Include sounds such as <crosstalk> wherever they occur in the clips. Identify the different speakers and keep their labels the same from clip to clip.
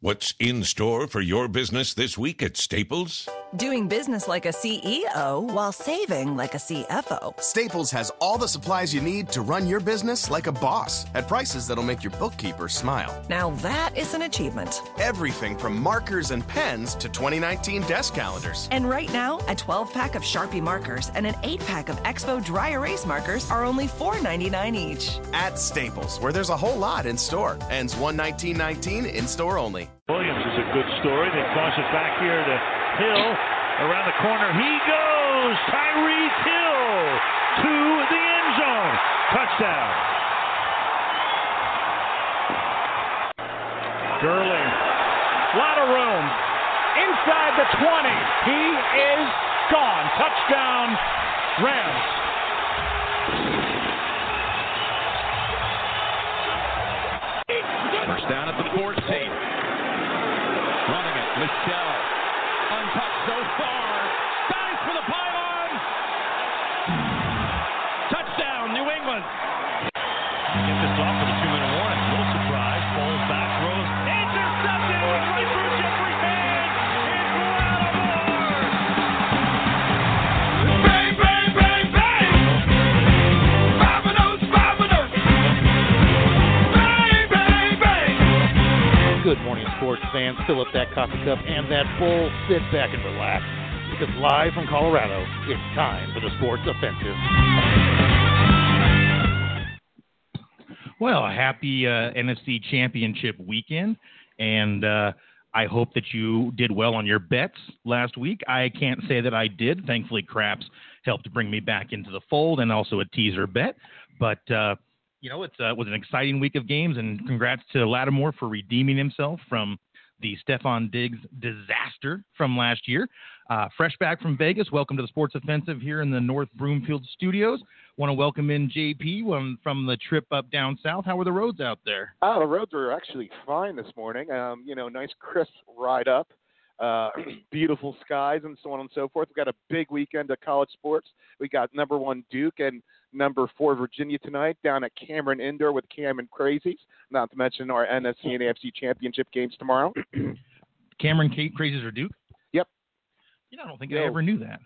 Speaker 1: What's in store for your business this week at Staples?
Speaker 2: Doing business like a CEO while saving like a CFO.
Speaker 3: Staples has all the supplies you need to run your business like a boss at prices that'll make your bookkeeper smile.
Speaker 2: Now that is an achievement.
Speaker 3: Everything from markers and pens to 2019 desk calendars.
Speaker 2: And right now, a 12 pack of Sharpie markers and an 8 pack of Expo dry erase markers are only $4.99 each.
Speaker 3: At Staples, where there's a whole lot in store. Ends 119.19 in store only.
Speaker 4: Williams is a good story. They cross it back here to Hill. Around the corner, he goes. Tyrese Hill to the end zone. Touchdown. Gurley. Lot of room. Inside the 20. He is gone. Touchdown, Rams.
Speaker 5: First down at the 14. Running it, Michelle. Untouched so far. Dives for the pylon. Touchdown, New England. Gets this off for the two-minute warning. A little surprise. Falls back, throws. Intercepted right through Jeffrey's hands. It's Bang, bang, bang, bang. Bobinos, bobinos. Bang, bang, bang.
Speaker 6: Good morning, sports fans. Fill up that coffee cup and that bowl. Sit back and relax. Because live from Colorado, it's time for the Sports Offensive.
Speaker 7: Well, a happy uh, NFC Championship weekend, and uh, I hope that you did well on your bets last week. I can't say that I did. Thankfully, craps helped bring me back into the fold, and also a teaser bet. But uh, you know, it's, uh, it was an exciting week of games, and congrats to Lattimore for redeeming himself from the Stefan Diggs disaster from last year. Uh, fresh back from Vegas, welcome to the Sports Offensive here in the North Broomfield studios. Want to welcome in JP um, from the trip up down south. How are the roads out there?
Speaker 8: Oh, the roads were actually fine this morning. Um, you know, nice crisp ride up, uh, <clears throat> beautiful skies, and so on and so forth. We've got a big weekend of college sports. We got number one Duke and number four Virginia tonight down at Cameron Indoor with Cameron Crazies. Not to mention our NFC and AFC championship games tomorrow.
Speaker 7: <clears throat> Cameron Kate crazes or Duke?
Speaker 8: Yep.
Speaker 7: You know, I don't think I
Speaker 8: No.
Speaker 7: ever knew that.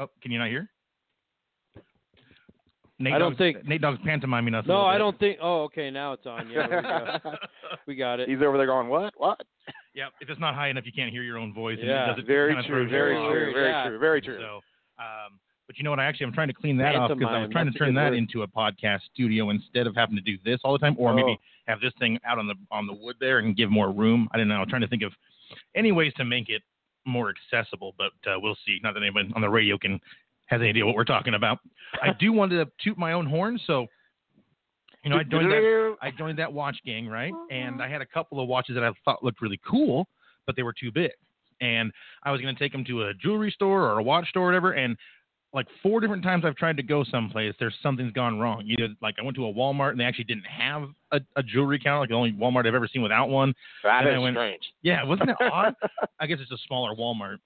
Speaker 7: Oh, can you not hear? Nate
Speaker 9: I don't
Speaker 7: Dogg's-
Speaker 9: think-
Speaker 7: Nate Dog's pantomiming us. a
Speaker 9: No,
Speaker 7: little
Speaker 9: I
Speaker 7: bit.
Speaker 9: don't think. Oh, okay, now it's on. Yeah, there
Speaker 7: <laughs>
Speaker 9: we, go. we got it.
Speaker 8: He's over there going, what? What?
Speaker 7: Yeah, if it's not high enough, you can't hear your own voice. and it
Speaker 9: Yeah,
Speaker 7: does it
Speaker 8: Very
Speaker 7: kinda
Speaker 8: true.
Speaker 7: throws
Speaker 8: Very
Speaker 7: you off.
Speaker 8: true. Very
Speaker 9: Yeah.
Speaker 8: true. Very true.
Speaker 7: Uh,
Speaker 8: <laughs>
Speaker 7: So, <laughs> um, but you know what? I actually I'm trying to clean that off because I was
Speaker 9: Pantomime,
Speaker 7: trying to
Speaker 9: that's a
Speaker 7: turn
Speaker 9: good
Speaker 7: that
Speaker 9: word.
Speaker 7: into a podcast studio instead of having to do this all the time, or maybe have this thing out on the on the wood there and give more room. I don't know. I'm trying to think of any ways to make it more accessible, but uh, we'll see. Not that anyone on the radio can has any idea what we're talking about. I do want to toot my own horn, so you know I joined that I joined that watch gang, right? And I had a couple of watches that I thought looked really cool, but they were too big. And I was going to take them to a jewelry store or a watch store or whatever. And like four different times I've tried to go someplace, there's something's gone wrong. Either like I went to a Walmart and they actually didn't have a, a jewelry counter, like the only Walmart I've ever seen without one.
Speaker 8: That
Speaker 7: And
Speaker 8: is
Speaker 7: I went-
Speaker 8: strange.
Speaker 7: Yeah, wasn't it
Speaker 9: <laughs>
Speaker 7: odd? I guess it's a smaller Walmart.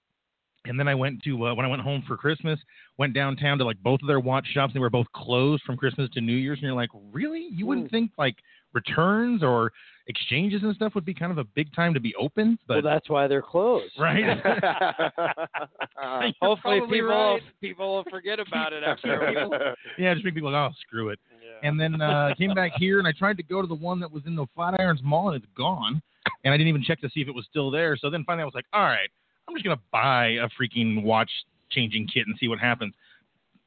Speaker 7: And then I went to uh, when I went home for Christmas, went downtown to like both of their watch shops. They were both closed from Christmas to New Year's, and you're like, really? You
Speaker 9: Hmm.
Speaker 7: wouldn't think like returns or exchanges and stuff would be kind of a big time to be open,
Speaker 9: well,
Speaker 7: but
Speaker 9: that's why they're closed.
Speaker 7: right? <laughs> You're
Speaker 9: <laughs> Hopefully,
Speaker 7: probably
Speaker 9: people
Speaker 7: right.
Speaker 9: people will forget about it
Speaker 7: <laughs>
Speaker 9: after a week.
Speaker 7: yeah, just make people like, oh, screw it. And then uh, came back here and I tried to go to the one that was in the Flatirons Mall and it's gone. And I didn't even check to see if it was still there. So then finally I was like, all right, I'm just going to buy a freaking watch changing kit and see what happens.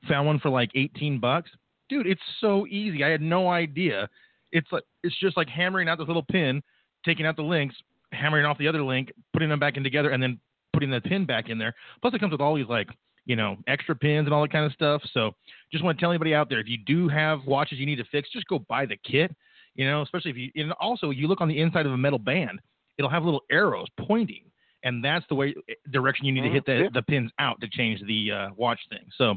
Speaker 7: Found one for like 18 bucks. Dude, it's so easy. I had no idea. It's like it's just like hammering out this little pin, taking out the links, hammering off the other link, putting them back in together, and then putting the pin back in there. Plus, it comes with all these like you know extra pins and all that kind of stuff. So, just want to tell anybody out there if you do have watches you need to fix, just go buy the kit. You know, especially if you and also you look on the inside of a metal band, it'll have little arrows pointing, and that's the way eh, direction you need to hit the,
Speaker 8: Mhm, yeah.
Speaker 7: the pins out to change the uh, watch thing. So.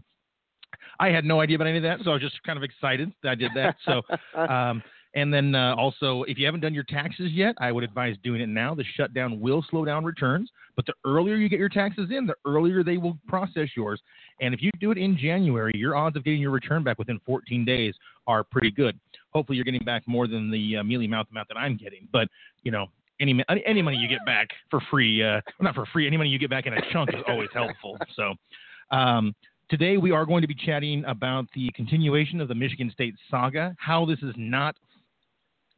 Speaker 7: I had no idea about any of that, so I was just kind of excited that I did that. So, um, and then uh, also, if you haven't done your taxes yet, I would advise doing it now. The shutdown will slow down returns, but the earlier you get your taxes in, the earlier they will process yours. And if you do it in January, your odds of getting your return back within 14 days are pretty good. Hopefully, you're getting back more than the uh, mealy mouth amount that I'm getting, but you know. any ma- any any money you get back for free, uh, well, not for free, any money you get back in a chunk is always helpful. So um, today we are going to be chatting about the continuation of the Michigan State saga, how this is not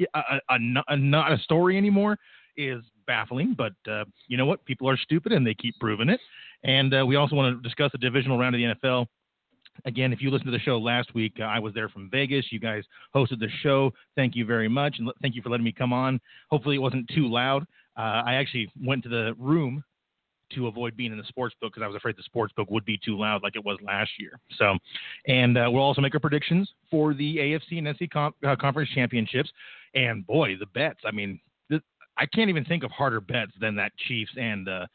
Speaker 7: a, a- a no- a not a story anymore is baffling, but uh, you know what? People are stupid and they keep proving it. And uh, we also want to discuss the divisional round of the NFL. Again, if you listened to the show last week, uh, I was there from Vegas. You guys hosted the show. Thank you very much, and l- thank you for letting me come on. Hopefully, it wasn't too loud. Uh, I actually went to the room to avoid being in the sports book because I was afraid the sports book would be too loud, like it was last year. So, and uh, we'll also make our predictions for the AFC and SC com- uh, conference championships. And boy, the bets! I mean, th- I can't even think of harder bets than that Chiefs and uh,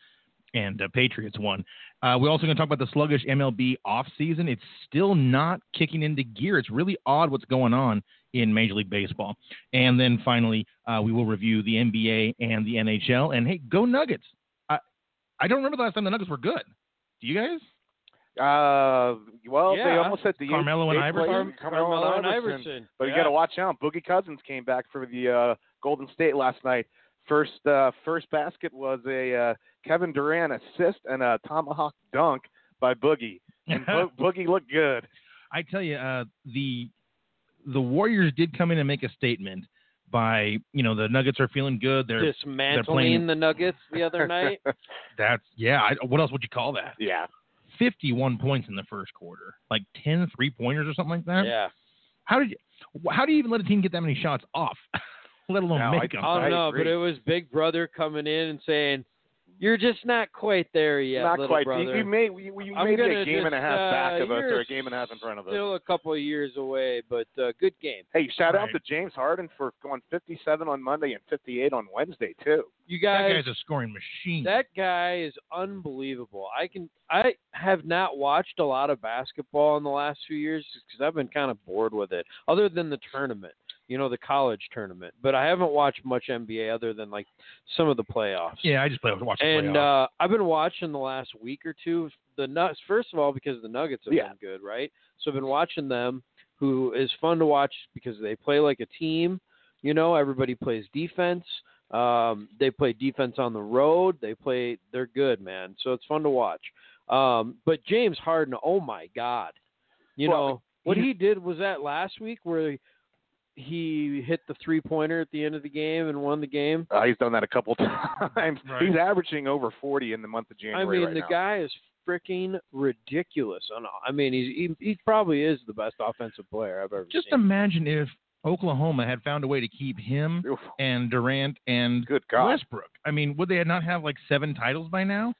Speaker 7: and uh, Patriots one. Uh, we're also going to talk about the sluggish MLB offseason. It's still not kicking into gear. It's really odd what's going on in Major League Baseball. And then finally, uh, we will review the NBA and the NHL. And hey, go Nuggets! I I don't remember the last time the Nuggets were good. Do you guys?
Speaker 8: Uh, well, they
Speaker 9: Yeah.
Speaker 8: almost said the
Speaker 7: Carmelo and
Speaker 8: they
Speaker 7: Iverson.
Speaker 8: played Carmelo, and Iverson. But you
Speaker 9: yeah.
Speaker 8: got to watch out. Boogie Cousins came back for the uh, Golden State last night. First, uh, first basket was a uh, Kevin Durant assist and a tomahawk dunk by Boogie. And
Speaker 9: <laughs>
Speaker 8: Bo- Boogie looked good.
Speaker 7: <laughs> I tell you, uh, the the Warriors did come in and make a statement by you know the Nuggets are feeling good. They're
Speaker 9: Dismantling
Speaker 7: playing-
Speaker 9: the Nuggets the other <laughs> night.
Speaker 7: that's yeah. I, what else would you call that?
Speaker 8: Yeah.
Speaker 7: Fifty one points in the first quarter, like 10 3 pointers or something like that.
Speaker 9: yeah.
Speaker 7: How did you? wh- How do you even let a team get that many shots off, <laughs> let alone
Speaker 8: No,
Speaker 7: make
Speaker 8: I-
Speaker 7: 'em?
Speaker 9: I
Speaker 8: I
Speaker 9: don't know, but
Speaker 8: agree.
Speaker 9: it was Big Brother coming in and saying, "You're just not quite there yet,
Speaker 8: Not
Speaker 9: little
Speaker 8: quite. You-
Speaker 9: brother.
Speaker 8: You may we, we
Speaker 9: I'm
Speaker 8: may be
Speaker 9: gonna
Speaker 8: a game and a
Speaker 9: just,
Speaker 8: half back
Speaker 9: uh,
Speaker 8: of us
Speaker 9: you're
Speaker 8: or a game and a half in front of us.
Speaker 9: Still a couple of years away, but uh, good game.
Speaker 8: Hey, shout out
Speaker 7: Right.
Speaker 8: to James Harden for going 57 on Monday and 58 on Wednesday too.
Speaker 9: You
Speaker 7: that
Speaker 9: guys,
Speaker 7: guy's a scoring machine.
Speaker 9: that guy is unbelievable. I can. I have not watched a lot of basketball in the last few years because I've been kind of bored with it, other than the tournament. You know, the college tournament, but I haven't watched much NBA other than like some of the playoffs.
Speaker 7: yeah, I just play watch the
Speaker 9: And
Speaker 7: playoffs.
Speaker 9: uh, I've been watching the last week or two. The nuts, first of all, because the Nuggets have
Speaker 8: Yeah.
Speaker 9: been good, right? So I've been watching them, who is fun to watch because they play like a team. You know, everybody plays defense. Um, they play defense on the road. They play. They're good, man. So it's fun to watch. Um, but James Harden, oh my God, you
Speaker 8: Well,
Speaker 9: know what
Speaker 8: he-
Speaker 9: he did was that last week where he hit the three pointer at the end of the game and won the game.
Speaker 8: Uh, he's done that a couple <laughs> times.
Speaker 7: Right.
Speaker 8: He's averaging over 40 in the month of January.
Speaker 9: I mean,
Speaker 8: right
Speaker 9: the
Speaker 8: now.
Speaker 9: guy is freaking ridiculous. I, know. I mean, he's he, he probably is the best offensive player I've ever
Speaker 7: just
Speaker 9: seen.
Speaker 7: imagine if Oklahoma had found a way to keep him
Speaker 8: Oof,
Speaker 7: and Durant and
Speaker 8: good God.
Speaker 7: Westbrook. I mean, would they not have like seven titles by now?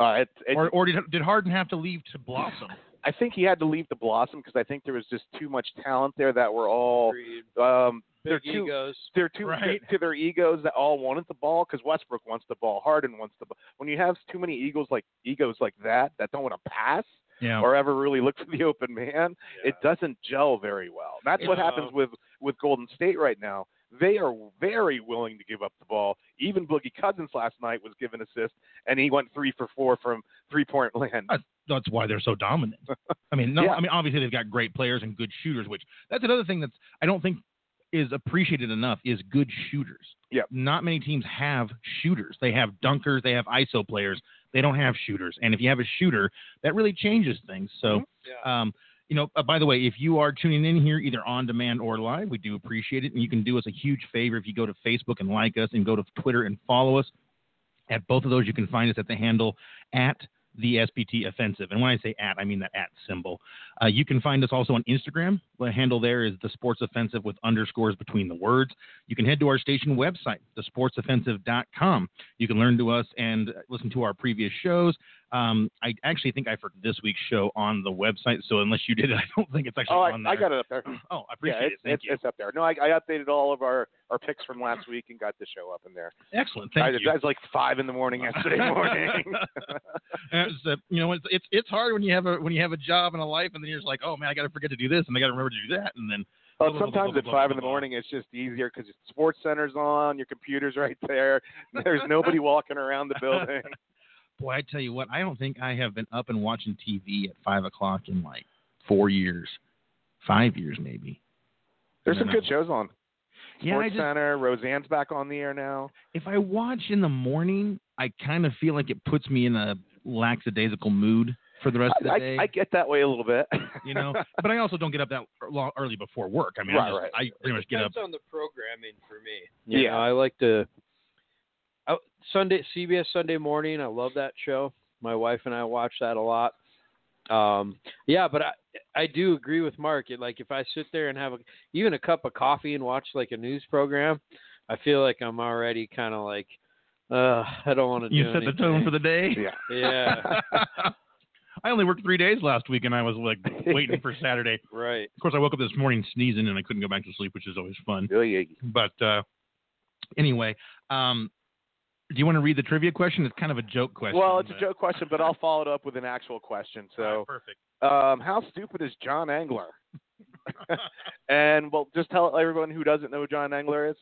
Speaker 8: Uh, it, it,
Speaker 7: or or did, did Harden have to leave to blossom?
Speaker 8: I think he had to leave the Blossom because I think there was just too much talent there that were all
Speaker 9: Agreed.
Speaker 8: um, they're
Speaker 9: Big
Speaker 8: too
Speaker 9: egos.
Speaker 8: they're too
Speaker 7: Right.
Speaker 8: to their egos that all wanted the ball because Westbrook wants the ball, Harden wants the ball. When you have too many egos like egos like that that don't want to pass
Speaker 7: Yeah.
Speaker 8: or ever really look for the open man, it doesn't gel very well. That's what
Speaker 9: No.
Speaker 8: happens with with Golden State right now. They are very willing to give up the ball. Even Boogie Cousins last night was given assist, and he went three for four from three point land.
Speaker 7: Uh, that's why they're so dominant. I mean, no,
Speaker 8: Yeah.
Speaker 7: I mean obviously they've got great players and good shooters, which that's another thing that's I don't think is appreciated enough is good shooters.
Speaker 8: Yep.
Speaker 7: Not many teams have shooters. They have dunkers, they have ISO players. They don't have shooters. And if you have a shooter, that really changes things. So, um, you know, uh, by the way, if you are tuning in here either on demand or live, we do appreciate it. And you can do us a huge favor if you go to Facebook and like us and go to Twitter and follow us. At both of those, you can find us at the handle at the SPT Offensive. And when I say at, I mean that at symbol. Uh, you can find us also on Instagram. The handle there is the Sports Offensive with underscores between the words. You can head to our station website, thesportsoffensive.com. You can learn to us and listen to our previous shows. Um, I actually think I forgot this week's show on the website, so unless you did <laughs> it, I don't think it's actually
Speaker 8: oh, I,
Speaker 7: on there.
Speaker 8: I got it up there.
Speaker 7: Oh, I
Speaker 8: Yeah,
Speaker 7: appreciate
Speaker 8: it's,
Speaker 7: it. Thank
Speaker 8: it's,
Speaker 7: you.
Speaker 8: it's up there. No, I, I updated all of our, our picks from last week and got the show up in there.
Speaker 7: Excellent. Thank
Speaker 8: I,
Speaker 7: you.
Speaker 8: That was like five in the morning
Speaker 7: <laughs>
Speaker 8: yesterday morning.
Speaker 7: Uh, so, you know, it's, it's it's hard when you have a when you have a job and a life, and then you're just like, oh man, I got to forget to do this, and I got to remember to do that, and then
Speaker 8: well,
Speaker 7: Blah, blah, blah,
Speaker 8: sometimes
Speaker 7: blah,
Speaker 8: at
Speaker 7: blah,
Speaker 8: five in the
Speaker 7: blah, blah.
Speaker 8: morning it's just easier because Sports Center's on, your computer's right there. <laughs> There's nobody walking around the
Speaker 7: <laughs>
Speaker 8: building.
Speaker 7: boy, I tell you what, I don't think I have been up and watching TV at five o'clock in like four years, five years maybe.
Speaker 8: There's
Speaker 7: No,
Speaker 8: some
Speaker 7: no.
Speaker 8: good shows on.
Speaker 7: Yeah, I
Speaker 8: Sports
Speaker 7: just-
Speaker 8: Center. Roseanne's back on the air now.
Speaker 7: if I watch in the morning, I kind of feel like it puts me in a lackadaisical mood for the rest of the
Speaker 8: I,
Speaker 7: day.
Speaker 8: I get that way a little bit.
Speaker 7: you
Speaker 8: <laughs>
Speaker 7: know, but I also don't get up that lo- early before work. I mean,
Speaker 8: Right,
Speaker 7: I, just,
Speaker 8: right.
Speaker 7: I pretty much get up.
Speaker 9: Depends on the programming for me.
Speaker 8: Yeah.
Speaker 9: yeah, I like to. I, Sunday CBS Sunday Morning. I love that show. My wife and I watch that a lot. Um, yeah, but I I do agree with Mark. It, like if I sit there and have a, even a cup of coffee and watch like a news program, I feel like I'm already kind of like, uh, I don't want to. do
Speaker 7: You set the tone for the day.
Speaker 8: <laughs> yeah.
Speaker 9: <laughs> Yeah,
Speaker 7: I only worked three days last week, and I was like waiting for Saturday.
Speaker 9: right.
Speaker 7: Of course, I woke up this morning sneezing, and I couldn't go back to sleep, which is always fun.
Speaker 8: Yeah, yeah, yeah.
Speaker 7: But uh, anyway, um, do you want to read the trivia question? It's kind of a joke question.
Speaker 8: Well, it's a
Speaker 7: but-
Speaker 8: joke question, but I'll follow it up with an actual question.
Speaker 7: All
Speaker 8: So,
Speaker 7: right, perfect.
Speaker 8: um, how stupid is John Angler? <laughs> and well, just tell everyone who doesn't know who John Angler is.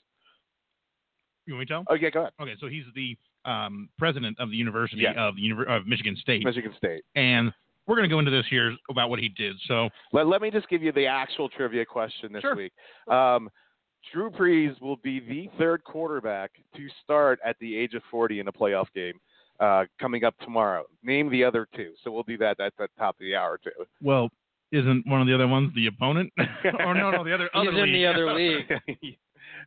Speaker 7: You want me to tell?
Speaker 8: Oh yeah, go ahead.
Speaker 7: Okay, so he's the um, president of the University
Speaker 8: Yeah.
Speaker 7: of the Univer- of Michigan State,
Speaker 8: Michigan State.
Speaker 7: and we're going to go into this here about what he did. So
Speaker 8: Let, let me just give you the actual trivia question this
Speaker 7: Sure.
Speaker 8: week. Um, Drew Brees will be the third quarterback to start at the age of 40 in a playoff game uh, coming up tomorrow. Name the other two. So we'll do that at the top of the hour, too. <laughs>
Speaker 7: Well, isn't one of the other ones
Speaker 9: <laughs>
Speaker 7: the opponent? or no, no, the other
Speaker 9: He's
Speaker 7: other
Speaker 9: in the
Speaker 7: league.
Speaker 9: other league.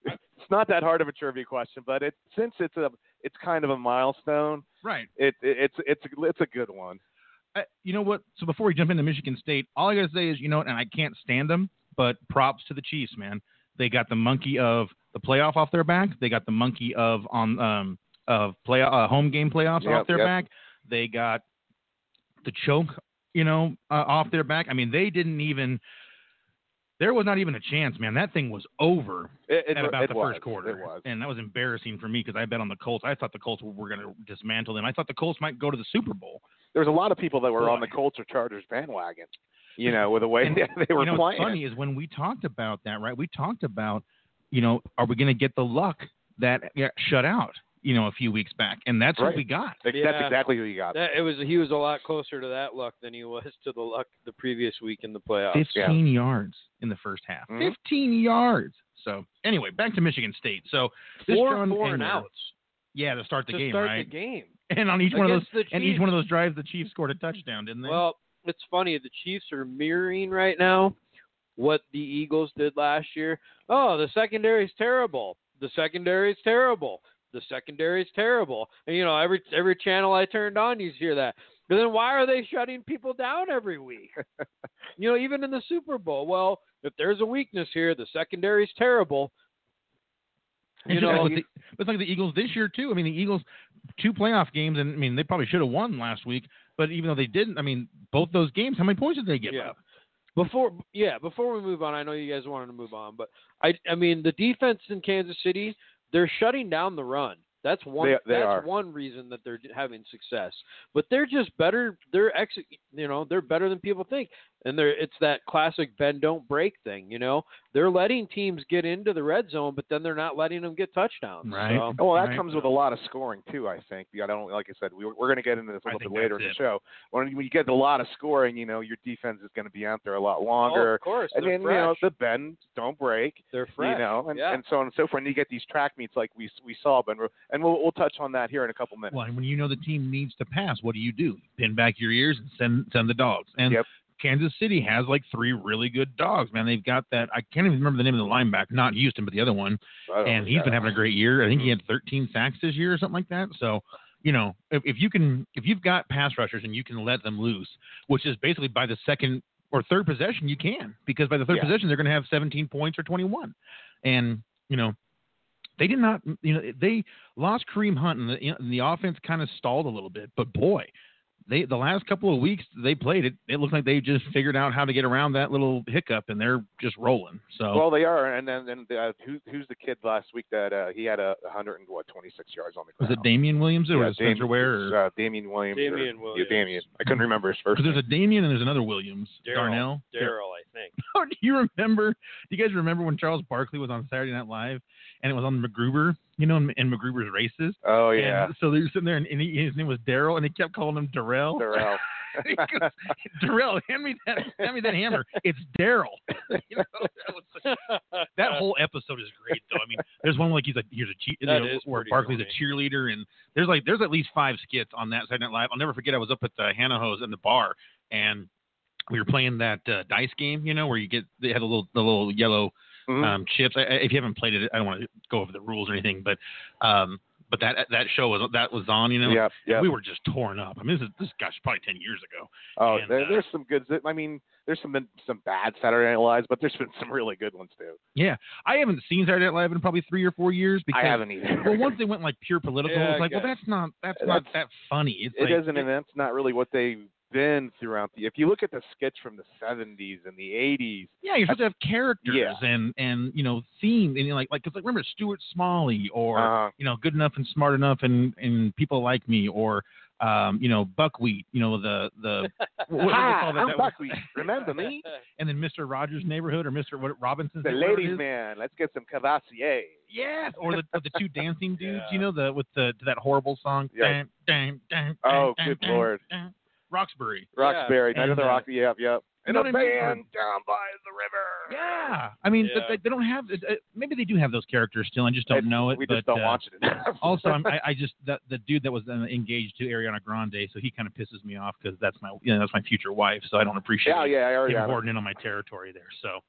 Speaker 8: it's not that hard of a trivia question, but it, since it's a it's kind of a milestone,
Speaker 7: right.
Speaker 8: it, it it's it's it's a good one.
Speaker 7: Uh, you know what? So before we jump into Michigan State, all I gotta say is, you know, and I can't stand them, but props to the Chiefs, man. They got the monkey of the playoff off their back. They got the monkey of on um of play uh, home game playoffs
Speaker 8: Yep,
Speaker 7: off their
Speaker 8: yep.
Speaker 7: back. They got the choke, you know, uh, off their back. I mean, they didn't even. There was not even a chance, man. That thing was over
Speaker 8: It, it,
Speaker 7: at about
Speaker 8: it
Speaker 7: the
Speaker 8: was.
Speaker 7: first quarter.
Speaker 8: It was.
Speaker 7: And that was embarrassing for me because I bet on the Colts. I thought the Colts were going to dismantle them. I thought the Colts might go to the Super Bowl.
Speaker 8: There was a lot of people that were on
Speaker 7: Boy.
Speaker 8: the Colts or Chargers bandwagon, you know, with the way <laughs>
Speaker 7: And,
Speaker 8: they were
Speaker 7: you know, what's
Speaker 8: playing.
Speaker 7: funny is when we talked about that, right? We talked about, you know, are we going to get the luck that got shut out, you know, a few weeks back? And that's
Speaker 8: Right.
Speaker 7: what we got.
Speaker 8: That's
Speaker 9: Yeah.
Speaker 8: exactly who you got.
Speaker 9: That, it was he was a lot closer to that luck than he was to the luck the previous week in the playoffs.
Speaker 7: 15 yards in the first half.
Speaker 9: Mm-hmm.
Speaker 8: Mhm.
Speaker 7: 15 yards. So anyway, back to Michigan State. So this
Speaker 9: Four
Speaker 7: John
Speaker 9: four and
Speaker 7: Engler-
Speaker 9: outs
Speaker 7: yeah to start the
Speaker 9: to
Speaker 7: game,
Speaker 9: start
Speaker 7: right?
Speaker 9: the game.
Speaker 7: And on each one of those,
Speaker 9: Against the
Speaker 7: and
Speaker 9: Chiefs.
Speaker 7: each one of those drives, the Chiefs scored a touchdown, didn't they?
Speaker 9: Well, it's funny. The Chiefs are mirroring right now what the Eagles did last year. Oh, the secondary's terrible. The secondary's terrible. The secondary's terrible. And, you know, every every channel I turned on, you hear that. But then why are they shutting people down every week? <laughs> you know, even in the Super Bowl. Well, if there's a weakness here, the secondary's terrible.
Speaker 7: It's <laughs>
Speaker 9: You
Speaker 7: just
Speaker 9: know,
Speaker 7: like with the, it's like the Eagles this year too. I mean, the Eagles two playoff games, and I mean they probably should have won last week, but even though they didn't, I mean both those games, how many points did they give
Speaker 9: Yeah.
Speaker 7: up?
Speaker 9: Before yeah, before we move on, I know you guys wanted to move on, but I I mean the defense in Kansas City, they're shutting down the run. That's one
Speaker 8: They- they
Speaker 9: that's
Speaker 8: are.
Speaker 9: one reason that they're having success. But they're just better they're ex you know, they're better than people think. And they're it's that classic bend don't break thing, you know. They're letting teams get into the red zone, but then they're not letting them get touchdowns.
Speaker 7: Right.
Speaker 9: So,
Speaker 8: Oh, well, that
Speaker 7: Right.
Speaker 8: comes with a lot of scoring too. I think. You know, I don't like I said. We, we're going to get into this a
Speaker 7: I
Speaker 8: little bit
Speaker 7: think
Speaker 8: later in
Speaker 7: that's
Speaker 8: the show. When, when you get a lot of scoring, you know, your defense is going to be out there a lot
Speaker 9: oh,
Speaker 8: longer.
Speaker 9: of course.
Speaker 8: and
Speaker 9: they're
Speaker 8: then
Speaker 9: fresh.
Speaker 8: you know the bends don't break.
Speaker 9: they're fresh.
Speaker 8: You know, and,
Speaker 9: yeah.
Speaker 8: and so on and so forth. And you get these track meets like we we saw, but we're- and we'll we'll touch on that here in a couple minutes.
Speaker 7: Well, and when you know the team needs to pass, what do you do? Pin back your ears and send send the dogs. And
Speaker 8: Yep.
Speaker 7: Kansas City has like three really good dogs, man. They've got that. I can't even remember the name of the linebacker, not Houston, but the other one.
Speaker 8: I don't
Speaker 7: and
Speaker 8: know.
Speaker 7: he's been having a great year. I think he
Speaker 8: Mm-hmm.
Speaker 7: had 13 sacks this year or something like that. So, you know, if, if you can, if you've got pass rushers and you can let them loose, which is basically by the second or third possession, you can because by the third
Speaker 8: Yeah.
Speaker 7: possession they're going to have 17 points or 21, and you know. They did not, you know, they lost Kareem Hunt, and the, and the offense kind of stalled a little bit. But boy, they the last couple of weeks they played it, it looked like they just figured out how to get around that little hiccup, and they're just rolling. So
Speaker 8: Well, they are, and then and, uh, who, who's the kid last week that uh, he had a 100 and what 26 yards on the
Speaker 7: was
Speaker 8: ground?
Speaker 7: it Damian Williams or
Speaker 8: Yeah,
Speaker 7: was it Spencer
Speaker 8: Damian-
Speaker 7: Ware? Or?
Speaker 8: Uh, Damian Williams. or-
Speaker 9: Damian Williams.
Speaker 8: Yeah, Damian. I couldn't remember his first.
Speaker 7: Because
Speaker 8: name.
Speaker 7: there's a Damien and there's another Williams.
Speaker 9: Daryl.
Speaker 7: Darnell. <laughs>
Speaker 9: Daryl, I think.
Speaker 7: Dar- Do you remember? Do you guys remember when Charles Barkley was on Saturday Night Live and it was on McGruber, you know, and, and McGruber's races?
Speaker 8: Oh yeah,
Speaker 7: And so they were sitting there and, and he, his name was Daryl and they kept calling him Darrell. <laughs>
Speaker 8: Darrell.
Speaker 7: he goes, Darrell, hand me that, hand me that hammer. It's Daryl. <laughs> You know, that, was such- that whole episode is great, though. I mean, there's one like he's a here's a che- you
Speaker 9: That
Speaker 7: know,
Speaker 9: is
Speaker 7: where
Speaker 9: pretty
Speaker 7: Barkley's
Speaker 9: funny.
Speaker 7: a cheerleader, and there's like there's at least five skits on that Saturday Night Live. I'll never forget. I was up at the Hanaho's in the bar, and we were playing that uh, dice game, you know, where you get they had a little the little yellow
Speaker 9: Mm-hmm.
Speaker 8: Mhm.
Speaker 7: um, chips. I, I- if you haven't played it, I don't want to go over the rules or anything, but um, but that that show was that was on, you know.
Speaker 8: Yep, yep.
Speaker 7: We were just torn up. I mean, this is this gosh, probably ten years ago.
Speaker 8: Oh,
Speaker 7: and,
Speaker 8: there,
Speaker 7: uh,
Speaker 8: there's some good. I mean, there's some some bad Saturday Night Lives, but there's been some really good ones too.
Speaker 7: I haven't seen Saturday Night Live in probably three or four years because
Speaker 8: I haven't either.
Speaker 7: well, once they went like pure political,
Speaker 9: Yeah,
Speaker 7: it's
Speaker 9: I
Speaker 7: like, well,
Speaker 9: guess.
Speaker 7: that's not that's, not that
Speaker 8: That's-
Speaker 7: funny. It's
Speaker 8: <laughs> it
Speaker 7: like,
Speaker 8: doesn't, and that's not really what they've been throughout the. If you look at the skits from the 70s and the 80s,
Speaker 7: Yeah, you're supposed to have characters
Speaker 8: Yeah.
Speaker 7: and and you know themes and you know, like like 'cause, like remember Stuart Smalley or
Speaker 8: uh,
Speaker 7: you know, good enough and smart enough and and people like me or um, you know, buckwheat, you know, the the
Speaker 8: <laughs>
Speaker 7: what, what do they
Speaker 8: Hi,
Speaker 7: call that?
Speaker 8: Ah, I'm
Speaker 7: that was-
Speaker 8: Buckwheat. Remember me?
Speaker 7: <laughs> and then Mr. Rogers' neighborhood or Mr. What Robinson's
Speaker 8: The
Speaker 7: neighborhood it
Speaker 8: ladies'
Speaker 7: is?
Speaker 8: man. Let's get some Cavassier.
Speaker 7: Yes, or the the
Speaker 8: <laughs>
Speaker 7: two dancing dudes,
Speaker 9: Yeah.
Speaker 7: you know, the with the to that horrible song.
Speaker 8: Yeah.
Speaker 7: Dun, dun, dun,
Speaker 8: Oh,
Speaker 7: dun,
Speaker 8: good
Speaker 7: dun,
Speaker 8: Lord.
Speaker 7: dun. Roxbury.
Speaker 8: Roxbury, Night of the
Speaker 7: and, uh,
Speaker 8: Rock. Yep, yep. And
Speaker 7: know
Speaker 8: a
Speaker 7: what I
Speaker 8: band
Speaker 7: mean?
Speaker 8: down by the river.
Speaker 7: Yeah, I mean, but
Speaker 9: Yeah.
Speaker 7: they, they don't have. Uh, maybe they do have those characters still. I just don't
Speaker 8: It's-
Speaker 7: know it.
Speaker 8: We
Speaker 7: but,
Speaker 8: just don't
Speaker 7: uh,
Speaker 8: watch it
Speaker 7: <laughs>
Speaker 8: enough.
Speaker 7: also,
Speaker 8: <laughs>
Speaker 7: I'm, I, I just the, the dude that was uh, engaged to Ariana Grande, so he kind of pisses me off because that's my you
Speaker 8: <laughs>
Speaker 7: know, that's my future wife, so I don't appreciate
Speaker 8: yeah, yeah, I already
Speaker 7: him
Speaker 8: got
Speaker 7: hoarding in on my territory there. So,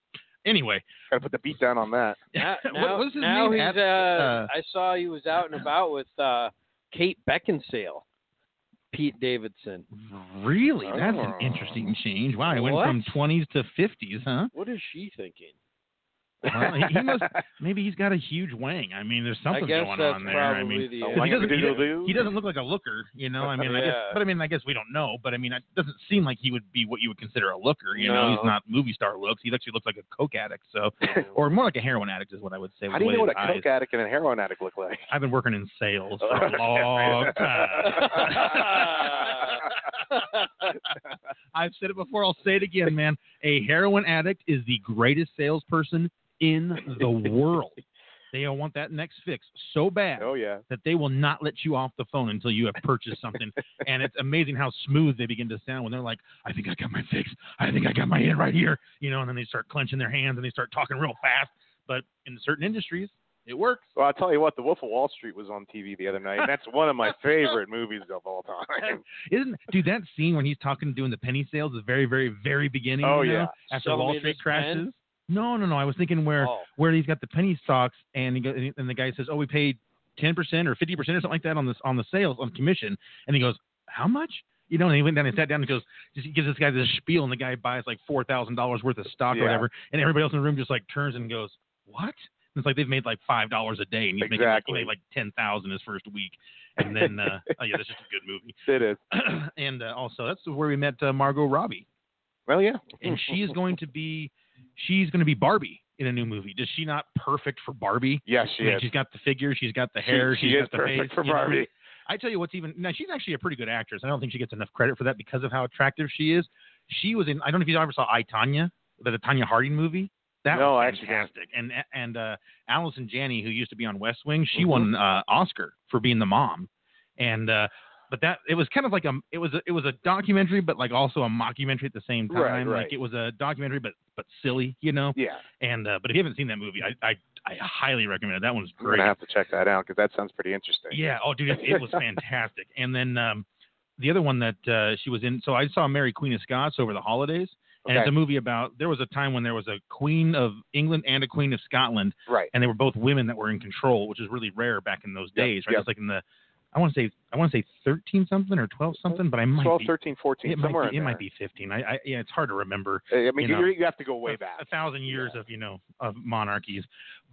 Speaker 7: anyway,
Speaker 8: to put the beat down on that.
Speaker 9: Now,
Speaker 7: <laughs> what
Speaker 9: now,
Speaker 7: was his
Speaker 9: now
Speaker 7: name?
Speaker 9: he's,
Speaker 7: Ad-
Speaker 9: uh,
Speaker 7: uh,
Speaker 9: I saw he was out and about with uh, Kate Beckinsale, Pete Davidson.
Speaker 7: really, that's an
Speaker 8: Oh.
Speaker 7: interesting change. Wow, he went from
Speaker 9: What?
Speaker 7: 20s to 50s, huh?
Speaker 9: What is she thinking?
Speaker 7: Well, he, he
Speaker 8: <laughs>
Speaker 7: must. Maybe he's got a huge wang. I mean, there's something
Speaker 9: I guess
Speaker 7: going
Speaker 9: that's
Speaker 7: on there.
Speaker 9: probably
Speaker 7: I mean,
Speaker 9: the. uh,
Speaker 8: Oh,
Speaker 7: he
Speaker 8: like
Speaker 7: doesn't- he
Speaker 8: doodle
Speaker 7: doesn't-
Speaker 8: doo. <laughs>
Speaker 7: he doesn't look like a looker, you know. I mean, I guess,
Speaker 9: Yeah.
Speaker 7: but I mean, I guess we don't know. But I mean, it doesn't seem like he would be what you would consider a looker. You know, he's
Speaker 8: <laughs>
Speaker 9: No.
Speaker 7: not movie star looks. He actually looks like a coke addict, so or more like a heroin addict is what I would say.
Speaker 8: How
Speaker 7: with
Speaker 8: do you
Speaker 7: the
Speaker 8: know
Speaker 7: way
Speaker 8: what a
Speaker 7: his eyes-
Speaker 8: coke addict and a heroin addict look
Speaker 7: <laughs>
Speaker 8: like? <laughs>
Speaker 7: I've been working in sales for a long time. I've said it before. I'll say it again, man. A heroin addict is the greatest salesperson in the world. They all want that next fix so bad
Speaker 8: oh yeah.
Speaker 7: that they will not let you off the phone until you have purchased something.
Speaker 9: <laughs>
Speaker 7: and it's amazing how smooth they begin to sound when they're like, I think I got my fix. I think I got my end right here. You know, and then they start clenching their hands and they start talking real fast. But in certain industries, it works.
Speaker 8: Well, I'll tell you what, The Wolf of Wall Street was on TV the other night, and that's one of
Speaker 7: <laughs>
Speaker 8: my favorite movies of all time.
Speaker 7: Isn't dude that scene when he's talking doing the penny sales the very, very, very beginning?
Speaker 8: Oh,
Speaker 7: you know,
Speaker 8: yeah.
Speaker 7: After
Speaker 9: Sell
Speaker 7: Wall
Speaker 9: me
Speaker 7: Street
Speaker 9: this
Speaker 7: crashes.
Speaker 9: pen?
Speaker 7: No, no, no. I was thinking where
Speaker 9: Oh.
Speaker 7: where he's got the penny stocks and he go, and he- and the guy says, "Oh, we paid 10% or 50% or something like that on this on the sales on commission." And he goes, "How much?" You know, and he went down and sat down and goes, just, he gives this guy this spiel, and the guy buys like four thousand dollars worth of stock
Speaker 8: Yeah.
Speaker 7: or whatever, and everybody else in the room just like turns and goes, "What?" And it's like they've made like five dollars a day, and he's making like, he
Speaker 8: Exactly.
Speaker 7: made, like ten thousand his first week, and then
Speaker 8: <laughs>
Speaker 7: uh, oh yeah, that's just a good movie.
Speaker 8: It is.
Speaker 7: and uh, also, that's where we met uh, Margot Robbie
Speaker 8: Well, yeah.
Speaker 7: and she is going to be she's going to be Barbie in a new movie. Does she not perfect for Barbie?
Speaker 8: Yes, she
Speaker 7: I mean,
Speaker 8: is.
Speaker 7: she's got the figure, she's got the hair,
Speaker 8: she
Speaker 7: has
Speaker 8: is
Speaker 7: got the
Speaker 8: perfect
Speaker 7: face,
Speaker 8: for
Speaker 7: you know?
Speaker 8: Barbie.
Speaker 7: I tell you what's even now she's actually a pretty good actress. I don't think she gets enough credit for that because of how attractive she is. She was in I don't know if you ever saw I Tanya, the, the Tanya Harding movie. That
Speaker 8: No, I
Speaker 7: was
Speaker 8: actually didn't.
Speaker 7: fantastic. And and uh Allison Janney, who used to be on West Wing,
Speaker 8: Mm-hmm.
Speaker 7: she won uh Oscar for being the mom. And uh but that it was kind of like a it was a, it was a documentary but like also a mockumentary at the same time.
Speaker 8: Right, right.
Speaker 7: Like it was a documentary but but silly, you know.
Speaker 8: Yeah,
Speaker 7: And uh but if you haven't seen that movie, I I, I highly recommend it. That one's
Speaker 8: I'm going
Speaker 7: great.
Speaker 8: to have to check that out because that sounds pretty interesting.
Speaker 7: Yeah. Oh, dude, it,
Speaker 8: <laughs>
Speaker 7: it was fantastic. And then um, the other one that uh, she was in. So I saw Mary Queen of Scots over the holidays, and it's
Speaker 8: Okay.
Speaker 7: a movie about there was a time when there was a Queen of England and a Queen of Scotland,
Speaker 8: Right.
Speaker 7: and they were both women that were in control, which is really rare back in those
Speaker 8: Yep,
Speaker 7: days, right?
Speaker 8: yep.
Speaker 7: It's like in the I want to say I want to say thirteen something or twelve something, but I might
Speaker 8: 12,
Speaker 7: be
Speaker 8: 13, 14,
Speaker 7: it
Speaker 8: somewhere
Speaker 7: might be,
Speaker 8: in
Speaker 7: it
Speaker 8: there.
Speaker 7: might be fifteen. I, I yeah, it's hard to remember
Speaker 8: I mean,
Speaker 7: you
Speaker 8: you,
Speaker 7: know,
Speaker 8: you have to go way
Speaker 7: a-
Speaker 8: back.
Speaker 7: A thousand years of you know of monarchies,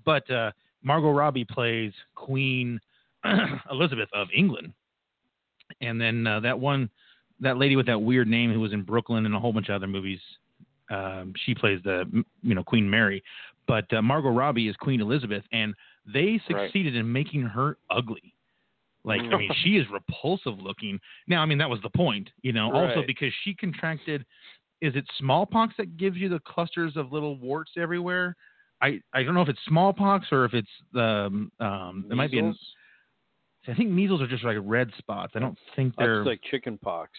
Speaker 7: but uh, Margot Robbie plays Queen <clears throat> Elizabeth of England, and then uh, that one, that lady with that weird name who was in Brooklyn and a whole bunch of other movies, um, she plays the m- you know Queen Mary, but uh, Margot Robbie is Queen Elizabeth, and they
Speaker 8: Right.
Speaker 7: succeeded in making her ugly. Like I
Speaker 9: <laughs>
Speaker 7: mean, she is repulsive looking. Now I mean that was the point, you know. Also
Speaker 9: Right.
Speaker 7: because she contracted is it smallpox that gives you the clusters of little warts everywhere? I, I don't know if it's smallpox or if it's the um, um it might be an,
Speaker 9: Measles?
Speaker 7: I think measles are just like red spots. I don't think they're
Speaker 9: That's like chicken pox.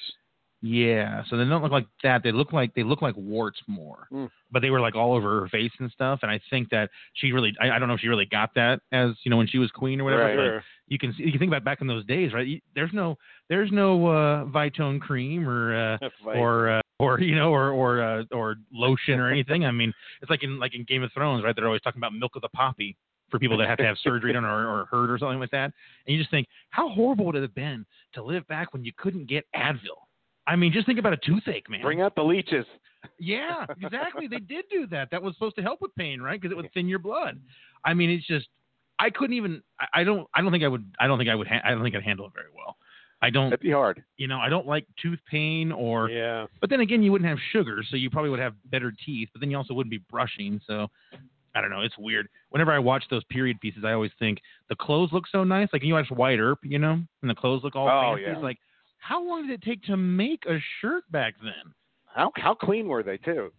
Speaker 7: Yeah, so they don't look like that. They look like they look like warts more,
Speaker 9: Mm.
Speaker 7: but they were like all over her face and stuff. And I think that she really, I, I don't know if she really got that as you know when she was queen or <laughs> whatever.
Speaker 9: Right.
Speaker 7: but
Speaker 9: Sure.
Speaker 7: You can see, you can think about back in those days, right? You- There's no there's no uh, Vitone cream or uh,
Speaker 9: <laughs>
Speaker 7: or uh, or you know or or uh, or lotion or anything. I mean, it's like in like in Game of Thrones, right? They're always talking about milk of the poppy for people that have to have surgery done or, or hurt or something like that. And you just think, how horrible would it have been to live back when you couldn't get Advil? I mean, just think about a toothache, man.
Speaker 8: Bring out the leeches.
Speaker 7: yeah, exactly. they did do that. That was supposed to help with pain, right? Because it would thin your blood. I mean, it's just I couldn't even. I, I don't. I don't think I would. I don't think I would. Ha- I don't think I'd handle it very well. I don't.
Speaker 8: That'd be hard.
Speaker 7: You know, I don't like tooth pain or
Speaker 9: yeah.
Speaker 7: but then again, you wouldn't have sugar, so you probably would have better teeth. But then you also wouldn't be brushing. So I don't know. It's weird. Whenever I watch those period pieces, I always think the clothes look so nice. Like you watch White Earp, you know, and the clothes look all
Speaker 8: Oh,
Speaker 7: fancy.
Speaker 8: yeah.
Speaker 7: It's Like how long did it take to make a shirt back then?
Speaker 8: How how clean were they too?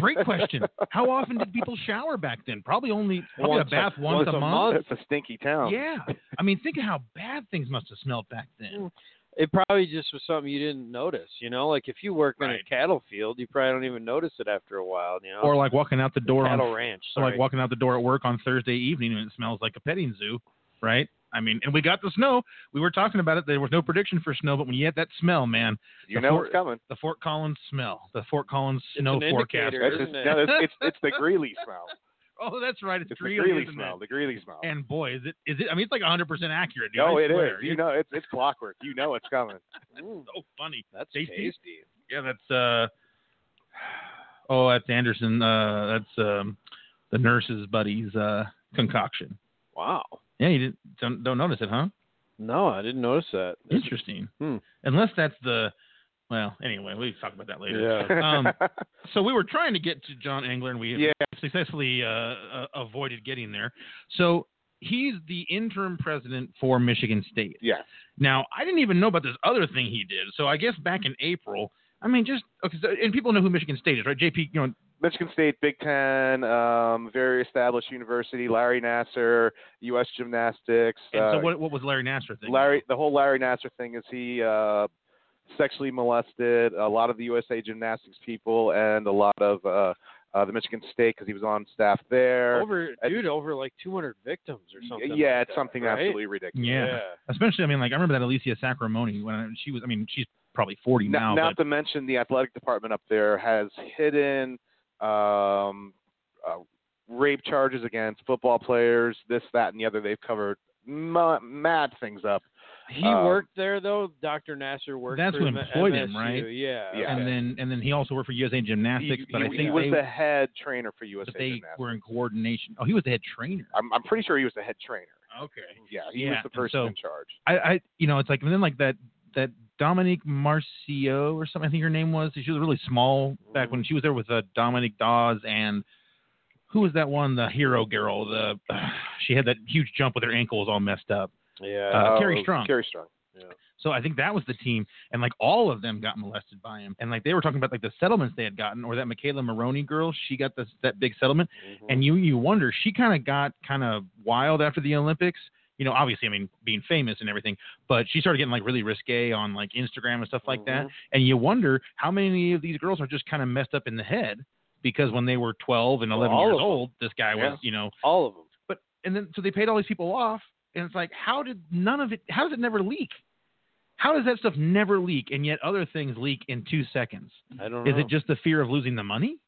Speaker 7: Great question. how often did people shower back then? Probably only probably
Speaker 9: Once
Speaker 7: a
Speaker 9: a-
Speaker 7: bath once,
Speaker 9: once a month.
Speaker 8: That's a stinky town.
Speaker 7: Yeah. I mean, think of how bad things must have smelled back then.
Speaker 9: It probably just was something you didn't notice, you know. Like if you work in a
Speaker 7: Right.
Speaker 9: cattle field, you probably don't even notice it after a while, you know.
Speaker 7: Or like walking out the door on
Speaker 9: Oh, cattle ranch.
Speaker 7: So
Speaker 9: Sorry.
Speaker 7: like walking out the door at work on Thursday evening and it smells like a petting zoo, right? I mean, and we got the snow. We were talking about it. There was no prediction for snow, but when you get that smell, man,
Speaker 8: You
Speaker 7: The
Speaker 8: know
Speaker 7: fort-
Speaker 8: what's coming.
Speaker 7: the Fort Collins smell, the Fort Collins
Speaker 9: It's
Speaker 7: snow
Speaker 9: an
Speaker 7: forecast.
Speaker 9: indicator.
Speaker 8: That's
Speaker 9: Sure,
Speaker 8: just,
Speaker 9: isn't it?
Speaker 8: no, that's, it's it's the Greeley
Speaker 7: <laughs>
Speaker 8: smell.
Speaker 7: Oh, that's right. It's,
Speaker 8: It's
Speaker 7: three
Speaker 8: the Greeley
Speaker 7: isn't
Speaker 8: smell.
Speaker 7: it?
Speaker 8: The Greeley smell.
Speaker 7: And boy, is it is it? I mean, it's like 100 percent accurate. Dude.
Speaker 8: no,
Speaker 7: I
Speaker 8: it is.
Speaker 7: swear.
Speaker 8: You know, it's it's clockwork. You know it's coming.
Speaker 9: <laughs> Mm,
Speaker 7: so funny.
Speaker 9: that's
Speaker 7: Tasty.
Speaker 9: tasty.
Speaker 7: Yeah, that's uh, oh, that's Anderson. Uh, that's um, the nurse's buddy's uh concoction.
Speaker 9: Wow.
Speaker 7: Yeah, you didn't don't, don't notice it, huh?
Speaker 9: No, I didn't notice that. That's-
Speaker 7: Interesting.
Speaker 9: Hmm.
Speaker 7: Unless that's the well, anyway, we can talk about that later.
Speaker 9: Yeah.
Speaker 8: <laughs>
Speaker 7: Um, So we were trying to get to John Engler, and we
Speaker 8: Yeah.
Speaker 7: successfully uh, uh, avoided getting there. So he's the interim president for Michigan State.
Speaker 8: yes.
Speaker 7: Now I didn't even know about this other thing he did. So I guess back in April, I mean, just okay, so, and people know who Michigan State is, right? JP, you know,
Speaker 8: Michigan State, Big Ten, um, very established university. Larry Nasser, U.S. Gymnastics.
Speaker 7: and
Speaker 8: uh,
Speaker 7: so what, what was Larry Nasser thing?
Speaker 8: Larry, the whole Larry Nasser thing is he uh, sexually molested a lot of the USA Gymnastics people and a lot of uh, uh, the Michigan State because he was on staff there.
Speaker 9: Over
Speaker 8: I-
Speaker 9: dude, over like 200 victims or Oh, something.
Speaker 8: yeah,
Speaker 9: like
Speaker 8: it's
Speaker 9: that,
Speaker 8: something
Speaker 9: right?
Speaker 8: absolutely ridiculous.
Speaker 7: Yeah. Especially, I mean, like I remember that Alicia Sacramone when I, she was. I mean, she's probably forty
Speaker 8: Not,
Speaker 7: now.
Speaker 8: not
Speaker 7: but,
Speaker 8: to mention the athletic department up there has hidden um, uh, rape charges against football players, this, that, and the other. They've covered ma- mad things up.
Speaker 9: He
Speaker 8: Um,
Speaker 9: worked there though. Dr. Nasser worked
Speaker 7: That's
Speaker 9: for
Speaker 7: what
Speaker 9: M-
Speaker 7: employed him,
Speaker 9: MSU.
Speaker 7: right?
Speaker 9: Yeah.
Speaker 8: Yeah.
Speaker 7: and then and then he also worked for USA
Speaker 8: He,
Speaker 7: Gymnastics, but
Speaker 8: he-
Speaker 7: I think
Speaker 8: he was
Speaker 7: they,
Speaker 8: the head trainer for USA
Speaker 7: but they
Speaker 8: Gymnastics.
Speaker 7: were in coordination. Oh, he was the head trainer.
Speaker 8: I'm, I'm pretty sure he was the head trainer.
Speaker 7: Okay.
Speaker 8: Yeah, he
Speaker 7: Yeah,
Speaker 8: was the
Speaker 7: and
Speaker 8: person
Speaker 7: so-
Speaker 8: in charge.
Speaker 7: I, I you know it's like and then like that that Dominique Marcio or something I think her name was. She was really small back when she was there with uh, Dominic Dawes and who was that one? The hero girl. The <sighs> she had that huge jump with her ankles all messed up.
Speaker 9: Yeah.
Speaker 7: Uh,
Speaker 8: Oh,
Speaker 7: Carrie Strong.
Speaker 8: Carrie Strong.
Speaker 7: So I think that was the team, and like all of them got molested by him, and like they were talking about like the settlements they had gotten, or that Michaela Maroney girl, she got this that big settlement,
Speaker 9: Mm-hmm.
Speaker 7: and you you wonder she kind of got kind of wild after the Olympics, you know, obviously I mean being famous and everything, but she started getting like really risque on like Instagram and stuff like that,
Speaker 9: Mm-hmm.
Speaker 7: and you wonder how many of these girls are just kind of messed up in the head because when they were 12 and
Speaker 9: Well,
Speaker 7: 11
Speaker 9: all
Speaker 7: years
Speaker 9: of them.
Speaker 7: old, this guy
Speaker 8: Yeah.
Speaker 7: was you know,
Speaker 9: All of them.
Speaker 7: but and then so they paid all these people off, and it's like, how did none of it? How does it never leak? How does that stuff never leak, and yet other things leak in two seconds?
Speaker 9: I don't
Speaker 7: Is
Speaker 9: know.
Speaker 7: it just the fear of losing the money?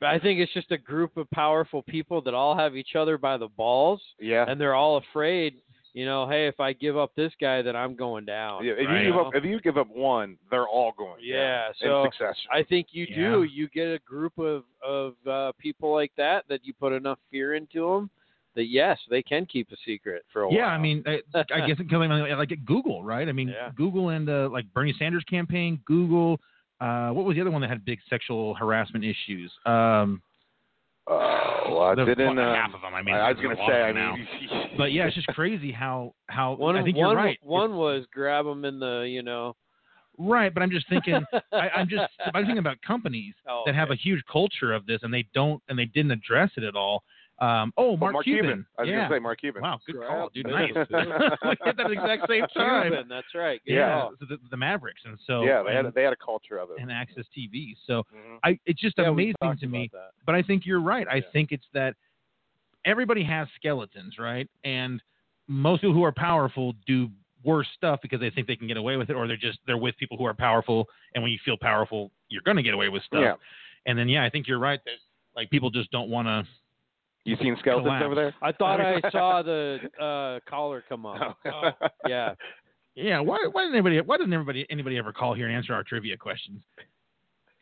Speaker 9: But I think it's just a group of powerful people that all have each other by the balls,
Speaker 8: Yeah.
Speaker 9: and they're all afraid. You know, hey, if I give up this guy, then I'm going down.
Speaker 8: yeah if
Speaker 7: Right.
Speaker 8: you give up, if you give up one, they're all going.
Speaker 9: Yeah,
Speaker 8: down
Speaker 9: so
Speaker 8: in succession.
Speaker 9: I think you
Speaker 7: Yeah.
Speaker 9: do. You get a group of of uh, people like that that you put enough fear into them that yes, they can keep a secret for a while.
Speaker 7: Yeah, I mean, I,
Speaker 8: <laughs>
Speaker 7: I guess it comes like like at Google, right? I mean,
Speaker 9: Yeah.
Speaker 7: Google and uh, like Bernie Sanders campaign, Google. Uh, what was the other one that had big sexual harassment issues? Um,
Speaker 8: Uh, well, I
Speaker 7: the-
Speaker 8: didn't.
Speaker 7: well,
Speaker 8: uh,
Speaker 7: half of them. I mean,
Speaker 8: I was
Speaker 7: there's
Speaker 8: gonna
Speaker 7: a lot
Speaker 8: say.
Speaker 7: of
Speaker 8: I
Speaker 7: them now.
Speaker 8: mean, <laughs>
Speaker 7: but yeah, it's just crazy how how
Speaker 9: one
Speaker 7: I
Speaker 9: of-
Speaker 7: think
Speaker 9: one,
Speaker 7: you're right.
Speaker 9: One was grab them in the you know.
Speaker 7: right, but I'm just thinking. <laughs> I,
Speaker 9: <laughs>
Speaker 7: I'm just I'm thinking about companies
Speaker 9: Oh,
Speaker 7: that have
Speaker 9: okay.
Speaker 7: a huge culture of this and they don't and they didn't address it at all. Um, oh,
Speaker 8: Oh,
Speaker 7: Mark, Cuban.
Speaker 8: I was
Speaker 7: yeah.
Speaker 8: going to say Mark Cuban.
Speaker 7: Wow, good
Speaker 9: Scrap.
Speaker 7: call, dude. Nice. we hit that at the exact same time.
Speaker 9: Cuban, that's right. Good
Speaker 8: Yeah.
Speaker 9: call.
Speaker 7: so the, the Mavericks, and so
Speaker 8: yeah, they had,
Speaker 7: and,
Speaker 8: a- they had a culture of it.
Speaker 7: and Access TV. So
Speaker 8: Mhm.
Speaker 7: I, it's just
Speaker 9: Yeah, we
Speaker 7: amazing
Speaker 9: talked
Speaker 7: to me.
Speaker 9: about
Speaker 7: But I think you're right. I
Speaker 8: Yeah.
Speaker 7: think it's that everybody has skeletons, right? And most people who are powerful do worse stuff because they think they can get away with it, or they're just they're with people who are powerful. And when you feel powerful, you're going to get away with stuff.
Speaker 8: Yeah.
Speaker 7: And then yeah, I think you're right that like people just don't want to.
Speaker 8: You seen skeletons
Speaker 7: Collapse.
Speaker 8: over there?
Speaker 9: that. I thought <laughs> I saw the uh, collar come up.
Speaker 7: Oh.
Speaker 9: <laughs> Yeah.
Speaker 7: Yeah, why why doesn't anybody why doesn't everybody anybody ever call here and answer our trivia questions?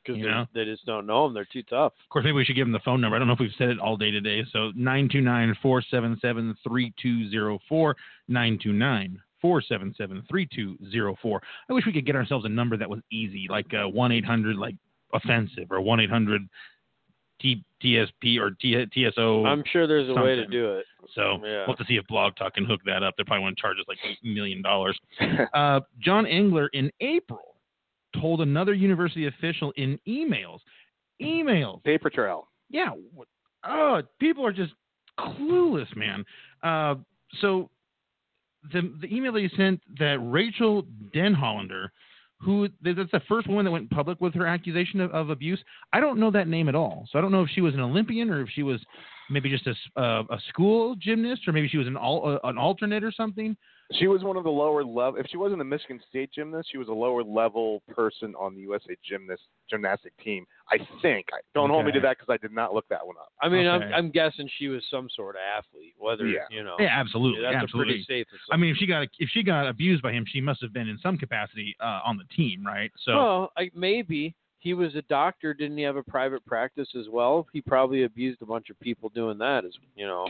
Speaker 9: Because
Speaker 7: You know?
Speaker 9: they just don't know them. They're too tough.
Speaker 7: Of course, maybe we should give them the phone number. I don't know if we've said it all day today. So 929 477 3204. 929 477 3204. I wish we could get ourselves a number that was easy, like uh, 1 800 like offensive or 1 800 TSP or T- TSO.
Speaker 9: I'm sure there's a way to
Speaker 7: something.
Speaker 9: do it.
Speaker 7: so
Speaker 9: yeah.
Speaker 7: we'll have to see if Blog Talk can hook that up. They're probably going to charge us like $8 million.
Speaker 9: <laughs>
Speaker 7: uh, John Engler in April told another university official in emails, emails
Speaker 8: <laughs> Paper trail.
Speaker 7: yeah. wh- Oh, people are just clueless, man. Uh, so the the email that he sent that Rachel Den-Hollander, who that's the first woman that went public with her accusation of, of abuse. I don't know that name at all. So I don't know if she was an Olympian or if she was maybe just a, s- uh, a school gymnast or maybe she was an all, uh, an alternate or something.
Speaker 8: She was one of the lower level. If she wasn't a Michigan State gymnast, she was a lower level person on the USA gymnast gymnastic team. I think. I, don't hold me to
Speaker 7: Okay.
Speaker 8: that because I did not look that one up.
Speaker 9: I mean,
Speaker 7: Okay.
Speaker 9: I'm, I'm guessing she was some sort of athlete, whether,
Speaker 8: Yeah.
Speaker 9: you know.
Speaker 7: Yeah, absolutely,
Speaker 9: Oh, That's
Speaker 7: absolutely.
Speaker 9: a pretty safe
Speaker 7: I mean, if she got if she got abused by him, she must have been in some capacity uh, on the team, right? So
Speaker 9: Well, I, maybe he was a doctor. Didn't he have a private practice as well? He probably abused a bunch of people doing that. As you know,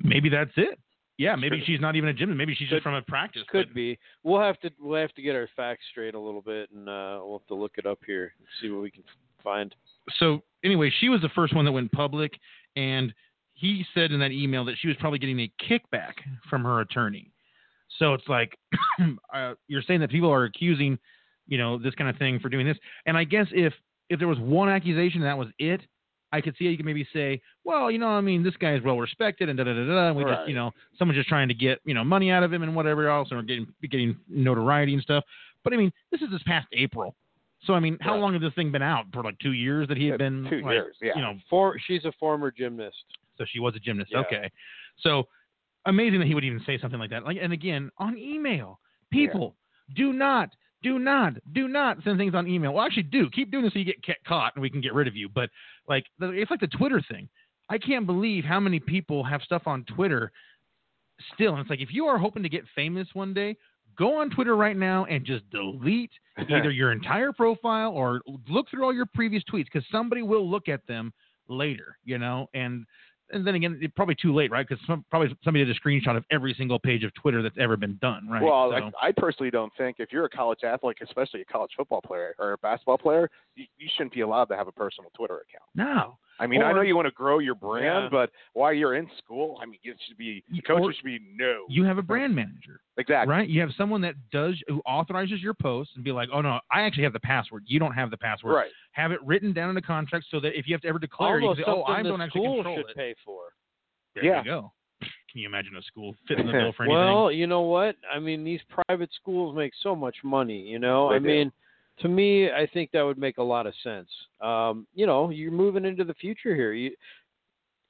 Speaker 7: maybe that's it. Yeah, maybe she's not even a gymnast. Maybe she's just from a practice.
Speaker 9: could
Speaker 7: but-
Speaker 9: be. We'll have to we'll have to get our facts straight a little bit, and uh, we'll have to look it up here and see what we can find.
Speaker 7: So anyway, she was the first one that went public, and he said in that email that she was probably getting a kickback from her attorney. So it's like <clears throat> uh, you're saying that people are accusing, you know, this kind of thing for doing this. And I guess if if there was one accusation and that was it, I could see how you could maybe say, well, you know, I mean, this guy is well respected and da da da da. And we just,
Speaker 9: Right.
Speaker 7: you know, someone's just trying to get you know money out of him and whatever else, and we're getting getting notoriety and stuff. But I mean, this is this past April. So I mean, how
Speaker 8: Right.
Speaker 7: long has this thing been out? For like two years that he had
Speaker 8: Yeah,
Speaker 7: been
Speaker 8: two
Speaker 7: like,
Speaker 8: years, yeah.
Speaker 7: you know,
Speaker 9: For she's a former gymnast.
Speaker 7: so she was a gymnast.
Speaker 9: Yeah.
Speaker 7: Okay. So amazing that he would even say something like that. Like and again, on email. People, do not, do not, do not send things on email. Well, actually do. Keep doing this so you get ca- caught and we can get rid of you. But like the- it's like the Twitter thing. I can't believe how many people have stuff on Twitter still. And it's like if you are hoping to get famous one day, go on Twitter right now and just
Speaker 8: <laughs>
Speaker 7: delete either your entire profile or look through all your previous tweets because somebody will look at them later, you know, and and then again, it's probably too late, right? Because some, probably somebody did a screenshot of every single page of Twitter that's ever been done, right?
Speaker 8: Well,
Speaker 7: So-
Speaker 8: I, I personally don't think if you're a college athlete, especially a college football player or a basketball player, you, you shouldn't be allowed to have a personal Twitter account.
Speaker 7: no,
Speaker 8: I mean, I
Speaker 7: Or-
Speaker 8: know you want to grow your brand,
Speaker 9: Yeah.
Speaker 8: but while you're in school, I mean, it should be
Speaker 7: Y-
Speaker 8: coaches
Speaker 7: or-
Speaker 8: should be no.
Speaker 7: you have a brand manager,
Speaker 8: exactly.
Speaker 7: right? You have someone that does who authorizes your posts and be like, oh no, I actually have the password. You don't have the password.
Speaker 8: Right.
Speaker 7: Have it written down in a contract so that if you have to ever declare, it, you
Speaker 9: Almost
Speaker 7: can say, oh,
Speaker 9: something
Speaker 7: I
Speaker 9: the
Speaker 7: don't actually
Speaker 9: school
Speaker 7: control
Speaker 9: should
Speaker 7: it.
Speaker 9: pay for.
Speaker 7: There
Speaker 8: Yeah.
Speaker 7: you go. Can you imagine
Speaker 8: <laughs>
Speaker 7: a school fitting the bill for anything?
Speaker 9: Well, you know what? I mean, these private schools make so much money. You know,
Speaker 8: They
Speaker 9: I
Speaker 8: do.
Speaker 9: mean, to me, I think that would make a lot of sense. Um, you know, you're moving into the future here. You,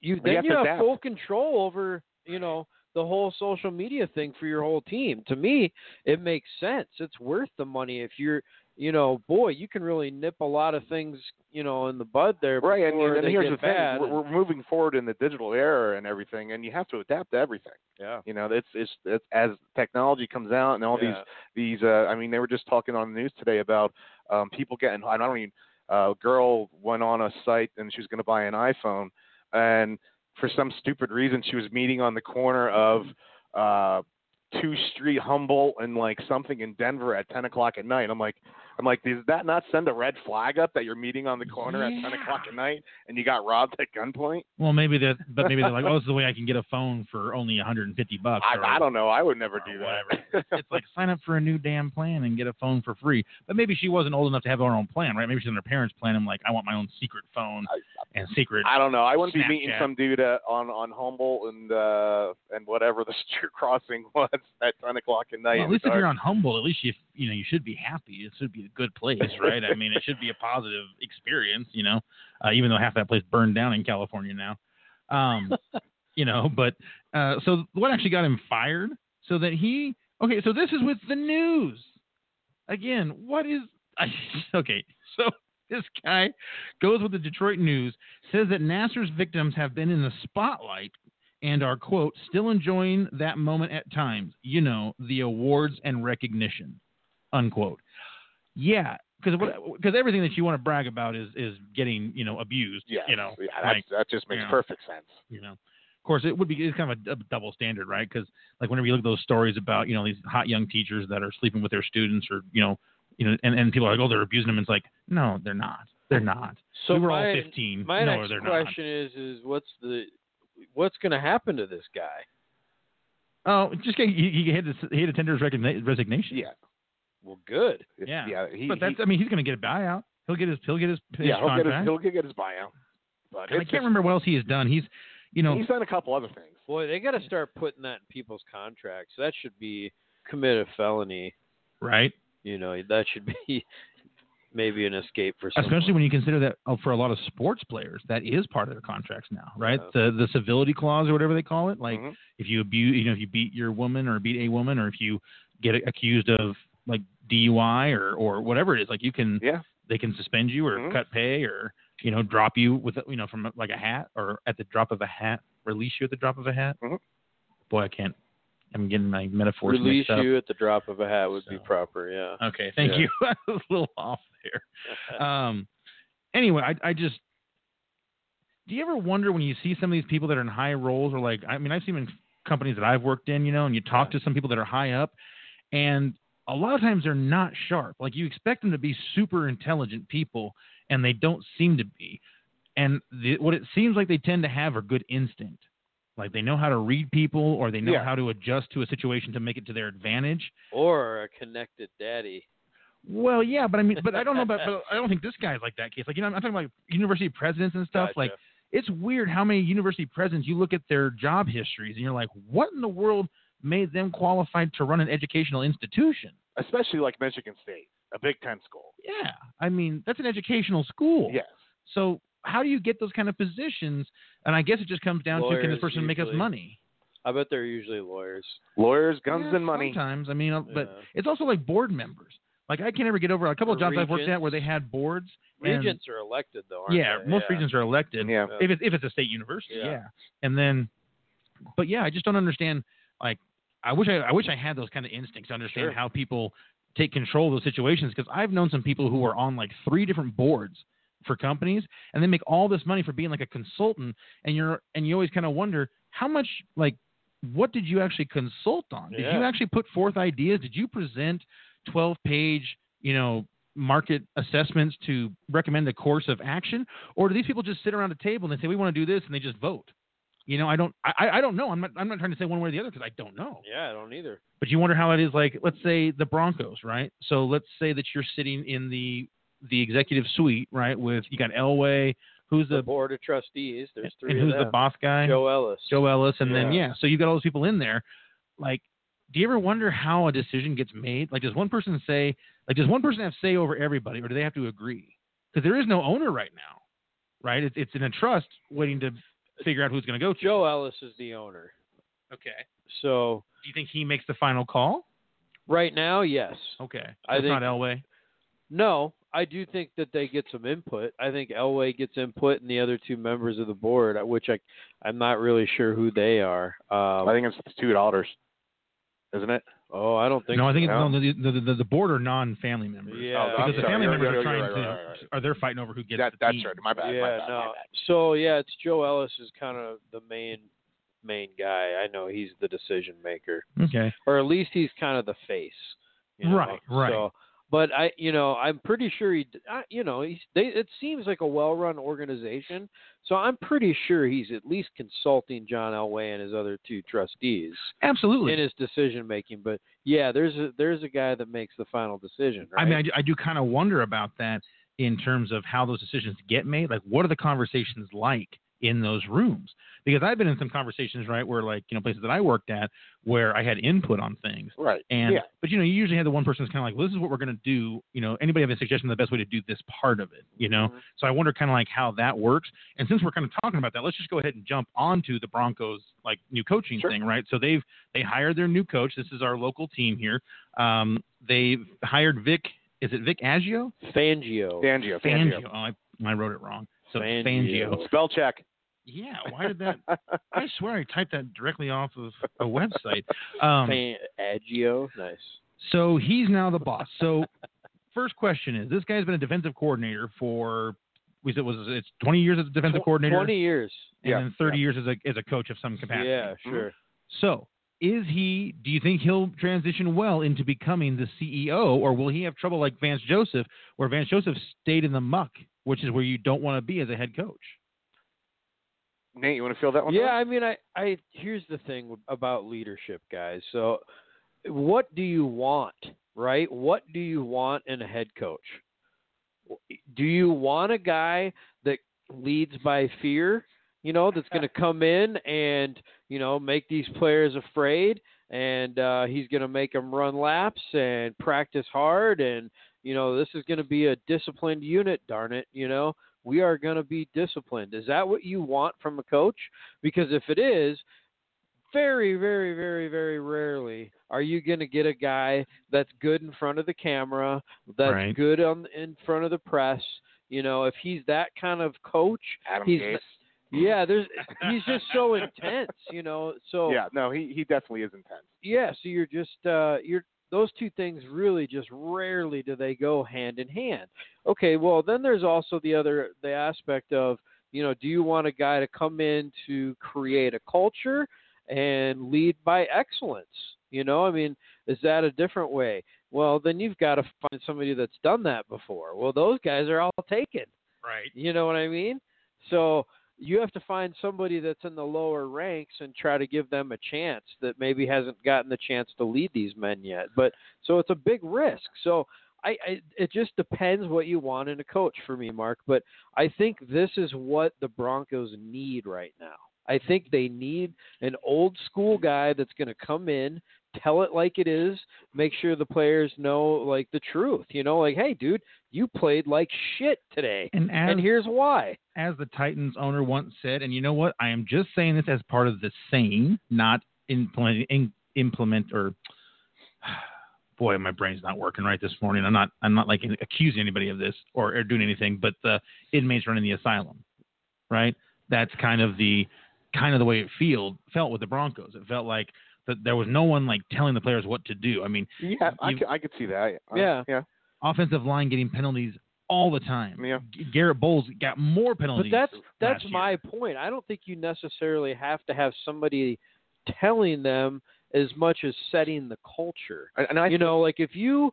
Speaker 9: you
Speaker 8: you
Speaker 9: then
Speaker 8: have
Speaker 9: you
Speaker 8: to
Speaker 9: have
Speaker 8: adapt.
Speaker 9: full control over, you know, the whole social media thing for your whole team. To me, it makes sense. It's worth the money if you're, you know, boy, you can really nip a lot of things, you know, in the bud there.
Speaker 8: Right, and,
Speaker 9: before
Speaker 8: and
Speaker 9: they
Speaker 8: here's
Speaker 9: get
Speaker 8: the thing:
Speaker 9: bad.
Speaker 8: we're, we're moving forward in the digital era and everything, and you have to adapt to everything.
Speaker 9: yeah.
Speaker 8: You know, it's it's, it's as technology comes out and all these
Speaker 9: Yeah.
Speaker 8: these uh I mean they were just talking on the news today about um people getting I don't even uh, a girl went on a site and she was going to buy an iPhone and for some stupid reason she was meeting on the corner of uh two street Humboldt and like something in Denver at ten o'clock at night. I'm like, I'm like, does that not send a red flag up that you're meeting on the corner at ten o'clock at night and you got robbed at gunpoint?
Speaker 7: Well, maybe they're, but maybe
Speaker 8: <laughs>
Speaker 7: they're like, oh, this is the way I can get a phone for only 150 bucks. or
Speaker 8: I, I don't know. I would never
Speaker 7: or
Speaker 8: do <laughs>
Speaker 7: whatever.
Speaker 8: that.
Speaker 7: it's like sign up for a new damn plan and get a phone for free. But maybe she wasn't old enough to have her own plan, right? Maybe she's on her parents' plan. I'm like, I want my own secret phone and secret.
Speaker 8: I don't know. I wouldn't be meeting
Speaker 7: Snapchat.
Speaker 8: some dude uh, on on Humboldt and uh and whatever the <laughs> street crossing was at ten o'clock at night.
Speaker 7: Well, at
Speaker 8: in
Speaker 7: least
Speaker 8: the
Speaker 7: if
Speaker 8: dark.
Speaker 7: you're on Humble, at least you you know you should be happy. It should be a good place, right? I mean, it should be a positive experience, you know. Uh, even though half that place burned down in California now, um, you know. But uh, so what actually got him fired? So that he okay. So this is with the news again. What is I, <laughs> okay? So <laughs> this guy goes with the Detroit News, says that Nasser's victims have been in the spotlight and are, quote, still enjoying that moment at times, you know, the awards and recognition, unquote. Yeah, because because everything that you want to brag about is is getting you know abused.
Speaker 8: Yes.
Speaker 7: you know,
Speaker 8: yeah, that's,
Speaker 7: like,
Speaker 8: that just makes
Speaker 7: you know.
Speaker 8: perfect sense.
Speaker 7: you know. Of course, it would be it's kind of a, a double standard, right? Because like whenever you look at those stories about you know these hot young teachers that are sleeping with their students, or you know, you know, and, and people are like, oh, they're abusing them. And it's like, no, they're not. They're not.
Speaker 9: So
Speaker 7: we were
Speaker 9: my,
Speaker 7: all 15.
Speaker 9: My
Speaker 7: no,
Speaker 9: next
Speaker 7: they're not.
Speaker 9: question is: is what's the what's going to happen to this guy?
Speaker 7: Oh, just get- he, he had to, he had to tender his recogni- resignation.
Speaker 8: Yeah.
Speaker 9: Well, good.
Speaker 8: It's-
Speaker 7: Yeah.
Speaker 8: Yeah. He,
Speaker 7: but that's
Speaker 8: he,
Speaker 7: I mean he's going to get a buyout. He'll get his he'll get his, his
Speaker 8: yeah. He'll get, his,
Speaker 7: contract.
Speaker 8: he'll get his buyout. But
Speaker 7: And I
Speaker 8: it's
Speaker 7: can't remember what else he has done. He's you
Speaker 8: just-
Speaker 7: know
Speaker 8: He's done a couple other things.
Speaker 9: Boy, they
Speaker 7: Mm.
Speaker 9: got to start putting that in people's contracts. That should be commit a felony.
Speaker 7: right,
Speaker 9: You know, that should be <laughs> maybe an escape for someone.
Speaker 7: especially when you consider that uh, for a lot of sports players that is part of their contracts now, right?
Speaker 9: Yeah. Mm-hmm.
Speaker 7: The the civility clause or whatever they call it. Like
Speaker 8: Mhm.
Speaker 7: if you abuse, you know, if you beat your woman or beat a woman, or if you get accused of like DUI or or whatever it is, like you can
Speaker 8: Yeah.
Speaker 7: they can suspend you or
Speaker 9: Mm-hmm.
Speaker 8: Mhm.
Speaker 7: cut pay or you know drop you with you know from like a hat or at the drop of a hat release you at the drop of a hat.
Speaker 9: Mm-hmm.
Speaker 8: Mhm.
Speaker 7: Boy, I can't. I'm getting my metaphors
Speaker 9: release
Speaker 7: mixed up.
Speaker 9: you at the drop of a hat would be
Speaker 7: So.
Speaker 9: proper. Yeah.
Speaker 7: Okay, thank
Speaker 9: Yeah.
Speaker 7: you. <laughs> I was a little off there.
Speaker 9: <laughs>
Speaker 7: Um, anyway, I, I just. Do you ever wonder when you see some of these people that are in high roles, or like, I mean, I've seen in companies that I've worked in, you know, and you talk to some people that are high up, and a lot of times they're not sharp. Like you expect them to be super intelligent people, and they don't seem to be. And the, what it seems like they tend to have are good instinct. Like they know how to read people, or they know
Speaker 8: Yeah.
Speaker 7: how to adjust to a situation to make it to their advantage.
Speaker 9: Or a connected daddy.
Speaker 7: Well, yeah, but I mean, but I don't know about, but I don't think this guy's like that case. Like, you know, I'm talking about university presidents and stuff.
Speaker 9: Gotcha.
Speaker 7: Like, it's weird how many university presidents you look at their job histories and you're like, what in the world made them qualified to run an educational institution?
Speaker 8: Especially like Michigan State, a Big Ten school.
Speaker 7: Yeah, I mean, that's an educational school.
Speaker 8: Yes.
Speaker 7: So how do you get those kind of positions? And I guess it just comes down to can
Speaker 9: Lawyers
Speaker 7: this person make us
Speaker 9: usually.
Speaker 7: money?
Speaker 9: I bet they're usually lawyers.
Speaker 8: Lawyers, guns,
Speaker 7: Yeah,
Speaker 8: and money.
Speaker 7: Sometimes I mean, uh, but
Speaker 9: Yeah.
Speaker 7: it's also like board members. Like I can't ever get over a couple of jobs I've worked
Speaker 9: Regents.
Speaker 7: at where they had boards. and-
Speaker 9: Regents are elected though, aren't
Speaker 7: yeah,
Speaker 9: they?
Speaker 7: most regents are elected.
Speaker 8: Yeah.
Speaker 9: Yeah.
Speaker 7: if it's if it's a state university, yeah.
Speaker 9: Yeah.
Speaker 7: And then, but yeah, I just don't understand. Like, I wish I, I wish I had those kind of instincts to understand
Speaker 9: Sure.
Speaker 7: how people take control of those situations. Because I've known some people who are on like three different boards for companies, and they make all this money for being like a consultant. And you're and you always kind of wonder how much like what did you actually consult on? Did you
Speaker 9: Yeah.
Speaker 7: actually put forth ideas? Did you present twelve page you know market assessments to recommend a course of action, or do these people just sit around a table and they say we want to do this and they just vote? You know, I don't, I, I- I don't know. I'm not, I'm not trying to say one way or the other because I don't know.
Speaker 9: Yeah, I don't either.
Speaker 7: But you wonder how it is. Like, let's say the Broncos, right? So let's say that you're sitting in the the executive suite, right? With you got Elway, who's
Speaker 9: The,
Speaker 7: the,
Speaker 9: board of trustees.
Speaker 7: <laughs>
Speaker 9: There's three
Speaker 7: and
Speaker 9: of
Speaker 7: who's
Speaker 9: them.
Speaker 7: the boss guy?
Speaker 9: Joe Ellis.
Speaker 7: Joe Ellis, and then
Speaker 9: Yeah.
Speaker 7: yeah, so you got all those people in there. Like, do you ever wonder how a decision gets made? Like, does one person say, like, does one person have say over everybody, or do they have to agree? Because there is no owner right now, right? It's it's in a trust waiting to figure out who's going to go. to.
Speaker 9: Joe Ellis is the owner.
Speaker 7: Okay.
Speaker 9: So
Speaker 7: Do you think he makes the final call?
Speaker 9: right now, yes.
Speaker 7: Okay.
Speaker 9: I
Speaker 7: That's not
Speaker 9: think-
Speaker 7: Elway.
Speaker 9: No, I do think that they get some input. I think Elway gets input, and the other two members of the board, uh, which I I'm not really sure who they are. Um,
Speaker 8: I think it's two dollars, isn't it?
Speaker 9: oh, I don't think.
Speaker 7: no, I
Speaker 9: so.
Speaker 7: think it's,
Speaker 8: so.
Speaker 7: no, the, the, the the board are non-family members.
Speaker 9: Yeah.
Speaker 8: Oh, I'm
Speaker 7: Because the
Speaker 8: sorry.
Speaker 7: family
Speaker 8: You're-
Speaker 7: members
Speaker 8: you're-
Speaker 7: are trying
Speaker 8: you're
Speaker 7: to,
Speaker 8: right, right, right, right.
Speaker 7: are they're fighting over who gets
Speaker 8: That,
Speaker 7: the
Speaker 8: that's
Speaker 7: team.
Speaker 8: right. My bad. my
Speaker 9: yeah,
Speaker 8: bad, my
Speaker 9: no.
Speaker 8: bad.
Speaker 9: So yeah, it's Joe Ellis is kind of the main main guy. I know he's the decision maker,
Speaker 7: Okay.
Speaker 9: or at least he's kind of the face. you know?
Speaker 7: Right, right.
Speaker 9: So, but I, you know, I'm pretty sure he, d- I, you know, he's. They, it seems like a well-run organization, so I'm pretty sure he's at least consulting John Elway and his other two trustees
Speaker 7: Absolutely.
Speaker 9: in his decision making. But yeah, there's a there's a guy that makes the final decision. Right?
Speaker 7: I mean, I do, I do kind of wonder about that in terms of how those decisions get made. Like, what are the conversations like in those rooms? Because I've been in some conversations, right, where like you know places that I worked at where I had input on things,
Speaker 8: Right.
Speaker 7: and
Speaker 8: yeah.
Speaker 7: but you know you usually have the one person that's kind of like, well, this is what we're going to do. You know, anybody have a suggestion of the best way to do this part of it? You know,
Speaker 8: Mm-hmm.
Speaker 7: so I wonder kind of like how that works. And since we're kind of talking about that, let's just go ahead and jump onto the Broncos like new coaching
Speaker 8: Sure.
Speaker 7: thing, right? So they've they hired their new coach. This is our local team here. Um, they've hired Vic. Is it Vic Agio?
Speaker 9: Fangio.
Speaker 8: Fangio. Fangio.
Speaker 7: Oh, I, I wrote it wrong. So it's
Speaker 9: Fangio.
Speaker 7: Fangio.
Speaker 8: Spell check.
Speaker 7: Yeah. Why did that?
Speaker 8: <laughs>
Speaker 7: I swear I typed that directly off of a website. Um,
Speaker 9: Fangio. Nice.
Speaker 7: So he's now the boss. So first question is this guy's been a defensive coordinator for was it was it- it's twenty years as a defensive
Speaker 9: Tw-
Speaker 7: coordinator
Speaker 9: Twenty years.
Speaker 7: and
Speaker 8: yeah,
Speaker 7: then thirty years as a as a coach of some capacity. Mm-hmm.
Speaker 9: Yeah, sure.
Speaker 7: So is he do you think he'll transition well into becoming the CEO or will he have trouble like Vance Joseph where Vance Joseph stayed in the muck, which is where you don't want to be as a head coach?
Speaker 8: Nate, you want to feel that one?
Speaker 9: Yeah,
Speaker 8: out?
Speaker 9: I mean, I, I here's the thing about leadership, guys. So, what do you want, right? What do you want in a head coach? Do you want a guy that leads by fear? You know, that's
Speaker 8: <laughs>
Speaker 9: going to come in and you know make these players afraid, and uh, he's going to make them run laps and practice hard, and you know this is going to be a disciplined unit. Darn it, you know. We are going to be disciplined. Is that what you want from a coach? Because if it is, very, very, very, very rarely are you going to get a guy that's good in front of the camera, that's
Speaker 7: Right.
Speaker 9: good on in front of the press. You know, if he's that kind of coach,
Speaker 8: Adam
Speaker 9: he's
Speaker 8: Gase.
Speaker 9: yeah, there's he's just so intense. You know, so
Speaker 8: Yeah, no, he he definitely is intense.
Speaker 9: yeah, so you're just uh you're those two things really just rarely do they go hand in hand. Okay, well then there's also the other the aspect of, you know, do you want a guy to come in to create a culture and lead by excellence? You know, I mean, is that a different way? Well, then you've got to find somebody that's done that before. Well, those guys are all taken.
Speaker 7: Right.
Speaker 9: You know what I mean? So you have to find somebody that's in the lower ranks and try to give them a chance that maybe hasn't gotten the chance to lead these men yet. But so it's a big risk. So I, I it just depends what you want in a coach for me, Mark. But I think this is what the Broncos need right now. I think they need an old school guy that's going to come in, tell it like it is, make sure the players know like the truth. You know, like, hey, dude, you played like shit today
Speaker 7: And as
Speaker 9: and here's why.
Speaker 7: as the Titans owner once said, and you know what? I am just saying this as part of the saying, not implement, in, implement or. <sighs> Boy, my brain's not working right this morning. I'm not. I'm not like accusing anybody of this or, or doing anything. But the inmates running the asylum, right? That's kind of the kind of the way it feel felt with the Broncos. It felt like that there was no one like telling the players what to do. I mean,
Speaker 8: Yeah, I
Speaker 7: You-
Speaker 8: could, I could see that.
Speaker 9: Yeah.
Speaker 8: yeah,
Speaker 7: offensive line getting penalties all the time.
Speaker 8: Yeah.
Speaker 7: G- Garrett Bowles got more
Speaker 9: But
Speaker 7: penalties.
Speaker 9: that's that's
Speaker 7: last year.
Speaker 9: my point. I don't think you necessarily have to have somebody telling them as much as setting the culture.
Speaker 8: And, and I
Speaker 9: you know, like if you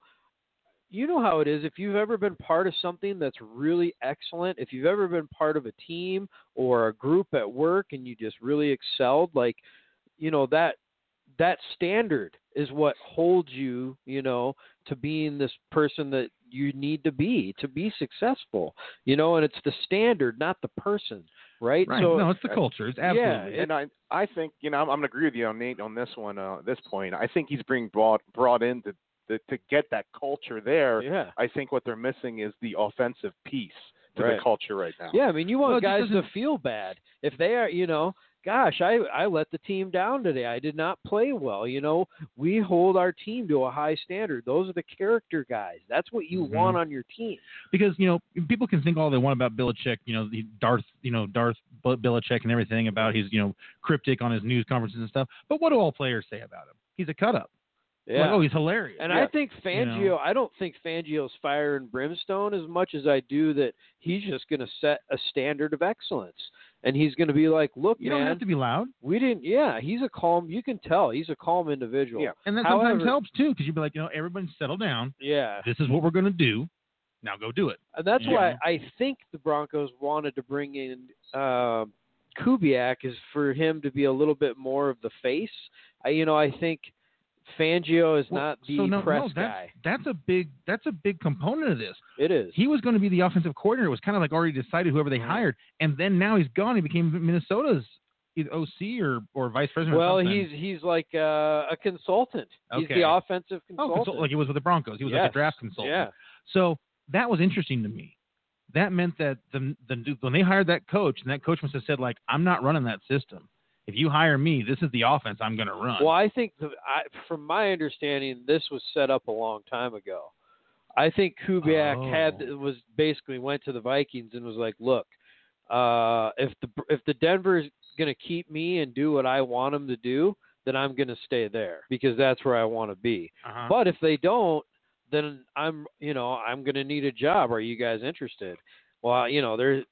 Speaker 9: you know how it is if you've ever been part of something that's really excellent, if you've ever been part of a team or a group at work and you just really excelled, like you know that that standard is what holds you, you know, to being this person that you need to be to be successful. You know, and it's the standard, not the person, right?
Speaker 7: Right.
Speaker 9: So
Speaker 7: no, it's the culture. It's absolutely.
Speaker 9: it-
Speaker 8: and I I think you know I'm, I'm gonna agree with you on Nate on this one. Uh, at this point, I think he's being brought brought in to to, to get that culture there.
Speaker 9: yeah.
Speaker 8: I think what they're missing is the offensive piece to
Speaker 9: Right.
Speaker 8: the culture right now.
Speaker 9: Yeah, I mean, you
Speaker 7: Well,
Speaker 9: want
Speaker 7: it just
Speaker 9: guys to feel bad if they are, you know. Gosh, I I let the team down today. I did not play well. You know, we hold our team to a high standard. Those are the character guys. That's what you
Speaker 7: Mhm.
Speaker 9: want on your team.
Speaker 7: because you know people can think all they want about Belichick, you know, the Darth, you know, Darth B- Belichick and everything about his, you know, cryptic on his news conferences and stuff. But what do all players say about him? He's a cut up.
Speaker 9: Yeah.
Speaker 7: Like, oh, he's hilarious.
Speaker 9: And
Speaker 8: Yeah.
Speaker 9: I think Fangio,
Speaker 7: know.
Speaker 9: I don't think Fangio's fire and brimstone as much as I do that he's just going to set a standard of excellence. and he's going to be like, "Look,
Speaker 7: You
Speaker 9: man,
Speaker 7: don't have to be loud,
Speaker 9: we didn't. Yeah, he's a calm. You can tell he's a calm individual.
Speaker 8: Yeah.
Speaker 7: and that sometimes
Speaker 9: However-
Speaker 7: helps too, because you'd be like, you know, everybody settle down.
Speaker 9: yeah.
Speaker 7: This is what we're gonna do. Now go do it.
Speaker 9: And Uh, that's
Speaker 7: Yeah.
Speaker 9: why I think the Broncos wanted to bring in uh, Kubiak is for him to be a little bit more of the face. I, you know, I think Fangio is
Speaker 7: Well,
Speaker 9: not the
Speaker 7: so no,
Speaker 9: press
Speaker 7: no, that's,
Speaker 9: guy.
Speaker 7: That's a big. That's a big component of this.
Speaker 9: It is.
Speaker 7: He was going to be the offensive coordinator. It was kind of like already decided whoever they hired, and then now he's gone. He became Minnesota's either OC or or vice president.
Speaker 9: well,
Speaker 7: or something.
Speaker 9: he's he's like uh, a consultant. He's
Speaker 7: Okay.
Speaker 9: the offensive
Speaker 7: oh,
Speaker 9: consultant.
Speaker 7: consult- like he was with the Broncos. He was like
Speaker 9: Yes.
Speaker 7: a draft consultant.
Speaker 9: yeah.
Speaker 7: So that was interesting to me. That meant that the, the when they hired that coach, and that coach must have said like, "I'm not running that system. If you hire me, this is the offense I'm going to run."
Speaker 9: Well, I think, the, I, from my understanding, this was set up a long time ago. I think Kubiak
Speaker 7: Oh.
Speaker 9: had was basically went to the Vikings and was like, "Look, uh, if the if the Denver's going to keep me and do what I want them to do, then I'm going to stay there because that's where I want to be.
Speaker 7: Uh-huh.
Speaker 9: But if they don't, then I'm you know I'm going to need a job. Are you guys interested? Well, you know there's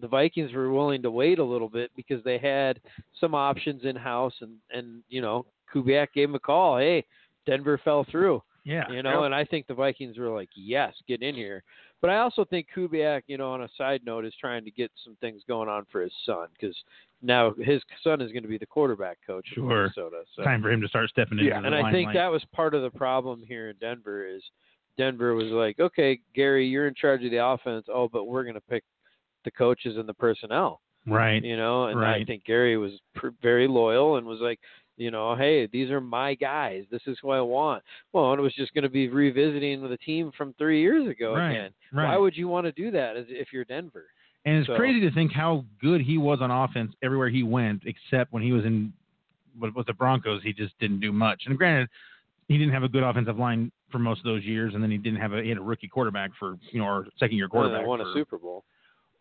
Speaker 9: the Vikings were willing to wait a little bit because they had some options in house, and and you know Kubiak gave him a call. Hey, Denver fell through,
Speaker 7: yeah,
Speaker 9: you know, and I think the Vikings were like, yes, get in here. But I also think Kubiak, you know, on a side note, is trying to get some things going on for his son because now his son is going to be the quarterback coach
Speaker 7: Sure.
Speaker 9: for Minnesota. So
Speaker 7: time for him to start stepping into
Speaker 8: Yeah,
Speaker 7: the
Speaker 9: and I think
Speaker 7: limelight.
Speaker 9: that was part of the problem here in Denver is Denver was like, okay, Gary, you're in charge of the offense. Oh, but we're going to pick the coaches and the personnel,
Speaker 7: right.
Speaker 9: you know. And I
Speaker 7: Right.
Speaker 9: think Gary was pr- very loyal and was like, you know, hey, these are my guys. This is who I want. Well, and it was just going to be revisiting the team from three years ago
Speaker 7: Right,
Speaker 9: again.
Speaker 7: right.
Speaker 9: Why would you want to do that as- if you're Denver?
Speaker 7: And it's
Speaker 9: So-
Speaker 7: crazy to think how good he was on offense everywhere he went, except when he was in with, with the Broncos, he just didn't do much. And granted, he didn't have a good offensive line for most of those years, and then he didn't have a he had a rookie quarterback for you know or second year
Speaker 9: Well,
Speaker 7: quarterback.
Speaker 9: they won a
Speaker 7: for-
Speaker 9: Super Bowl,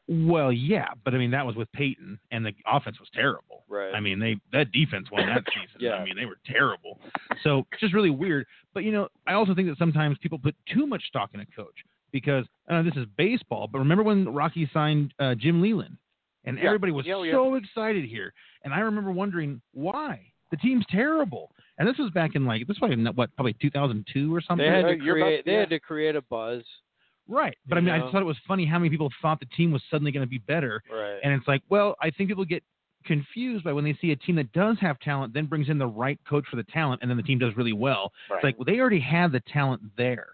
Speaker 7: Well, yeah, but I mean that was with Peyton, and the offense was terrible.
Speaker 9: right?
Speaker 7: I mean, they that defense won
Speaker 9: <laughs>
Speaker 7: that season.
Speaker 9: Yeah.
Speaker 7: I mean, they were terrible. So it's just really weird. But you know, I also think that sometimes people put too much stock in a coach because uh, this is baseball. But remember when Rocky signed uh, Jim Leland, and
Speaker 8: Yeah.
Speaker 7: everybody was
Speaker 9: Yeah, yeah.
Speaker 7: so excited here, and I remember wondering why the team's terrible. And this was back in like this was in what probably 2002 or something.
Speaker 9: they had to
Speaker 8: You're about-
Speaker 9: create. They
Speaker 8: yeah.
Speaker 9: had to create a buzz,
Speaker 7: right. But I
Speaker 9: You
Speaker 7: mean, I
Speaker 9: know.
Speaker 7: just thought it was funny how many people thought the team was suddenly going to be better
Speaker 9: right?
Speaker 7: and it's like, well, I think people get confused by when they see a team that does have talent, then brings in the right coach for the talent, and then the team does really well. It's like well, they already had the talent there.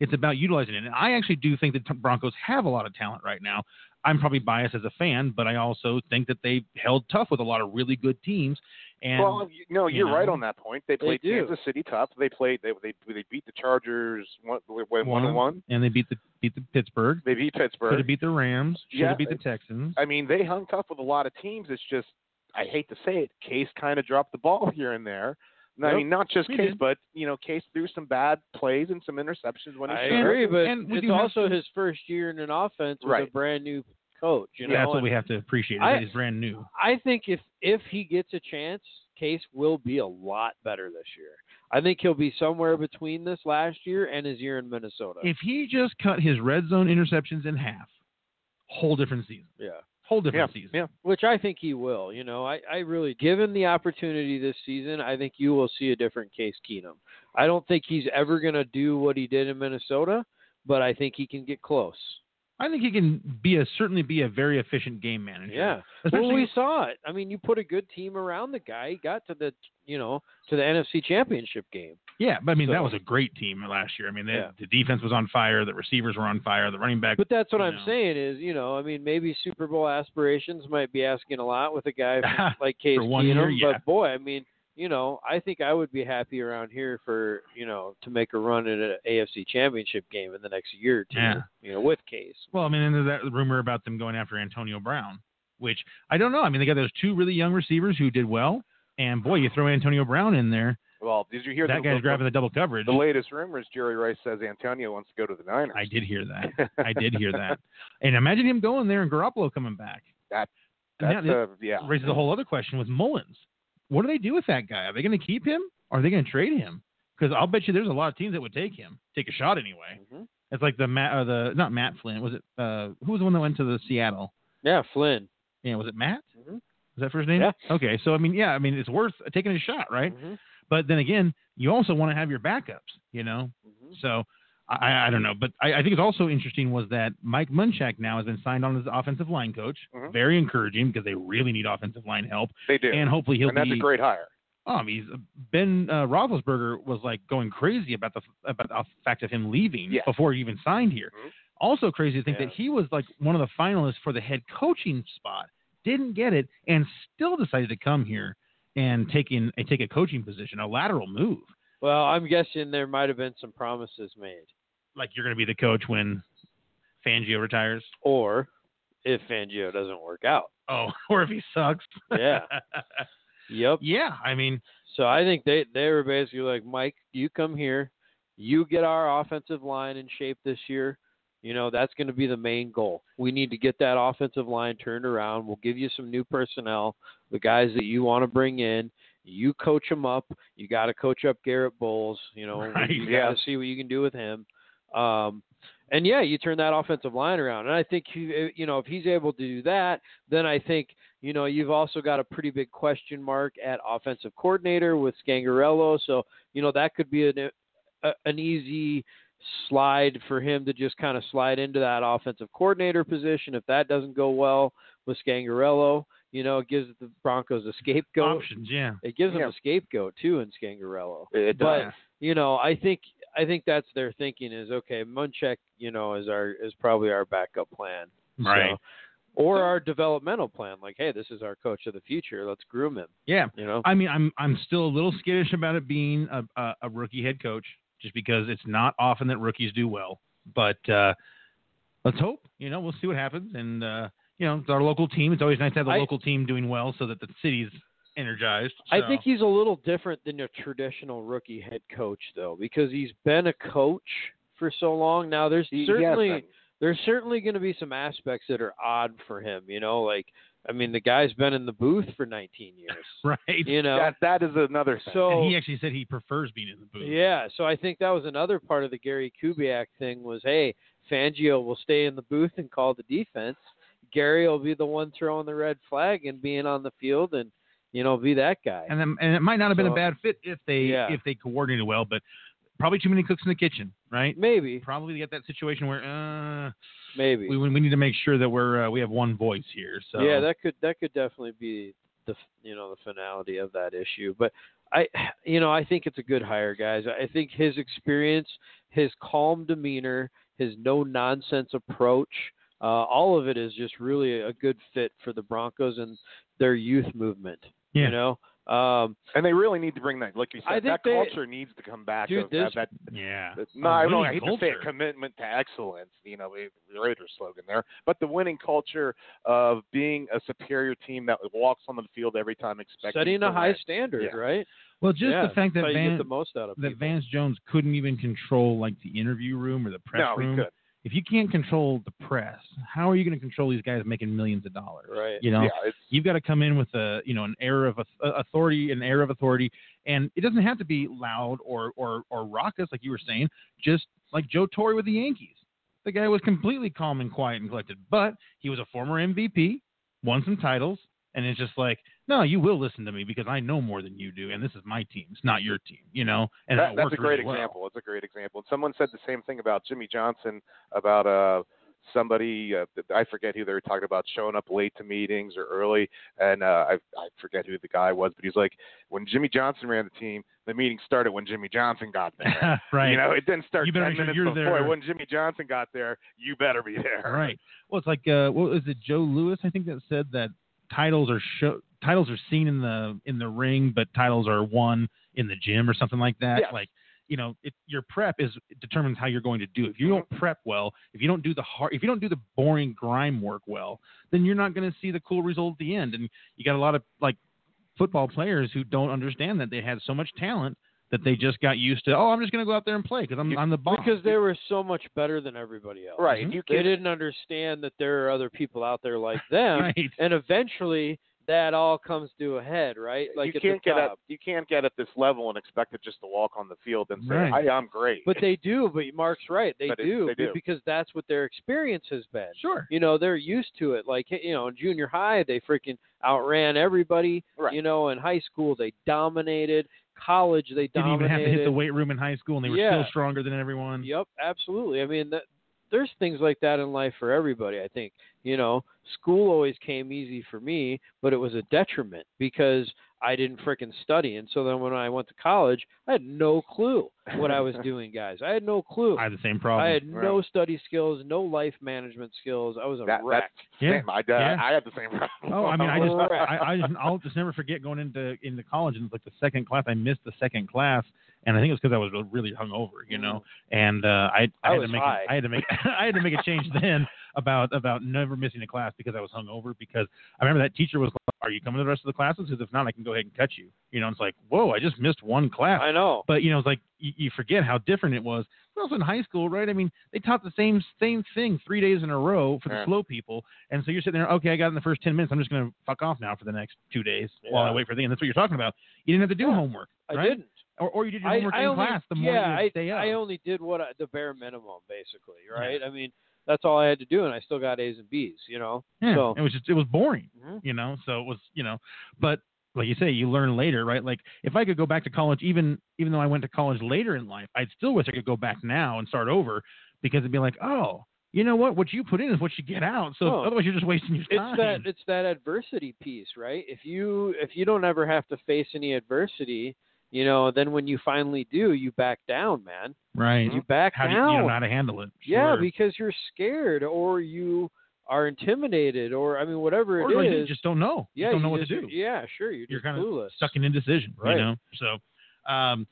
Speaker 7: It's about utilizing it. And I actually do think that Broncos have a lot of talent right now. I'm probably biased as a fan, but I also think that they held tough with a lot of really good teams. And
Speaker 8: well, you- no,
Speaker 7: you
Speaker 8: you're right
Speaker 7: know,
Speaker 8: on that point. They
Speaker 9: they
Speaker 8: played
Speaker 9: do.
Speaker 8: Kansas City tough. They played. They they they beat the Chargers one one
Speaker 7: One.
Speaker 8: one. one.
Speaker 7: and they beat the beat the Pittsburgh.
Speaker 8: They beat
Speaker 7: Could
Speaker 8: Pittsburgh.
Speaker 7: have beat the Rams. Should
Speaker 8: Yeah.
Speaker 7: have beat the Texans.
Speaker 8: I mean, they hung tough with a lot of teams. It's just I hate to say it, Case kind of dropped the ball <laughs> here and there. And I
Speaker 9: Yep,
Speaker 8: mean, not just
Speaker 7: he
Speaker 8: Case,
Speaker 7: did.
Speaker 8: but you know, Case threw some bad plays and some interceptions when he
Speaker 9: I
Speaker 8: should have.
Speaker 9: agree, but
Speaker 7: and we
Speaker 9: it's
Speaker 7: do have
Speaker 9: also
Speaker 7: to-
Speaker 9: his first year in an offense with a
Speaker 8: Right.
Speaker 9: brand new coach. You know,
Speaker 7: That's what
Speaker 9: and
Speaker 7: we have to appreciate. Is
Speaker 9: I-
Speaker 7: that he's brand new.
Speaker 9: I think if if he gets a chance, Case will be a lot better this year. I think he'll be somewhere between this last year and his year in Minnesota.
Speaker 7: If he just cut his red zone interceptions in half, whole different season.
Speaker 9: yeah,
Speaker 7: Whole
Speaker 8: Yeah,
Speaker 7: different season.
Speaker 8: yeah.
Speaker 9: which I think he will. You know, I I really given the opportunity this season, I think you will see a different Case Keenum. I don't think he's ever going to do what he did in Minnesota, but I think he can get close.
Speaker 7: I think he can be a certainly be a very efficient game manager.
Speaker 9: Yeah.
Speaker 7: Especially
Speaker 9: well, we saw it. I mean, you put a good team around the guy. He got to the you know to the NFC Championship game.
Speaker 7: yeah, but I mean
Speaker 9: So-
Speaker 7: that was a great team last year. I mean, they,
Speaker 9: Yeah.
Speaker 7: the defense was on fire, the receivers were on fire, the running back
Speaker 9: But that's what
Speaker 7: You
Speaker 9: I'm
Speaker 7: know.
Speaker 9: saying is, you know, I mean, maybe Super Bowl aspirations might be asking a lot with a
Speaker 7: <laughs>
Speaker 9: guy from- like Case
Speaker 7: For one
Speaker 9: Keenum.
Speaker 7: year, yeah.
Speaker 9: But boy, I mean, you know, I think I would be happy around here for you know to make a run at an AFC Championship game in the next year or two.
Speaker 7: Yeah.
Speaker 9: You know, with Case.
Speaker 7: Well, I mean, and there's that rumor about them going after Antonio Brown, which I don't know. I mean, they got those two really young receivers who did well, and boy, you throw Antonio Brown in there,
Speaker 8: Well, did you hear
Speaker 7: that
Speaker 8: the,
Speaker 7: guy's
Speaker 8: the,
Speaker 7: grabbing the double coverage.
Speaker 8: the latest rumors? Jerry Rice says Antonio wants to go to the Niners.
Speaker 7: I did hear that.
Speaker 8: <laughs>
Speaker 7: I did hear that. And imagine him going there and Garoppolo coming back.
Speaker 8: That-
Speaker 7: And
Speaker 8: That's
Speaker 7: now-
Speaker 8: uh, yeah.
Speaker 7: raises a whole other question with Mullins. What do they do with that guy? Are they going to keep him? Or are they going to
Speaker 8: <laughs>
Speaker 7: trade him? Because I'll bet you there's a lot of teams that would take him, take a shot anyway.
Speaker 9: Mhm.
Speaker 7: It's like the Matt, uh, the not Matt Flynn, was it? Uh, who was the one that went to the Seattle?
Speaker 9: Yeah, Flynn.
Speaker 7: Yeah, was it Matt?
Speaker 9: Mhm.
Speaker 8: Mm-hmm.
Speaker 7: Is that first name?
Speaker 9: Yeah.
Speaker 7: Okay, so I mean, yeah, I mean, it's worth taking a shot, right?
Speaker 8: Mm-hmm.
Speaker 9: Mhm.
Speaker 7: But then again, you also want to have your backups, you know.
Speaker 8: Mm-hmm.
Speaker 9: Mhm.
Speaker 7: So I- I, I don't know, but I, I think it's also interesting was that Mike Munchak now has been signed on as offensive line coach.
Speaker 8: Mhm.
Speaker 7: Very encouraging because they really need offensive line help,
Speaker 8: They do,
Speaker 7: and hopefully he'll
Speaker 8: and that's
Speaker 7: be.
Speaker 8: a great hire.
Speaker 7: Oh, I mean, he's- Ben uh, Roethlisberger was like going crazy about the about the fact of him leaving
Speaker 8: Yeah.
Speaker 7: before he even signed here.
Speaker 8: Mhm.
Speaker 7: Also crazy to think
Speaker 9: Mm-hmm. Yeah.
Speaker 7: that he was like one of the finalists for the head coaching spot, didn't get it, and still decided to come here and take in and take a coaching position, a lateral move.
Speaker 9: Well, I'm guessing there might have been some promises made,
Speaker 7: Like you're going to be the coach when Fangio retires.
Speaker 9: or if Fangio doesn't work out.
Speaker 7: Oh, <laughs> or if he sucks.
Speaker 9: Yeah. yep.
Speaker 7: yeah, I mean,
Speaker 9: So I think they they were basically like, Mike, you come here, you get our offensive line in shape this year. You know that's going to be the main goal. We need to get that offensive line turned around. We'll give you some new personnel, the guys that you want to bring in. You coach them up. You got to coach up Garrett Bowles. You know,
Speaker 7: Right,
Speaker 9: you
Speaker 8: yeah.
Speaker 9: got to see what you can do with him. Um, and yeah, you turn that offensive line around. And I think he, eh, you know if he's able to do that, then I think you know, you've also got a pretty big question mark at offensive coordinator with Scangarello. So, you know, that could be an, a, an easy slide for him to just kind of slide into that offensive coordinator position. If that doesn't go well with Scangarello, you know, it gives the Broncos a scapegoat.
Speaker 7: options. Yeah.
Speaker 9: It gives them
Speaker 8: Yeah.
Speaker 9: a scapegoat too in Scangarello
Speaker 8: It
Speaker 9: But-
Speaker 7: Yeah.
Speaker 9: you know, I think I think that's their thinking is okay. Munchak, you know, is our is probably our backup plan, So-
Speaker 7: Right.
Speaker 9: or our developmental plan. Like, hey, this is our coach of the future. Let's groom him.
Speaker 7: Yeah.
Speaker 9: You know,
Speaker 7: I mean, I'm I'm still a little skittish about it being a, a, a rookie head coach, just because it's not often that rookies do well. But uh, let's hope. You know, we'll see what happens. And uh, you know, it's our local team. It's always nice to have the
Speaker 9: I-
Speaker 7: local team doing well, so that the city's energized.
Speaker 9: I
Speaker 7: So,
Speaker 9: think he's a little different than your traditional rookie head coach though, because he's been a coach for so long. Now there's
Speaker 8: He- he has
Speaker 9: certainly
Speaker 8: been.
Speaker 9: there's certainly going to be some aspects that are odd for him. You know, like I mean, the guy's been in the booth for 19 years.
Speaker 7: <laughs> right.
Speaker 9: you know,
Speaker 8: that that is another thing.
Speaker 9: so
Speaker 7: and he actually said he prefers being in the booth.
Speaker 9: Yeah, so I think that was another part of the Gary Kubiak thing was, hey, Fangio will stay in the booth and call the defense. Gary will be the one throwing the red flag and being on the field and you know be that guy.
Speaker 7: And then, and it might not have been
Speaker 9: So-
Speaker 7: a bad fit if they
Speaker 9: Yeah.
Speaker 7: if they coordinated well, but probably too many cooks in the kitchen, right?
Speaker 9: Maybe,
Speaker 7: Probably got that situation where uh,
Speaker 9: maybe.
Speaker 7: we we need to make sure that we're uh, we have one voice here. So
Speaker 9: Yeah, that could that could definitely be the f- you know the finality of that issue. But I you know I think it's a good hire, guys. I think his experience, his calm demeanor, his no nonsense approach, uh, all of it is just really a good fit for the Broncos and their youth movement.
Speaker 7: Yeah.
Speaker 9: You know, um,
Speaker 8: and they really need to bring that, like you
Speaker 9: I
Speaker 8: said,
Speaker 9: think
Speaker 8: that
Speaker 9: they-
Speaker 8: culture needs to come back.
Speaker 9: Dude,
Speaker 8: of that-
Speaker 9: this-
Speaker 8: that
Speaker 7: Yeah.
Speaker 8: But- No,
Speaker 7: A
Speaker 8: I don't.
Speaker 7: winning
Speaker 8: I hate to say it,
Speaker 7: culture.
Speaker 8: commitment to excellence. You know, we we wrote their slogan there. But the winning culture of being a superior team that walks on the field every time, expecting
Speaker 9: setting
Speaker 8: to
Speaker 9: a high
Speaker 8: win.
Speaker 9: standard,
Speaker 8: Yeah.
Speaker 9: right?
Speaker 7: Well, just
Speaker 9: Yeah,
Speaker 7: the fact that
Speaker 9: that's how you
Speaker 7: Van,
Speaker 9: get the most out of
Speaker 7: that
Speaker 9: people.
Speaker 7: Vance Jones couldn't even control like the interview room or the press
Speaker 8: No,
Speaker 7: room.
Speaker 8: we could.
Speaker 7: If you can't control the press, how are you going to control these guys making millions of dollars?
Speaker 9: Right.
Speaker 7: You know,
Speaker 8: Yeah, it's
Speaker 7: you've got to come in with a you know an air of auth- authority, an air of authority, and it doesn't have to be loud or or or raucous like you were saying. Just like Joe Torre with the Yankees, the guy was completely calm and quiet and collected, but he was a former MVP, won some titles, and it's just like, no, you will listen to me because I know more than you do, and this is my team, it's not your team, you know. And
Speaker 8: that,
Speaker 7: it
Speaker 8: that's
Speaker 7: worked
Speaker 8: a great
Speaker 7: really well.
Speaker 8: example. It's a great example. And someone said the same thing about Jimmy Johnson about uh somebody uh, I forget who they were talking about showing up late to meetings or early, and uh, I I forget who the guy was, but he's like when Jimmy Johnson ran the team, the meeting started when Jimmy Johnson got there.
Speaker 7: <laughs> right.
Speaker 8: You know, it didn't start
Speaker 7: You better
Speaker 8: 10
Speaker 7: make sure
Speaker 8: minutes
Speaker 7: you're
Speaker 8: before.
Speaker 7: there.
Speaker 8: When Jimmy Johnson got there, you better be there.
Speaker 7: <laughs> Right. Well, it's like uh, what was it? Joe Lewis, I think that said that titles are show titles are seen in the in the ring, but titles are won in the gym or something like that.
Speaker 8: Yes.
Speaker 7: Like you know, it, your prep is it determines how you're going to do. If you don't prep well, if you don't do the hard, if you don't do the boring grime work well, then you're not going to see the cool result at the end. And you got a lot of like football players who don't understand that they had so much talent that they just got used to. Oh, I'm just going to go out there and play because I'm
Speaker 8: You-
Speaker 7: I'm the boss.
Speaker 9: because they were so much better than everybody else.
Speaker 8: <laughs> Right.
Speaker 7: Mhm.
Speaker 8: You
Speaker 9: They
Speaker 8: can
Speaker 7: <laughs>
Speaker 9: didn't understand that there are other people out there like them.
Speaker 7: <laughs> right.
Speaker 9: and eventually that all comes to a head, right? Like
Speaker 8: you
Speaker 9: at the
Speaker 8: can't get
Speaker 9: top.
Speaker 8: at you can't get at this level and expect it just to walk on the field and say,
Speaker 7: Right.
Speaker 8: "Hey, I'm great."
Speaker 9: But they do. But Mark's right. They
Speaker 8: But it-
Speaker 9: do,
Speaker 8: they do.
Speaker 9: because that's what their experience has been.
Speaker 7: Sure.
Speaker 9: You know, they're used to it. Like you know, in junior high, they freaking outran everybody.
Speaker 8: Right.
Speaker 9: You know, in high school, they dominated. College, they
Speaker 7: Didn't even
Speaker 9: dominated.
Speaker 7: have to hit the weight room in high school, and they were
Speaker 9: Yeah.
Speaker 7: still stronger than everyone.
Speaker 9: Yep, absolutely. I mean, that, there's things like that in life for everybody. I think you know, school always came easy for me, but it was a detriment because I didn't frickin' study. And so then when I went to college, I had no clue what I
Speaker 7: <laughs>
Speaker 9: was doing, guys. I had no clue.
Speaker 7: I had the same
Speaker 9: I
Speaker 7: problem.
Speaker 9: had
Speaker 8: Right.
Speaker 9: no study skills, no life management skills. I was a
Speaker 8: That- that-
Speaker 9: wreck.
Speaker 7: yeah.
Speaker 8: Same. I, did.
Speaker 7: Yeah.
Speaker 8: I had the same <laughs> problem.
Speaker 7: Oh, I mean, I just,
Speaker 9: Correct.
Speaker 7: I, I just,
Speaker 9: <laughs>
Speaker 7: I'll just never forget going into into college and it was like the second class. I missed the second class, and I think it was because I was really hungover, you know. And uh, I,
Speaker 9: Mm-hmm. I
Speaker 7: I had to
Speaker 9: was
Speaker 7: make,
Speaker 9: high.
Speaker 7: a, I had to make, <laughs> I had to make a change then about about never missing a class because I was hungover. Because I remember that teacher was like, "Are you coming to the rest of the classes? Because if not, I can go ahead and cut you." You know, and it's like, whoa, I just missed one class.
Speaker 9: I know.
Speaker 7: But you know, it's like you, you forget how different it was. But also in high school, right? I mean, they taught the same same thing three days in a row for the
Speaker 8: Yeah.
Speaker 7: slow people, and so you're sitting there. Okay, I got in the first ten minutes. I'm just going to fuck off now for the next two days while I
Speaker 9: Yeah.
Speaker 7: wait for the. And that's what you're talking about. You didn't have to do
Speaker 9: Yeah,
Speaker 7: homework,
Speaker 9: I
Speaker 7: right?
Speaker 9: didn't.
Speaker 7: Or, or you did your
Speaker 9: I,
Speaker 7: homework
Speaker 9: I
Speaker 7: in
Speaker 9: only,
Speaker 7: class the morning
Speaker 9: yeah,
Speaker 7: of the day
Speaker 9: I,
Speaker 7: of.
Speaker 9: I only did what I, the bare minimum, basically, right? I mean, that's all I had to do, and I still got A's and B's, you know.
Speaker 7: Yeah,
Speaker 9: So-
Speaker 7: it was just it was boring,
Speaker 9: Mhm.
Speaker 7: you know. So it was you know, but like you say, you learn later, right? Like if I could go back to college, even even though I went to college later in life, I'd still wish I could go back now and start over because it'd be like, oh, you know what? What you put in is what you get out. So
Speaker 9: Oh.
Speaker 7: otherwise, you're just wasting your time.
Speaker 9: it's that it's that adversity piece, right? If you if you don't ever have to face any adversity, you know, then when you finally do, you back down, man.
Speaker 7: right.
Speaker 9: You back
Speaker 7: how do you,
Speaker 9: down.
Speaker 7: you know how to handle it?
Speaker 9: Mm-hmm. Yeah,
Speaker 7: Sure.
Speaker 9: because you're scared or you are intimidated or I mean whatever
Speaker 7: or
Speaker 9: it is.
Speaker 7: like you just don't know.
Speaker 9: yeah,
Speaker 7: you don't
Speaker 9: you
Speaker 7: know what
Speaker 9: just-
Speaker 7: to do.
Speaker 9: Yeah, sure. You're,
Speaker 7: You're
Speaker 9: just
Speaker 7: kinda
Speaker 9: clueless.
Speaker 7: stuck in indecision,
Speaker 9: Right.
Speaker 7: you know. So, um,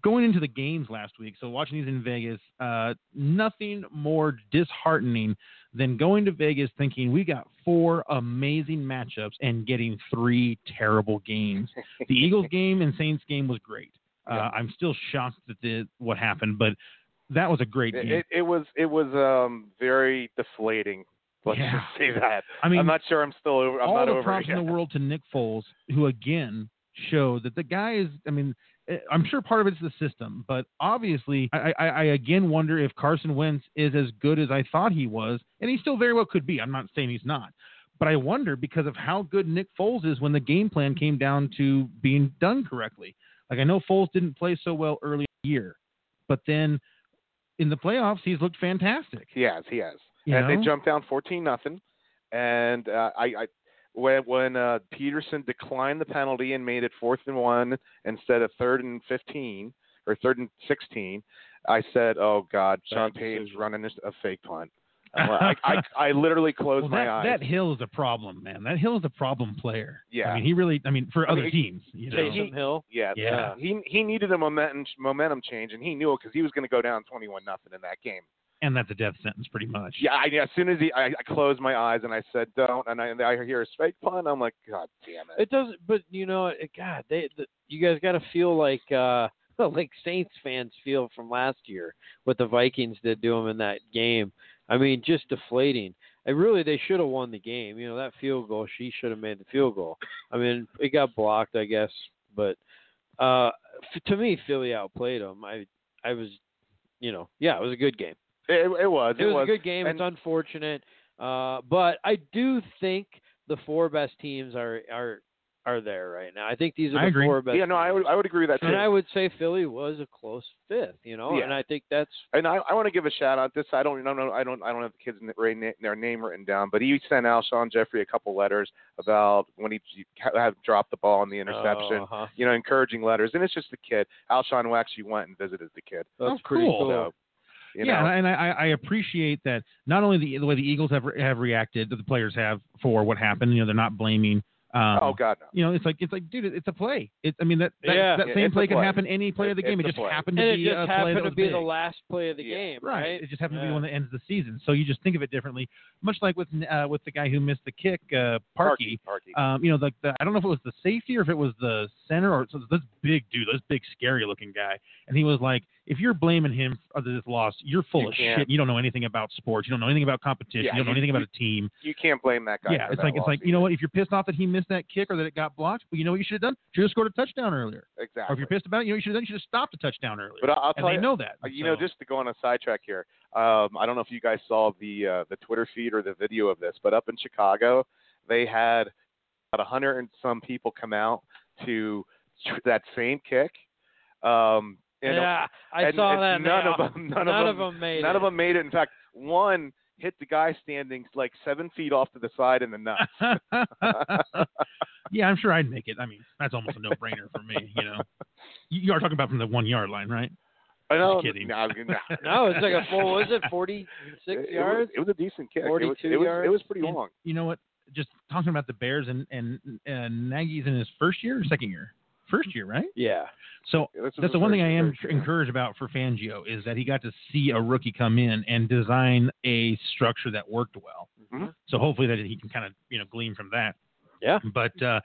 Speaker 7: going into the games last week, so watching these in Vegas, uh, nothing more disheartening than going to Vegas thinking we got four amazing matchups and getting three terrible
Speaker 8: <laughs>
Speaker 7: games. The Eagles game and Saints game was great. Uh,
Speaker 8: Yeah.
Speaker 7: I'm still shocked that the, what happened, but that was a great
Speaker 8: it,
Speaker 7: game.
Speaker 8: it, it was it was um very deflating. Let's
Speaker 7: Yeah.
Speaker 8: just say that.
Speaker 7: I mean,
Speaker 8: I'm not sure. I'm still over. I'm
Speaker 7: all
Speaker 8: not
Speaker 7: the
Speaker 8: over. it
Speaker 7: props
Speaker 8: yet.
Speaker 7: in the world to Nick Foles, who again showed that the guy is. I mean, eh, I'm sure part of it's the system, but obviously, I, I, I again wonder if Carson Wentz is as good as I thought he was, and he still very well could be. I'm not saying he's not. But I wonder because of how good Nick Foles is when the game plan came down to being done correctly. Like I know Foles didn't play so well early in the year, but then in the playoffs he's looked fantastic.
Speaker 8: He has. He has.
Speaker 7: You
Speaker 8: and
Speaker 7: know?
Speaker 8: they jumped down 14 nothing. And uh, I, I when when uh, Peterson declined the penalty and made it fourth and one instead of third and 15 or third and 16, I said, "Oh God, Sean
Speaker 9: Bad
Speaker 8: Payton's
Speaker 9: decision.
Speaker 8: running this, a fake
Speaker 7: <laughs>
Speaker 8: punt." Well, I, I I literally closed
Speaker 7: Well,
Speaker 8: my
Speaker 7: that,
Speaker 8: eyes.
Speaker 7: that Hill is a problem, man. That Hill is a problem player.
Speaker 8: Yeah.
Speaker 7: I mean, he really. I mean, for
Speaker 8: I mean,
Speaker 7: other
Speaker 8: he-
Speaker 7: teams, you know.
Speaker 9: Taysom Hill.
Speaker 8: yeah,
Speaker 7: Yeah.
Speaker 8: He he needed a momentum momentum change, and he knew it because he was going to go down 21 nothing in that game.
Speaker 7: and that's a death sentence, pretty much.
Speaker 8: Yeah, I, as soon as he, I, I closed my eyes and I said, "Don't," and I, and I hear a fake punt, I'm like, "God damn it!"
Speaker 9: It doesn't but you know, it, god, they the, you guys got to feel like uh <laughs> like Saints fans feel from last year what the Vikings did to them in that game. I mean, just deflating. And really, they should have won the game. You know, that field goal, she should have made the field goal. I mean, it got blocked, I guess. But uh, f- to me, Philly outplayed them. I, I was, you know, yeah, it was a good game.
Speaker 8: It, it was.
Speaker 9: It, was, a good game.
Speaker 8: and-
Speaker 9: it's unfortunate, uh, but I do think the four best teams are are are there right now. I think these are
Speaker 7: I
Speaker 9: the
Speaker 7: agree.
Speaker 9: four best.
Speaker 8: Yeah, no, I would, I would agree with that too.
Speaker 9: and I would say Philly was a close fifth, you know,
Speaker 8: Yeah.
Speaker 9: and I think that's
Speaker 8: And I, I want to give a shout out. This I don't no no I don't I don't have the kids n- ra- na- their name written down, but he sent Alshon Jeffrey a couple letters about when he j- ha- had dropped the ball on the interception.
Speaker 9: Uh-huh.
Speaker 8: You know, encouraging letters, and it's just the kid. Alshon actually went and visited the kid.
Speaker 9: That's
Speaker 7: Oh,
Speaker 9: pretty
Speaker 7: cool.
Speaker 9: cool.
Speaker 8: So, you
Speaker 7: yeah,
Speaker 8: know,
Speaker 7: and I, and I I appreciate that not only the the way the Eagles have re- have reacted, that the players have for what happened. You know, they're not blaming. Um,
Speaker 8: oh God, no.
Speaker 7: You know, it's like it's like, dude, it's a play. It's I mean that that,
Speaker 9: Yeah.
Speaker 7: that
Speaker 8: Yeah,
Speaker 7: same
Speaker 8: it's a
Speaker 7: play can
Speaker 8: play.
Speaker 7: happen any play of the
Speaker 8: It-
Speaker 7: game.
Speaker 8: it's
Speaker 7: it
Speaker 8: a
Speaker 7: just
Speaker 8: play.
Speaker 7: happened to
Speaker 9: And it
Speaker 7: be
Speaker 9: just
Speaker 7: a play
Speaker 9: happened
Speaker 7: that
Speaker 9: to
Speaker 7: was
Speaker 9: be
Speaker 7: big.
Speaker 9: the last play of the
Speaker 8: Yeah.
Speaker 9: game,
Speaker 7: Right.
Speaker 9: right?
Speaker 7: It just happens to be
Speaker 9: Yeah.
Speaker 7: one that ends the season. So you just think of it differently. Much like with uh, with the guy who missed the kick, uh, Parky.
Speaker 8: Parky.
Speaker 7: um, you know, the, the I don't know if it was the safety or if it was the center or so this big dude, this big scary looking guy, and he was like, if you're blaming him for this loss, you're full
Speaker 8: You
Speaker 7: of
Speaker 8: can't.
Speaker 7: shit. You don't know anything about sports. You don't know anything about competition.
Speaker 8: Yeah,
Speaker 7: you don't know
Speaker 8: you-
Speaker 7: anything about a team.
Speaker 8: You can't blame that guy.
Speaker 7: yeah,
Speaker 8: for
Speaker 7: it's
Speaker 8: that
Speaker 7: like it's
Speaker 8: loss
Speaker 7: like you know
Speaker 8: either.
Speaker 7: what? If you're pissed off that he missed that kick or that it got blocked, well, you know what you should have done? Should have scored a touchdown earlier. Or
Speaker 8: Exactly.
Speaker 7: if you're pissed about it, you know what you should have done? You should have stopped a touchdown earlier.
Speaker 8: But I- I'll
Speaker 7: and
Speaker 8: tell
Speaker 7: they
Speaker 8: you,
Speaker 7: know that.
Speaker 8: Uh, You know,
Speaker 7: so-
Speaker 8: just to go on a sidetrack here, um, I don't know if you guys saw the uh, the Twitter feed or the video of this, but up in Chicago, they had about a hundred and some people come out to tr- that same kick, um, and
Speaker 9: yeah, I
Speaker 8: and-
Speaker 9: saw
Speaker 8: and
Speaker 9: that.
Speaker 8: none
Speaker 9: now.
Speaker 8: of 'em- none of 'em-
Speaker 9: made it.
Speaker 8: none of them made it. In fact, one hit the guy standing like seven feet off to the side in
Speaker 9: <laughs>
Speaker 8: the nuts.
Speaker 7: yeah, I'm sure I'd make it. I mean, that's almost a no-brainer for me.
Speaker 8: <laughs>
Speaker 7: You know, you, you are talking about from the one-yard line, right?
Speaker 8: I know.
Speaker 7: kidding.
Speaker 8: No, no.
Speaker 7: <laughs>
Speaker 9: No, it's like a full. Was it forty-six
Speaker 8: <laughs> It- it was-
Speaker 9: yards?
Speaker 8: It was a decent kick. It was-
Speaker 9: 42
Speaker 8: it was, It
Speaker 9: yards?
Speaker 8: was pretty
Speaker 7: And-
Speaker 8: long.
Speaker 7: You know what? Just talking about the Bears and and and Nagy's in his first year or second year. First year, right?
Speaker 9: yeah.
Speaker 7: So
Speaker 8: Yeah, this was the
Speaker 7: that's the one
Speaker 8: first-
Speaker 7: thing I am
Speaker 8: first
Speaker 7: tr-
Speaker 8: year.
Speaker 7: encouraged about for Fangio is that he got to see a rookie come in and design a structure that worked well.
Speaker 8: Mhm.
Speaker 7: So hopefully that he can kind of you know glean from that.
Speaker 9: Yeah.
Speaker 7: But uh,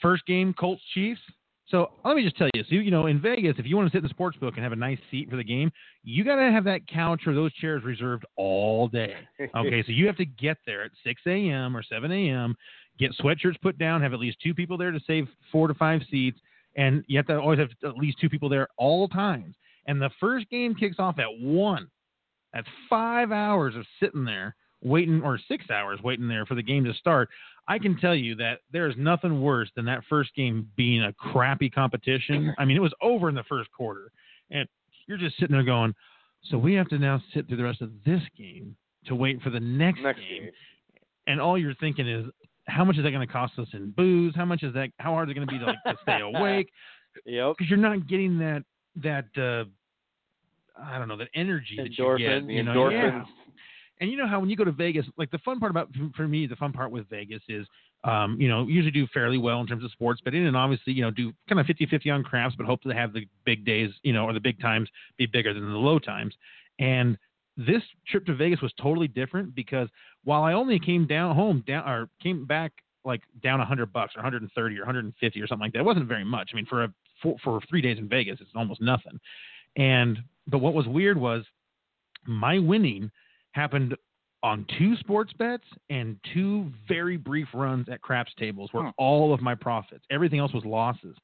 Speaker 7: first game, Colts Chiefs. So let me just tell you, so you know in Vegas, if you want to sit in the sports book and have a nice seat for the game, you got to have that couch or those chairs reserved all day. Okay, so you have to get there at 6 a.m. or 7 a.m. Get sweatshirts put down. Have at least two people there to save four to five seats, and you have to always have at least two people there all times. And the first game kicks off at one. That's five hours of sitting there waiting, or six hours waiting there for the game to start. I can tell you that there is nothing worse than that first game being a crappy competition. I mean, it was over in the first quarter, and you're just sitting there going, "So we have to now sit through the rest of this game to wait for the next,
Speaker 8: Next
Speaker 7: game.
Speaker 8: game.
Speaker 7: and all you're thinking is, "How much is that going to cost us in booze? How much is that? How hard is it going to be to, like, to stay awake?
Speaker 9: Yep.
Speaker 7: Because you're not getting that that uh, I don't know that energy that you get.
Speaker 9: Endorphins,
Speaker 7: you know? Yeah.
Speaker 8: Endorphins.
Speaker 7: And you know how when you go to Vegas, like the fun part about for me, the fun part with Vegas is, um, you know, usually do fairly well in terms of sports betting, and obviously, you know, do kind of 50-50 on crafts, but hope to have the big days, you know, or the big times be bigger than the low times. And this trip to Vegas was totally different because while I only came down home down or came back like down 100 bucks or 130 or 150 or something like that, it wasn't very much. I mean, for a for, for three days in Vegas, it's almost nothing. And but what was weird was my winning happened on two sports bets and two very brief runs at craps tables were
Speaker 8: Hmm.
Speaker 7: all of my profits. Everything else was losses.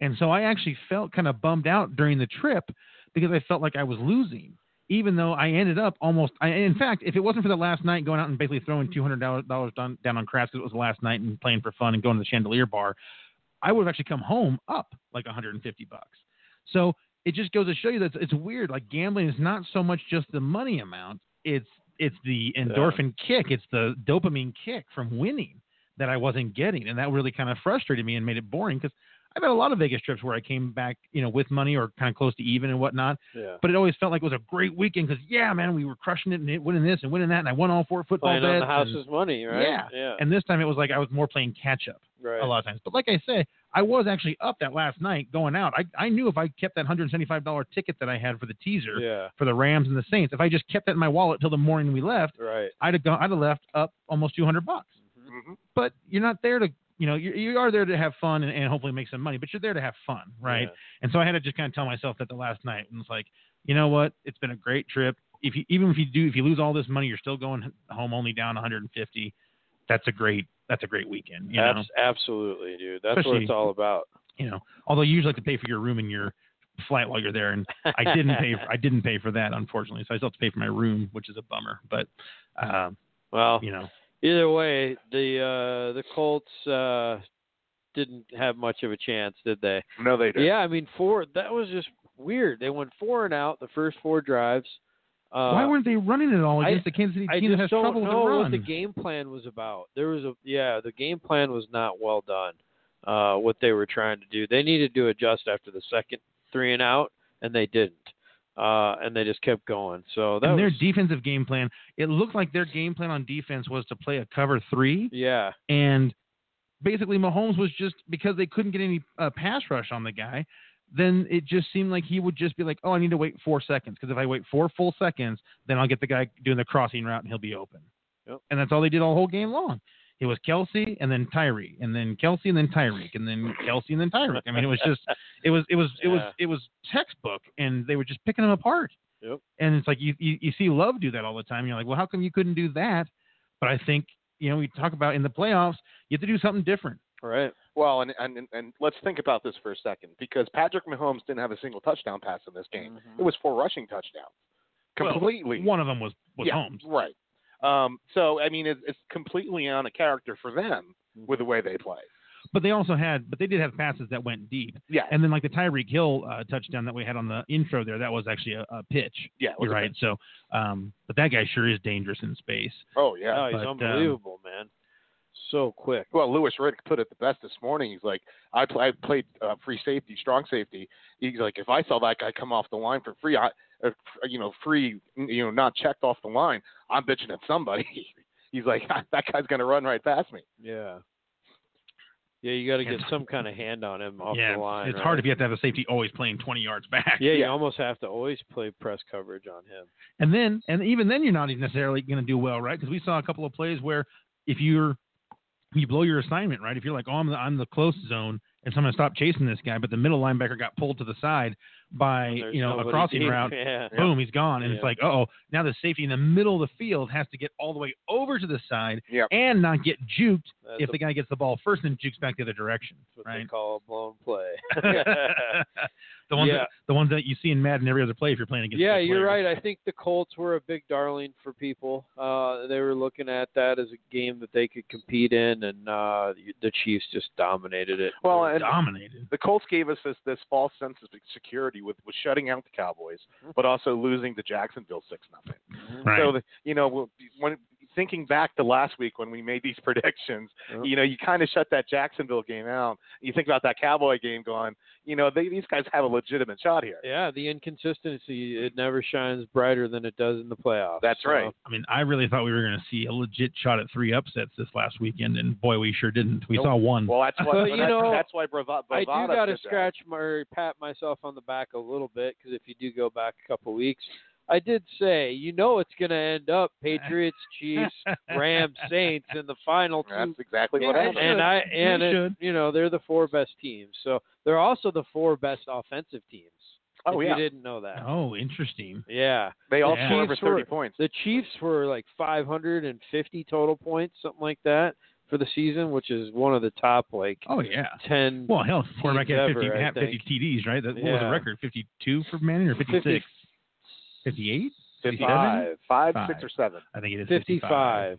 Speaker 7: And so I actually felt kind of bummed out during the trip because I felt like I was losing, even though I ended up almost. I, in fact, if it wasn't for the last night going out and basically throwing $200 down, down on craps, 'cause it was the last night and playing for fun and going to the chandelier bar, I would have actually come home up like 150 bucks. So it just goes to show you that it's, it's weird. Like gambling is not so much just the money amount; it's it's the endorphin kick, it's the dopamine kick from winning that I wasn't getting, and that really kind of frustrated me and made it boring. Because I've had a lot of Vegas trips where I came back, you know, with money or kind of close to even and whatnot,
Speaker 9: Yeah.
Speaker 7: but it always felt like it was a great weekend because yeah, man, we were crushing it and it, winning this and winning that, and I won all four football
Speaker 9: Playing
Speaker 7: bets.
Speaker 9: on the
Speaker 7: and,
Speaker 9: house's money, right?
Speaker 7: Yeah.
Speaker 9: Yeah.
Speaker 7: and this time it was like I was more playing catch up
Speaker 9: right.
Speaker 7: a lot of times. But like I say, I was actually up that last night going out. I, I knew if I kept that $175 ticket that I had for the teaser
Speaker 9: Yeah.
Speaker 7: for the Rams and the Saints, if I just kept that in my wallet till the morning we left,
Speaker 9: Right.
Speaker 7: I'd have gone, I'd have left up almost 200 bucks.
Speaker 9: Mm-hmm.
Speaker 8: Mhm.
Speaker 7: But you're not there to, you know, you, you are there to have fun and, and hopefully make some money, but you're there to have fun, right? And so I had to just kind of tell myself that the last night and it's like, you know what? It's been a great trip. If you, even if you do, if you lose all this money, you're still going home only down 150. That's a great, that's a great weekend. You
Speaker 9: Yeah.
Speaker 7: know?
Speaker 9: Abs- absolutely, dude. That's what
Speaker 7: Especially-
Speaker 9: it's all about.
Speaker 7: you know, although you usually have to pay for your room and your flight while you're there, and I didn't
Speaker 8: <laughs>
Speaker 7: pay for, I didn't pay for that unfortunately, so I still have to pay for my room, which is a bummer. But uh,
Speaker 8: Oh.
Speaker 9: Well,
Speaker 7: you know,
Speaker 9: either way, the uh, the Colts uh, didn't have much of a chance, did they?
Speaker 8: No, they did.
Speaker 9: Yeah, I mean, four. That was just weird. They went four and out the first four drives. Uh,
Speaker 7: why weren't they running it all
Speaker 9: I-
Speaker 7: against the Kansas City
Speaker 9: I
Speaker 7: team
Speaker 9: just
Speaker 7: that has
Speaker 9: don't
Speaker 7: trouble with
Speaker 9: know
Speaker 7: the
Speaker 9: what
Speaker 7: run?
Speaker 9: the game plan was about. There was a yeah, the game plan was not well done. Uh, what they were trying to do, they needed to adjust after the second three and out, and they didn't. Uh, and they just kept going. So that
Speaker 7: and their
Speaker 9: was
Speaker 7: defensive game plan, it looked like their game plan on defense was to play a cover three,
Speaker 9: yeah,
Speaker 7: and basically Mahomes was just because they couldn't get any uh, pass rush on the guy. Then it just seemed like he would just be like, "Oh, I need to wait four seconds because if I wait four full seconds, then I'll get the guy doing the crossing route and he'll be open."
Speaker 9: Yep.
Speaker 7: And that's all they did all whole game long. It was Kelsey and then Tyree and then Kelsey and then Tyreek and then Kelsey and then Tyreek. I mean, it was
Speaker 9: <laughs>
Speaker 7: just it was it was it was
Speaker 9: Yeah.
Speaker 7: it was textbook, and they were just picking them apart.
Speaker 9: Yep.
Speaker 7: And it's like you, you you see Love do that all the time. You're like, well, how come you couldn't do that? But I think you know we talk about in the playoffs, you have to do something different.
Speaker 9: Right.
Speaker 8: Well, and, and and- and let's think about this for a second because Patrick Mahomes didn't have a single touchdown pass in this game.
Speaker 9: Mm-hmm.
Speaker 8: It was four rushing touchdowns,
Speaker 7: Well,
Speaker 8: completely.
Speaker 7: One of them was was
Speaker 8: yeah,
Speaker 7: Holmes.
Speaker 8: right? Um, so I mean, it's, it's completely on a character for them
Speaker 9: Mm-hmm.
Speaker 8: with the way they play.
Speaker 7: But they also had, but they did have passes that went deep.
Speaker 8: Yeah,
Speaker 7: And then like the Tyreek Hill uh, touchdown that we had on the intro there, that was actually a, a pitch.
Speaker 8: yeah, it was
Speaker 7: You're
Speaker 8: a-
Speaker 7: right. So, um, but that guy sure is dangerous in space.
Speaker 8: Oh yeah.
Speaker 9: No, he's
Speaker 7: but, um,
Speaker 9: unbelievable, man. So quick.
Speaker 8: Well, Lewis Riddick put it the best this morning. He's like, I, play, I played uh, free safety, strong safety. He's like, if I saw that guy come off the line for free, I, uh, you know, free, you know, not checked off the line, I'm bitching at somebody. <laughs> He's like, that guy's gonna run right past me.
Speaker 9: Yeah. Yeah, you got to get
Speaker 7: It's-
Speaker 9: some kind of hand on him off
Speaker 7: yeah,
Speaker 9: the line.
Speaker 7: it's
Speaker 9: right?
Speaker 7: hard if you have to have a safety always playing 20 yards back.
Speaker 9: Yeah, you
Speaker 8: Yeah.
Speaker 9: almost have to always play press coverage on him.
Speaker 7: And then, and even then, you're not even necessarily going to do well, right? Because we saw a couple of plays where if you're you blow your assignment, right? If you're like, oh, I'm the, I'm the close zone, and so I'm going to stop chasing this guy, but the middle linebacker got pulled to the side by
Speaker 9: There's
Speaker 7: you know a
Speaker 9: nobody
Speaker 7: crossing
Speaker 9: <laughs> deep.
Speaker 7: route.
Speaker 9: Yeah.
Speaker 7: Boom, he's gone, and it's
Speaker 9: Yeah.
Speaker 7: like, oh, now the safety in the middle of the field has to get all the way over to the side
Speaker 8: Yep.
Speaker 7: and not get juked
Speaker 9: That's
Speaker 7: if
Speaker 9: a-
Speaker 7: the guy gets the ball first and jukes back the
Speaker 9: <laughs>
Speaker 7: other direction,
Speaker 9: what they
Speaker 7: right?
Speaker 9: call a blown play.
Speaker 7: <laughs> the ones
Speaker 9: Yeah.
Speaker 7: that, the ones that you see in Madden every other play if you're playing against.
Speaker 9: yeah,
Speaker 7: good
Speaker 9: you're
Speaker 7: players.
Speaker 9: right. I think the Colts were a big darling for people. Uh, they were looking at that as a game that they could compete in, and uh, the Chiefs just dominated it.
Speaker 8: Well, and
Speaker 7: Dominated.
Speaker 8: the Colts gave us this this false sense of security with, with shutting out the Cowboys, but also losing to Jacksonville six nothing.
Speaker 7: Right.
Speaker 8: So the, you know, we'll- when thinking back to last week when we made these <laughs> predictions,
Speaker 9: Yeah.
Speaker 8: you know, you kind of shut that Jacksonville game out. You think about that Cowboy game going, you know, they, these guys have a legitimate shot here.
Speaker 9: yeah, the inconsistency it never shines brighter than it does in the playoffs.
Speaker 8: That's
Speaker 9: So,
Speaker 8: right.
Speaker 7: I mean, I really thought we were going to see a legit shot at three upsets this last weekend, and boy, we sure didn't. We
Speaker 8: Nope.
Speaker 7: saw one.
Speaker 8: Well, that's why
Speaker 9: But,
Speaker 8: well,
Speaker 9: you
Speaker 8: that's,
Speaker 9: know,
Speaker 8: that's why Brava-
Speaker 9: I do
Speaker 8: Bravada
Speaker 9: got to
Speaker 8: did that.
Speaker 9: scratch my or pat myself on the back a little bit because if you do go back a couple weeks, I did say you know it's going to end
Speaker 7: <laughs>
Speaker 9: up Patriots, Chiefs, Rams, Saints in the final two
Speaker 8: That's exactly what
Speaker 7: Yeah,
Speaker 8: happened.
Speaker 9: and uh, I and
Speaker 7: They
Speaker 9: it-
Speaker 7: should.
Speaker 9: you know they're the four best teams, so they're also the four best offensive teams.
Speaker 8: oh
Speaker 9: if
Speaker 8: yeah,
Speaker 9: you didn't know that.
Speaker 7: oh, interesting.
Speaker 9: Yeah,
Speaker 8: they all
Speaker 7: Yeah.
Speaker 8: scored over
Speaker 9: Chiefs were-
Speaker 8: thirty points.
Speaker 9: the Chiefs were like 550 total points, something like that, for the season, which is one of the top like
Speaker 7: Oh yeah.
Speaker 9: ten.
Speaker 7: Well, hell, quarterback had
Speaker 9: ever,
Speaker 7: 50,
Speaker 9: I
Speaker 7: had 50
Speaker 9: think.
Speaker 7: TDs, right? That, What was
Speaker 9: Yeah.
Speaker 7: the record? 52 for Manning or 56? 58? 57?
Speaker 8: Five, five,
Speaker 7: Five.
Speaker 8: six, or seven.
Speaker 7: I think it is 55.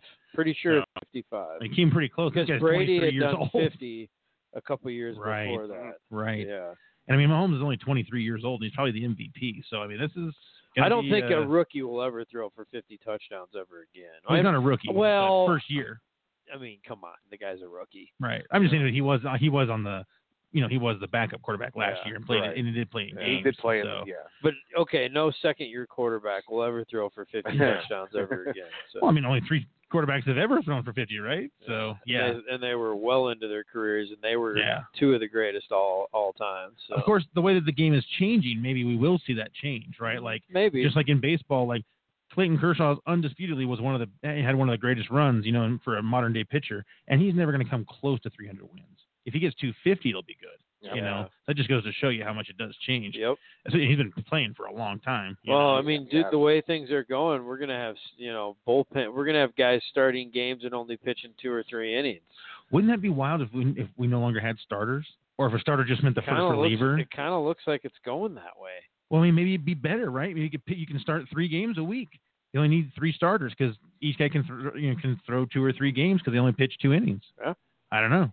Speaker 9: 55. Pretty sure
Speaker 7: No.
Speaker 9: 55.
Speaker 7: It came pretty close.
Speaker 9: Because
Speaker 7: This guy's
Speaker 9: Brady
Speaker 7: 23
Speaker 9: had
Speaker 7: years
Speaker 9: done
Speaker 7: old.
Speaker 9: 50 a couple years
Speaker 7: Right.
Speaker 9: before that.
Speaker 7: Right.
Speaker 9: Yeah.
Speaker 7: And I mean, Mahomes is only 23 years old, and he's probably the MVP. So I mean, this is. gonna
Speaker 9: I don't
Speaker 7: be,
Speaker 9: think
Speaker 7: uh,
Speaker 9: a rookie will ever throw for 50 touchdowns ever again.
Speaker 7: <laughs> well, he's not a rookie. but
Speaker 9: well-
Speaker 7: first year,
Speaker 9: I mean, come on, the guy's a rookie.
Speaker 7: right? I'm just saying that he was uh, he was on the, you know, he was the backup quarterback last
Speaker 9: Yeah,
Speaker 7: year and played
Speaker 9: right.
Speaker 7: and he did play in
Speaker 9: Yeah.
Speaker 7: games.
Speaker 8: He did play
Speaker 7: so.
Speaker 8: in yeah.
Speaker 9: But okay, no second year quarterback will ever throw for 50 touchdowns ever again. So.
Speaker 7: Well, I mean, only three quarterbacks have ever thrown for 50, right? So yeah,
Speaker 9: And they, and they were well into their careers, and they were
Speaker 7: Yeah.
Speaker 9: two of the greatest all all time. So
Speaker 7: of course, the way that the game is changing, maybe we will see that change, right? Like
Speaker 9: maybe
Speaker 7: just like in baseball, like Clayton Kershaw undisputedly was one of the had one of the greatest runs, you know, and for a modern day pitcher, and he's never going to come close to 300 wins. If he gets 250, it'll be good. You know, that just goes to show you how much it does change.
Speaker 9: yep.
Speaker 7: So he's been playing for a long time. you
Speaker 9: Well,
Speaker 7: know.
Speaker 9: I mean, dude,
Speaker 8: yeah.
Speaker 9: the way things are going, we're gonna have you know bullpen. We're gonna have guys starting games and only pitching two or three innings.
Speaker 7: wouldn't that be wild if we if we no longer had starters, or if a starter just meant the
Speaker 9: Kinda
Speaker 7: first
Speaker 9: looks-
Speaker 7: reliever?
Speaker 9: it kind of looks like it's going that way.
Speaker 7: Well, I mean, maybe it'd be better, right? Maybe you, could, pick- you can start three games a week. You only need three starters because each guy can throw, you know, can throw two or three games because they only pitch two innings.
Speaker 9: Yeah.
Speaker 7: I don't know,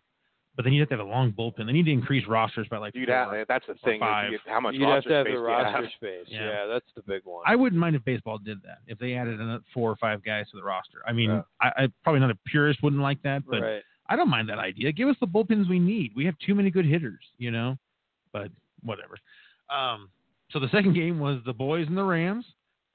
Speaker 7: but then you have to have a long bullpen. They need to increase rosters by like
Speaker 8: You'd
Speaker 7: four.
Speaker 8: have, that's the thing. is
Speaker 7: five.
Speaker 8: you- How much
Speaker 9: You'd have to
Speaker 8: roster
Speaker 9: have the
Speaker 8: space do you have?
Speaker 9: roster space.
Speaker 7: Yeah.
Speaker 9: Yeah. that's the big one.
Speaker 7: I wouldn't mind if baseball did that if they added another four or five guys to the roster. I mean,
Speaker 9: Yeah.
Speaker 7: I, I probably not a purist wouldn't like that, but
Speaker 9: right.
Speaker 7: I don't mind that idea. Give us the bullpens we need. We have too many good hitters, you know. But whatever. Um, so the second <laughs> game was the boys and the Rams.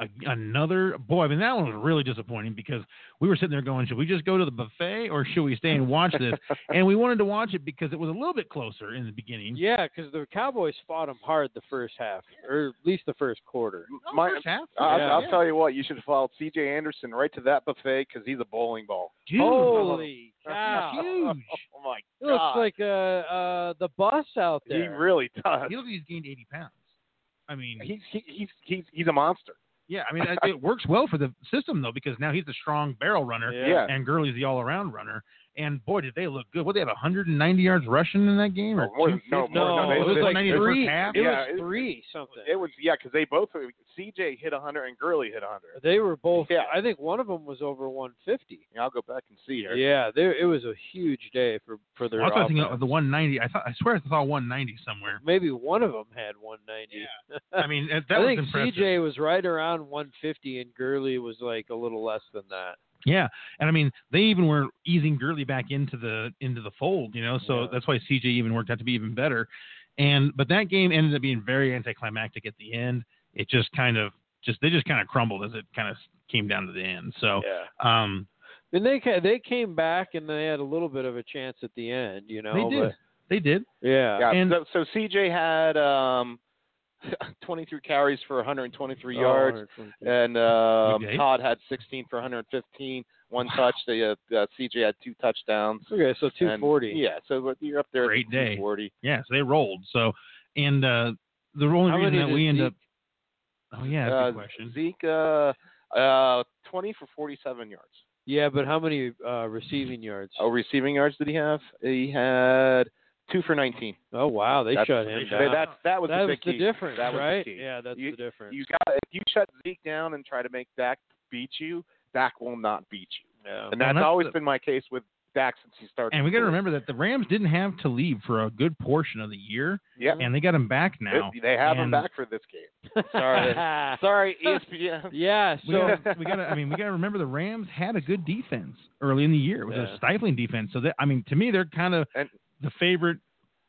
Speaker 7: A, another boy. I mean, that one was really disappointing because we were sitting there going, "Should we just go to the buffet or should we stay and watch
Speaker 9: <laughs>
Speaker 7: this?" and we wanted to watch it because it was a little bit closer in the beginning.
Speaker 9: Yeah, because the Cowboys fought them hard the first half, or at least the first quarter.
Speaker 7: Oh,
Speaker 8: My-
Speaker 7: first half.
Speaker 8: I'll,
Speaker 9: Yeah.
Speaker 8: I'll tell you what, you should have followed C.J. Anderson right to that buffet because he's a bowling ball.
Speaker 7: Dude.
Speaker 9: Holy cow. Huge.
Speaker 8: Oh my
Speaker 9: He
Speaker 8: god.
Speaker 9: looks like uh, uh, the bus out
Speaker 8: he
Speaker 9: there.
Speaker 8: really does.
Speaker 7: He looks like he's gained 80 pounds. I mean,
Speaker 8: He's he, he's he's he's a monster.
Speaker 7: yeah, I mean, it, it works well for the system, though, because now he's the strong barrel runner
Speaker 8: Yeah.
Speaker 7: and Gurley's the all around runner. And boy, did they look good. What, they have 190 yards rushing in that game? Or
Speaker 8: Oh, more than- no,
Speaker 7: 250?
Speaker 8: more
Speaker 9: No,
Speaker 8: than-
Speaker 9: it
Speaker 7: it was
Speaker 9: was
Speaker 7: like
Speaker 9: like
Speaker 7: 90 in the
Speaker 9: three.
Speaker 7: first half.
Speaker 9: It
Speaker 8: Yeah,
Speaker 9: was
Speaker 8: it-
Speaker 9: three something.
Speaker 8: It was yeah, because they both CJ hit 100 and Gurley hit 100.
Speaker 9: they were both.
Speaker 8: Yeah.
Speaker 9: I think one of them was over 150.
Speaker 8: Yeah, I'll go back and see here.
Speaker 9: Yeah, there it was a huge day for for their.
Speaker 7: I thought thinking
Speaker 9: offense.
Speaker 7: of the 190. I thought I swear I saw 190
Speaker 9: <laughs>
Speaker 7: somewhere.
Speaker 9: Maybe one of them had 190.
Speaker 7: I mean, that
Speaker 9: I
Speaker 7: was
Speaker 9: think
Speaker 7: impressive.
Speaker 9: CJ was right around 150, and Gurley was like a little less than that.
Speaker 7: Yeah, and I mean they even were easing Gurley back into the into the fold, you know. So
Speaker 9: Yeah.
Speaker 7: that's why CJ even worked out to be even better. And but that game ended up being very anticlimactic at the end. It just kind of just they just kind of crumbled as it kind of came down to the end. So
Speaker 8: Yeah.
Speaker 7: um,
Speaker 9: And they ca- they came back and they had a little bit of a chance at the end, you know.
Speaker 7: they did, they did.
Speaker 9: but- yeah.
Speaker 8: Yeah,
Speaker 7: And-
Speaker 8: so, so CJ had um, <laughs> 23 carries for 123
Speaker 9: Oh,
Speaker 8: yards,
Speaker 9: 120.
Speaker 8: and um,
Speaker 7: Okay.
Speaker 8: Todd had 16 for 115, one touch. The uh, uh, CJ had two touchdowns.
Speaker 9: Okay, so
Speaker 8: and-
Speaker 9: 240.
Speaker 8: yeah, so what- you're up there. at
Speaker 7: Great day.
Speaker 8: 240.
Speaker 7: Yeah, so they rolled. So and uh, the only
Speaker 9: How
Speaker 7: reason
Speaker 9: many
Speaker 7: that
Speaker 9: did
Speaker 7: we end
Speaker 9: Zeke-
Speaker 7: up oh yeah, that's a
Speaker 8: Uh,
Speaker 7: good question.
Speaker 8: Zeke, uh, uh, 20 for 47 yards.
Speaker 9: Yeah, but how many uh, receiving yards?
Speaker 8: Oh, receiving yards did he have? He had two for 19.
Speaker 9: Oh, wow, they
Speaker 8: That's-
Speaker 9: shut him
Speaker 7: they-
Speaker 9: down.
Speaker 8: That, that, that was
Speaker 9: That
Speaker 8: the
Speaker 9: was
Speaker 8: big
Speaker 9: the
Speaker 8: key.
Speaker 9: difference,
Speaker 8: That was the
Speaker 9: right?
Speaker 8: key.
Speaker 9: Yeah, that's
Speaker 8: You-
Speaker 9: the difference.
Speaker 8: You got if you shut Zeke down and try to make Dak beat you, Dak will not beat you.
Speaker 9: yeah.
Speaker 8: And that's,
Speaker 7: that's
Speaker 8: always
Speaker 7: the-
Speaker 8: been my case with Dak since he started.
Speaker 7: And we got to
Speaker 8: to
Speaker 7: remember that the Rams didn't have to leave for a good portion of the year,
Speaker 8: yeah,
Speaker 7: and they got him back now.
Speaker 8: they have him
Speaker 7: And-
Speaker 8: back for this game. Sorry.
Speaker 9: <laughs>
Speaker 8: Sorry, E ESPN.
Speaker 9: yeah,
Speaker 7: We
Speaker 9: so
Speaker 7: gotta, we gotta. I mean, we
Speaker 9: <laughs>
Speaker 7: gotta remember the Rams had a good defense early in the year. It was
Speaker 9: Yeah.
Speaker 7: a stifling defense. So that I mean, to me, they're kind of
Speaker 8: And-
Speaker 7: the favorite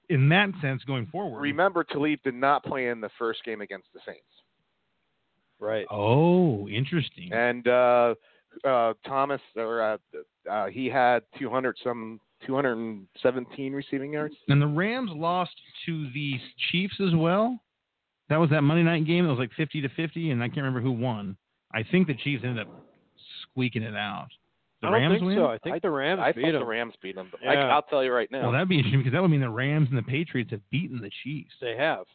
Speaker 7: in that sense going forward.
Speaker 8: Remember, Talib did not play in the first game against the Saints,
Speaker 9: right.
Speaker 7: oh, interesting.
Speaker 8: and uh, uh, Thomas or uh, uh, he had 200 some 217 receiving yards.
Speaker 7: And the Rams lost to the Chiefs as well. That was that Monday night game. It was like fifty to fifty, and I can't remember who won. I think the Chiefs ended up squeaking it out. The
Speaker 9: I don't
Speaker 7: Rams
Speaker 9: think
Speaker 7: win.
Speaker 9: so. I think the Rams
Speaker 8: I
Speaker 9: beat
Speaker 8: thought
Speaker 9: him.
Speaker 8: the Rams beat him, but
Speaker 9: Yeah.
Speaker 8: I, will tell you right now.
Speaker 7: Well, that'd be interesting because that would mean the Rams and the Patriots have beaten the Chiefs.
Speaker 9: They have.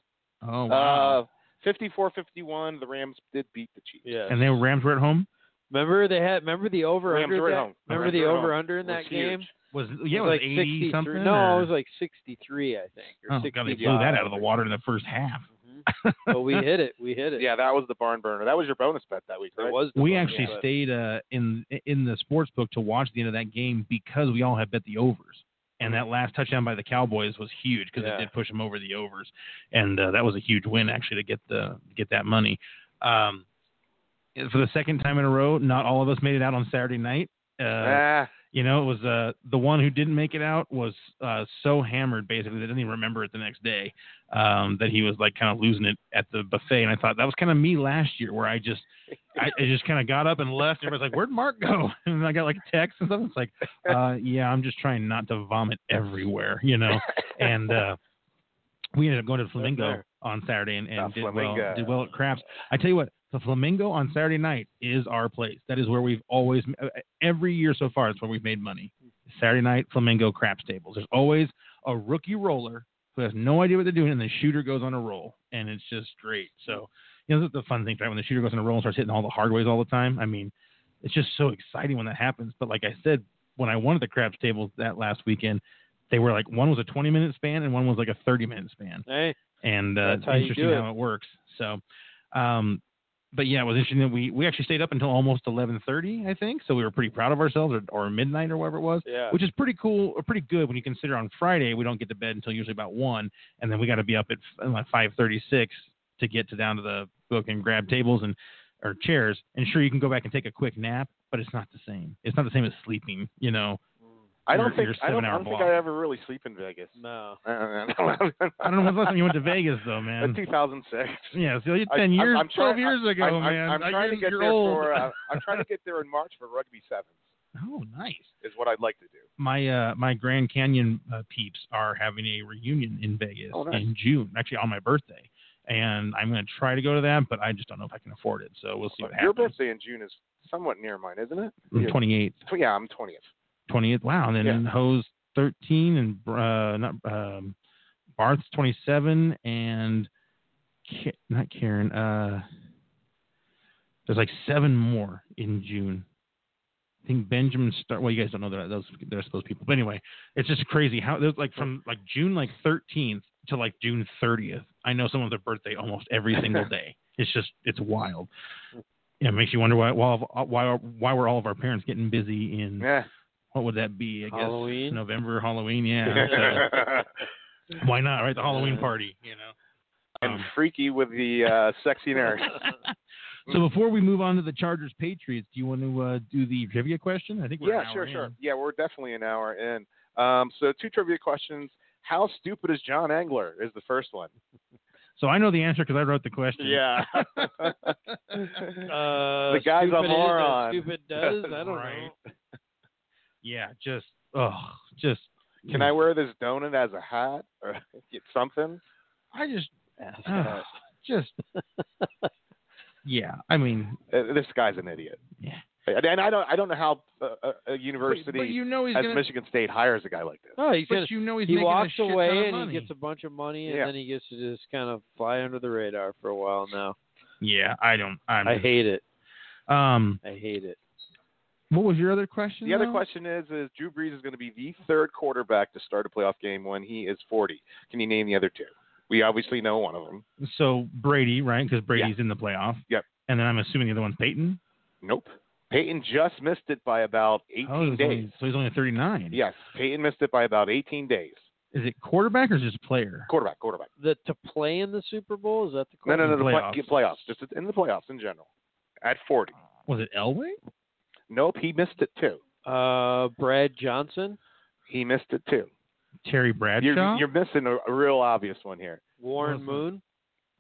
Speaker 7: Oh wow!
Speaker 8: uh, 54-51, the Rams did beat the Chiefs.
Speaker 9: Yeah.
Speaker 7: and the Rams were at home.
Speaker 9: remember they had. Remember the over
Speaker 8: Rams
Speaker 9: under.
Speaker 8: were at
Speaker 9: that-
Speaker 8: home.
Speaker 9: Remember
Speaker 8: Rams
Speaker 9: the
Speaker 8: were at home.
Speaker 9: over under in
Speaker 8: It was
Speaker 9: that
Speaker 8: huge.
Speaker 9: game?
Speaker 7: Was yeah, it was,
Speaker 9: like
Speaker 7: eighty
Speaker 9: 63
Speaker 7: something.
Speaker 9: No,
Speaker 7: or-
Speaker 9: it was like 63, I think. Or
Speaker 7: Oh, God, they
Speaker 9: 65.
Speaker 7: blew that out of the water in the first half.
Speaker 9: but we hit it. We hit it.
Speaker 8: Yeah, that was the barn burner. That was your bonus bet that week,
Speaker 9: That
Speaker 8: right?
Speaker 9: was the
Speaker 7: we
Speaker 9: bonus,
Speaker 7: actually
Speaker 9: but-
Speaker 7: stayed uh, in in the sports book to watch the end of that game because we all had bet the overs, and that last touchdown by the Cowboys was huge because
Speaker 9: Yeah.
Speaker 7: it did push them over the overs, and uh, that was a huge win actually to get the get that money. Um, for the second time in a row, not all of us made it out on Saturday night. Uh,
Speaker 8: Ah,
Speaker 7: You know, it was uh, the one who didn't make it out was uh, so hammered basically they didn't even remember it the next day um, that he was like kind of losing it at the buffet. And I thought that was kind of me last year where I just I, I just kind of got up and left. Everybody's like, "Where'd Mark go?" <laughs> And then I got like a text and something. It's like, uh, yeah, I'm just trying not to vomit everywhere, you know. And uh, we ended up going to the Flamingo
Speaker 9: fair.
Speaker 7: on Saturday and, and
Speaker 8: The
Speaker 7: did well
Speaker 8: Flamingo.
Speaker 7: did well at craps. I tell you what, the Flamingo on Saturday night is our place. That is where we've always uh, every year so far. That's where we've made money. Saturday night Flamingo craps tables. There's always a rookie roller who has no idea what they're doing, and the shooter goes on a roll, and it's just great. So, you know, that's the fun thing, right? When the shooter goes on a roll and starts hitting all the hard ways all the time, I mean, it's just so exciting when that happens. But like I said, when I won at the craps tables that last weekend, they were like one was a 20 minute span and one was like a 30 minute span,
Speaker 9: Hey,
Speaker 7: and uh,
Speaker 9: That's how you
Speaker 7: interesting
Speaker 9: do it.
Speaker 7: how it works. So, um, but yeah, it was interesting that we we actually stayed up until almost 11:30, I think. So we were pretty proud of ourselves, or, or midnight, or whatever it was
Speaker 9: yeah.
Speaker 7: which is pretty cool or pretty good when you consider on Friday we don't get to bed until usually about one, and then we got to be up at f- like five thirty six to get to down to the book and grab tables and or chairs. And sure, you can go back and take a quick nap, but it's not the same. It's not the same as sleeping, you know.
Speaker 8: I don't
Speaker 7: your-
Speaker 8: think
Speaker 7: your
Speaker 8: I don't, I
Speaker 7: seven-hour
Speaker 8: don't think
Speaker 7: block.
Speaker 8: I ever really sleep in Vegas.
Speaker 9: No.
Speaker 8: <laughs> I don't
Speaker 7: I don't
Speaker 8: <laughs>
Speaker 7: know when's the last time you went to Vegas though, man.
Speaker 8: 2006.
Speaker 7: Yeah, so you-
Speaker 8: I-
Speaker 7: ten
Speaker 8: I'm-
Speaker 7: years,
Speaker 8: I'm
Speaker 7: twelve
Speaker 8: trying-
Speaker 7: years
Speaker 8: I'm-
Speaker 7: ago,
Speaker 8: I'm,
Speaker 7: man.
Speaker 8: I'm,
Speaker 7: I-
Speaker 8: I'm trying to
Speaker 7: you're-
Speaker 8: get
Speaker 7: you're
Speaker 8: there
Speaker 7: old.
Speaker 8: for. Uh, I'm trying to
Speaker 7: <laughs>
Speaker 8: get there in March for rugby sevens.
Speaker 7: oh, nice.
Speaker 8: Is what I'd like to do.
Speaker 7: my uh, my Grand Canyon uh, peeps are having a reunion in Vegas
Speaker 8: Oh, nice.
Speaker 7: in June, actually on my birthday, and I'm going to try to go to that, but I just don't know if I can afford it. So we'll see what
Speaker 8: Your
Speaker 7: happens.
Speaker 8: birthday in June is somewhat near mine, isn't it?
Speaker 7: I'm 28th, <laughs>
Speaker 8: Yeah, I'm 20th.
Speaker 7: twenty-eight. Wow, and then
Speaker 8: Yeah.
Speaker 7: Hose thirteen, and uh, not um, Barth's twenty-seven, and Ka- not Karen. Uh, there's like seven more in June. I think Benjamin Star. Well, you guys don't know that those they're those people, but anyway, it's just crazy how there's like from like June like 13th to like June 30th. I know someone's their birthday almost every single day. It's just it's wild. Yeah, it makes you wonder why why why why were all of our parents getting busy in
Speaker 8: Yeah.
Speaker 7: what would that be? I guess
Speaker 9: Halloween?
Speaker 7: November, Halloween. Yeah. so why not? Right, the Halloween party. You know.
Speaker 8: and
Speaker 7: Um,
Speaker 8: freaky with the uh, sexy
Speaker 7: <laughs>
Speaker 8: nurse.
Speaker 7: so before we move on to the Chargers Patriots, do you want to uh, do the trivia question? I think we're an
Speaker 8: yeah,
Speaker 7: hour
Speaker 8: sure,
Speaker 7: in.
Speaker 8: sure. Yeah, we're definitely an hour in. Um, so two trivia questions. How stupid is John Angler? Is the first one.
Speaker 7: So I know the answer because I wrote the question.
Speaker 8: Yeah.
Speaker 9: Uh,
Speaker 8: The guy's
Speaker 9: stupid
Speaker 8: a
Speaker 9: is, uh,
Speaker 8: moron.
Speaker 9: Stupid does. I don't
Speaker 7: Right.
Speaker 9: know.
Speaker 7: Yeah. Just oh, just.
Speaker 8: <laughs> Can I wear this donut as a hat or get something?
Speaker 7: I <laughs> just. ah, <sighs> just. yeah. I mean.
Speaker 8: Uh, this guy's an idiot.
Speaker 7: Yeah.
Speaker 8: And and I don't, I don't know how uh, a, a
Speaker 7: But,
Speaker 8: university
Speaker 7: but you know he's
Speaker 8: as
Speaker 7: gonna.
Speaker 8: Michigan State hires a guy like this.
Speaker 9: Oh, he's gonna,
Speaker 7: But you know he's
Speaker 9: he
Speaker 7: making a
Speaker 9: walks
Speaker 7: shit ton of
Speaker 9: away and
Speaker 7: money.
Speaker 9: he gets a bunch of money, and
Speaker 8: Yeah.
Speaker 9: then he gets to just kind of fly under the radar for a while now.
Speaker 7: Yeah. I don't. I'm,
Speaker 9: I hate it.
Speaker 7: Um.
Speaker 9: I hate it.
Speaker 7: What was your other question?
Speaker 8: The other
Speaker 7: though?
Speaker 8: question is: Is Drew Brees is going to be the third quarterback to start a playoff game when he is 40? Can you name the other two? We obviously know one of them.
Speaker 7: So Brady, right? Because Brady's in the playoff.
Speaker 8: Yep.
Speaker 7: And then I'm assuming the other one's Peyton.
Speaker 8: Nope. Peyton just missed it by about 18
Speaker 7: Oh, he's
Speaker 8: days.
Speaker 7: only, so he's only 39.
Speaker 8: Yes, Peyton missed it by about 18 days.
Speaker 7: Is it quarterback or just player?
Speaker 8: Quarterback, quarterback.
Speaker 9: The to play in the Super Bowl is that the
Speaker 8: No,
Speaker 9: question?
Speaker 8: no, no, the play-
Speaker 7: Playoffs.
Speaker 8: playoffs. Just in the playoffs in general. At 40.
Speaker 7: Was it Elway?
Speaker 8: Nope, he missed it too.
Speaker 9: Uh, Brad Johnson,
Speaker 8: He missed it too.
Speaker 7: Terry Bradshaw.
Speaker 8: You're, you're missing a, a real obvious one here.
Speaker 9: Warren
Speaker 7: Wasn't-
Speaker 9: Moon.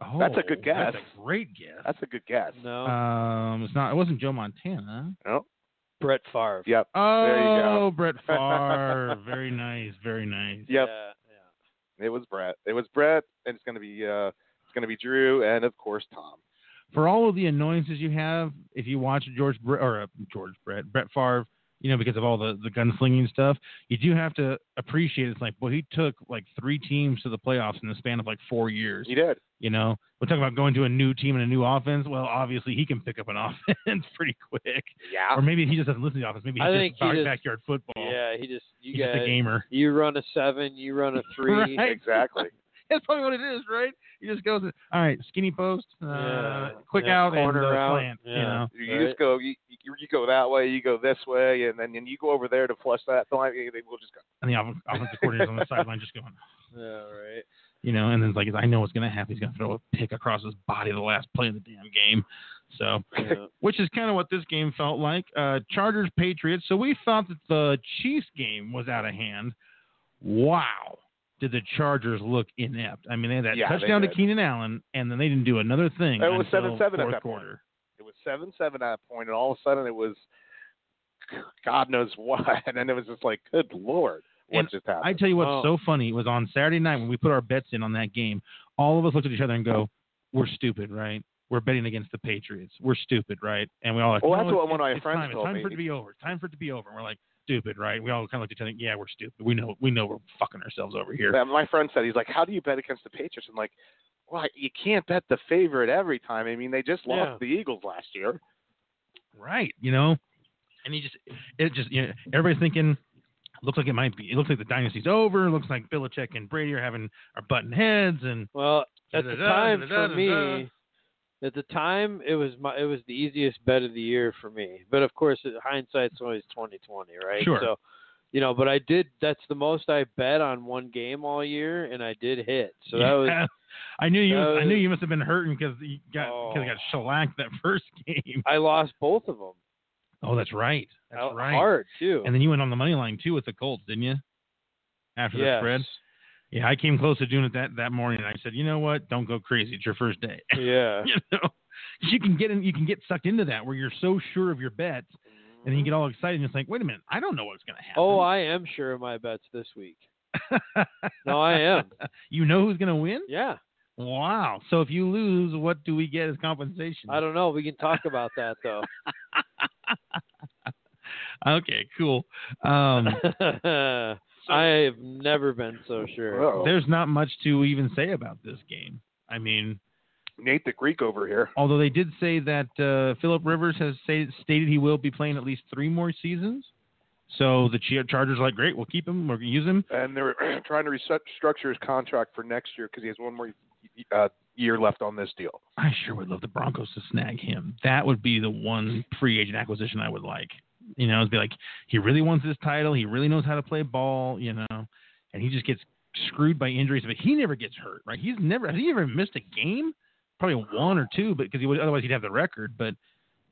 Speaker 7: Oh,
Speaker 8: that's a good guess.
Speaker 7: That's a great guess.
Speaker 8: That's a good guess.
Speaker 9: No,
Speaker 7: Um, it's not. It wasn't Joe Montana.
Speaker 9: Brett Favre.
Speaker 8: Yep.
Speaker 7: Oh,
Speaker 8: There you go. <laughs>
Speaker 7: Brett Favre. very nice. Very nice.
Speaker 8: Yep.
Speaker 9: Yeah, yeah.
Speaker 8: It was Brett. It was Brett, and it's going to be uh, it's going to be Drew, and of course Tom.
Speaker 7: For all of the annoyances you have, if you watch George Bre- or uh, George Brett Brett Favre, you know because of all the the gunslinging stuff, you do have to appreciate it's like, well, he took like three teams to the playoffs in the span of like four years.
Speaker 8: He did.
Speaker 7: You know, we're talking about going to a new team and a new offense. Well, obviously he can pick up an <laughs> offense pretty quick,
Speaker 8: Yeah.
Speaker 7: or maybe he just doesn't listen to the offense. Maybe he's
Speaker 9: I
Speaker 7: just
Speaker 9: think he
Speaker 7: about
Speaker 9: just-
Speaker 7: backyard football.
Speaker 9: Yeah, he just you
Speaker 7: he's
Speaker 9: guys
Speaker 7: just a gamer.
Speaker 9: you run a seven, you
Speaker 7: <laughs>
Speaker 9: run a three.
Speaker 7: Right.
Speaker 8: Exactly.
Speaker 7: <laughs> That's probably what it is, right? He just goes, all right, skinny post, uh,
Speaker 9: Yeah.
Speaker 7: quick
Speaker 9: Yeah,
Speaker 7: out, and
Speaker 9: corner
Speaker 7: uh,
Speaker 9: out.
Speaker 7: slant. You
Speaker 9: Yeah.
Speaker 7: know,
Speaker 8: You
Speaker 9: Right.
Speaker 8: just go. You, you you go that way. You go this way, and then and you go over there to flush that. Line, they will just go.
Speaker 7: and the off- offensive
Speaker 9: <laughs>
Speaker 7: coordinator's on the sideline just going,
Speaker 9: Yeah, right.
Speaker 7: you know, and then it's like I know what's gonna happen. He's gonna throw a pick across his body the last play of the damn game. So,
Speaker 9: Yeah.
Speaker 7: which is kind of what this game felt like. Uh, Chargers Patriots. So we thought that the Chiefs game was out of hand. Wow. Did the Chargers look inept? I mean, they had that
Speaker 8: Yeah, they
Speaker 7: touchdown to
Speaker 8: did.
Speaker 7: Keenan Allen, and then they didn't do another thing.
Speaker 8: It was
Speaker 7: until
Speaker 8: 7-7 at
Speaker 7: fourth
Speaker 8: that point.
Speaker 7: quarter.
Speaker 8: It was seven seven at that point, and all of a sudden it was, God knows what, <laughs> and then it was just like, good lord, what
Speaker 7: And
Speaker 8: just
Speaker 7: I
Speaker 8: happened?
Speaker 7: tell you what's
Speaker 9: Oh.
Speaker 7: so funny was on Saturday night when we put our bets in on that game, all of us looked at each other and go, "We're stupid, right? We're betting against the Patriots. We're stupid, right?" And we all like,
Speaker 8: Well,
Speaker 7: "No,
Speaker 8: that's
Speaker 7: it's-
Speaker 8: what one of my
Speaker 7: it's- it's
Speaker 8: friends
Speaker 7: time.
Speaker 8: told
Speaker 7: It's time
Speaker 8: me.
Speaker 7: for it to be over. It's time for it to be over." And we're like, "Stupid, right?" We all kind of looked at each other. Yeah, we're stupid. We know. We know we're fucking ourselves over here.
Speaker 8: And my friend said he's like, how do you bet against the Patriots? I'm like, well, you can't bet the favorite every time. I mean, they just lost
Speaker 9: Yeah.
Speaker 8: the Eagles last year.
Speaker 7: right you know and he just it just you know, everybody's thinking looks like it might be it looks like the dynasty's over it looks like Belichick and Brady are having are button heads and
Speaker 9: Well, at the
Speaker 7: Da-da-da,
Speaker 9: time for
Speaker 7: da-da-da-da.
Speaker 9: me, at the time it was my it was the easiest bet of the year for me. But of course, it- hindsight's always twenty twenty, right?
Speaker 7: Sure.
Speaker 9: So, you know, but I did. That's the most I bet on one game all year, and I did hit. So that was
Speaker 7: Yeah. I knew you
Speaker 9: that
Speaker 7: I knew
Speaker 9: was-
Speaker 7: you must have been hurting cuz you got cuz you got
Speaker 9: Oh.
Speaker 7: shellacked that <laughs> first game
Speaker 9: I lost both of them.
Speaker 7: oh that's right that's
Speaker 9: Out
Speaker 7: right
Speaker 9: Hard too.
Speaker 7: and then you went on the money line too with the Colts didn't you after the
Speaker 9: Yes.
Speaker 7: spread yeah I came close to doing it that that morning and I said you know what don't go crazy it's your first day <laughs>
Speaker 9: Yeah.
Speaker 7: you know you can get in you can get sucked into that where you're so sure of your bets and then you get all excited and it's like wait a minute i don't know what's going to
Speaker 9: <laughs>
Speaker 7: happen
Speaker 9: Mm-hmm. Oh, I am sure of my bets this
Speaker 7: <laughs>
Speaker 9: week. No, I am.
Speaker 7: you know who's going to win
Speaker 9: Yeah.
Speaker 7: wow so if you lose what do we get as compensation <laughs>
Speaker 9: I don't know. We can talk about that though.
Speaker 7: Okay, cool. Um,
Speaker 9: <laughs> I have never been so sure.
Speaker 8: Whoa.
Speaker 7: there's not much to even say about this game. I mean,
Speaker 8: Nate the Greek over here.
Speaker 7: although they did say that uh, Philip Rivers has say, stated he will be playing at least three more seasons. So the Chi- Chargers are like, great, we'll keep him, we're gonna use him.
Speaker 8: And they're <clears throat> trying to restructure his contract for next year because he has one more uh, year left on this deal.
Speaker 7: I sure would love the Broncos to snag him. That would be the one free agent acquisition I would like. You know, it'd be like he really wants this title. He really knows how to play ball. You know, and he just gets screwed by injuries, but he never gets hurt. Right? He's never has he ever missed a game? Probably one or two, but because he would otherwise he'd have the record. But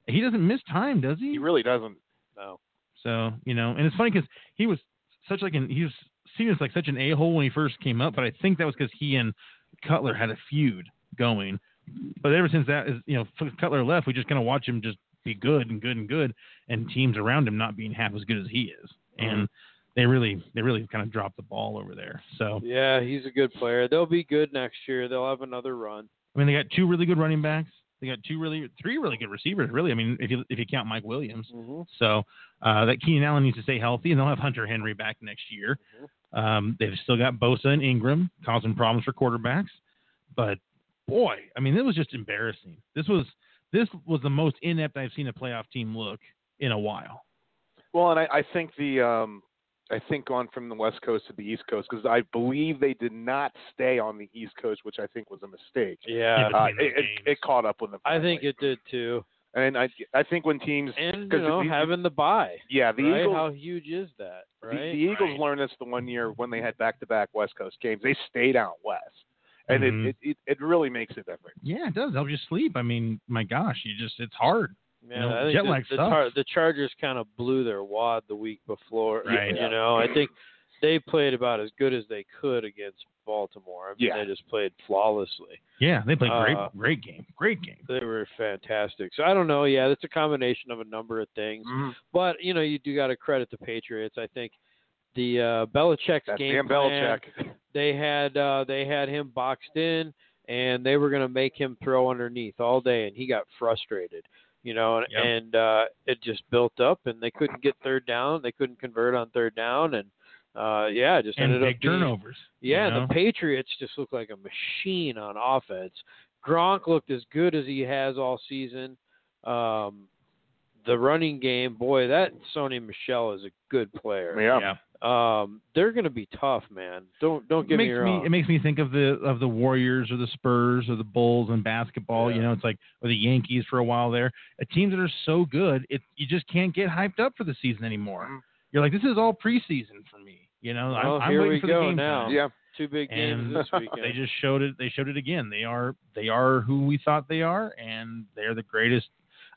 Speaker 7: he doesn't miss time, does he?
Speaker 8: He really doesn't. No.
Speaker 7: So you know, and it's funny because he was such like an he was seen as like such an a hole when he first came up, but I think that was because he and Cutler had a feud going. But ever since that is you know since Cutler left, we just kind of watch him just be good and good and good, and teams around him not being half as good as he is, and they really they really kind of dropped the ball over there. So
Speaker 9: Yeah, he's a good player. They'll be good next year. They'll have another run.
Speaker 7: I mean, they got two really good running backs. They got two really three really good receivers. Really, I mean, if you if you count Mike Williams.
Speaker 9: Mm-hmm.
Speaker 7: So uh, that Keenan Allen needs to stay healthy, and they'll have Hunter Henry back next year.
Speaker 9: Mm-hmm.
Speaker 7: Um, they've still got Bosa and Ingram causing problems for quarterbacks. But boy, I mean, it was just embarrassing. This was this was the most inept I've seen a playoff team look in a while.
Speaker 8: Well, and I, I think the um, I think gone from the West Coast to the East Coast because I believe they did not stay on the East Coast, which I think was a mistake.
Speaker 9: Yeah,
Speaker 7: Between
Speaker 8: Uh,
Speaker 7: those
Speaker 8: it, it,
Speaker 7: games.
Speaker 8: it caught up with them.
Speaker 9: I think
Speaker 8: finally.
Speaker 9: it did too.
Speaker 8: and I I think when teams
Speaker 9: And you
Speaker 8: 'Cause
Speaker 9: know,
Speaker 8: the-
Speaker 9: having the buy.
Speaker 8: yeah the
Speaker 9: right?
Speaker 8: Eagles
Speaker 9: How huge is that?
Speaker 8: the- E-
Speaker 9: Right.
Speaker 8: the, Eagles learned this the one year when they had back to back West Coast games they stayed out west and
Speaker 7: Mhm.
Speaker 8: it, it it it really makes a difference.
Speaker 7: Yeah, it does. Helps you sleep. I mean, my gosh, you just it's hard.
Speaker 9: Man,
Speaker 7: know,
Speaker 9: I think
Speaker 7: jet
Speaker 9: the,
Speaker 7: lag
Speaker 9: the,
Speaker 7: sucks.
Speaker 9: Char- the Chargers kind of blew their wad the week before.
Speaker 7: Right.
Speaker 9: You know, I think they played about as good as they could against Baltimore. I mean,
Speaker 8: Yeah.
Speaker 9: they just played flawlessly.
Speaker 7: Yeah, they played great,
Speaker 9: Uh,
Speaker 7: great game, great game.
Speaker 9: They were fantastic. So I don't know. Yeah, that's a combination of a number of things.
Speaker 7: Mm-hmm.
Speaker 9: But you know, you do got to credit the Patriots. I think the uh, Belichick's
Speaker 8: That
Speaker 9: game
Speaker 8: damn
Speaker 9: plan, <laughs>
Speaker 8: Belichick.
Speaker 9: They had uh, they had him boxed in, and they were going to make him throw underneath all day, and he got frustrated. You know, and,
Speaker 7: Yeah.
Speaker 9: and uh, it just built up, and they couldn't get third down. They couldn't convert on third down, and uh, yeah, it just
Speaker 7: And
Speaker 9: ended
Speaker 7: big
Speaker 9: up being,
Speaker 7: turnovers. you
Speaker 9: yeah, and
Speaker 7: know?
Speaker 9: the Patriots just look like a machine on offense. Gronk looked as good as he has all season. Um, the running game, boy, that Sony Michelle is a good player.
Speaker 8: Yeah.
Speaker 7: Yeah.
Speaker 9: Um, they're going to be tough, man. Don't don't get
Speaker 7: makes
Speaker 9: me wrong.
Speaker 7: It makes me think of the of the Warriors or the Spurs or the Bulls in basketball. You
Speaker 9: Yeah.
Speaker 7: know, it's like or the Yankees for a while there. A teams that are so good, it you just can't get hyped up for the season anymore.
Speaker 8: Mhm.
Speaker 7: You're like, this is all preseason for me. You know, I'm-
Speaker 9: Mm-hmm.
Speaker 8: Oh,
Speaker 9: Well,
Speaker 7: I'm,
Speaker 9: here
Speaker 7: waiting
Speaker 9: we
Speaker 7: for the
Speaker 9: go
Speaker 7: game
Speaker 9: now.
Speaker 7: time.
Speaker 8: Yeah.
Speaker 9: Two big games
Speaker 7: And
Speaker 9: this weekend.
Speaker 7: <laughs> They just showed it. They showed it again. They are they are who we thought they are, and they're the greatest.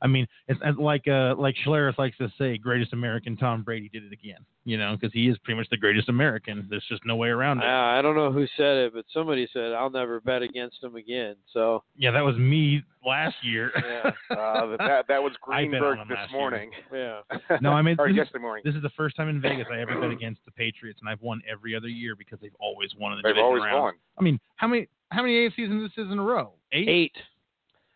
Speaker 7: I mean, it's it's like uh, like Schlereth likes to say, greatest American Tom Brady did it again. You know, because he is pretty much the greatest American. There's just no way around it.
Speaker 8: Uh,
Speaker 9: I, I don't know who said it, but somebody said I'll never bet against them again. So
Speaker 7: Yeah, that was me last year. <laughs>
Speaker 9: Yeah.
Speaker 8: Uh, that- that that was
Speaker 7: I bet on
Speaker 8: Greenberg
Speaker 7: him
Speaker 8: this
Speaker 7: last year.
Speaker 8: morning.
Speaker 9: yeah,
Speaker 7: No,
Speaker 8: <laughs>
Speaker 7: I mean,
Speaker 8: or
Speaker 7: this is-
Speaker 8: yesterday morning.
Speaker 7: this is the first time in Vegas I ever bet against the Patriots, and I've won every other year because they've always won in the
Speaker 8: They've
Speaker 7: division
Speaker 8: always
Speaker 7: round.
Speaker 8: won.
Speaker 7: I mean, how many how many AFCs in this is in a row? Eight.
Speaker 9: eight.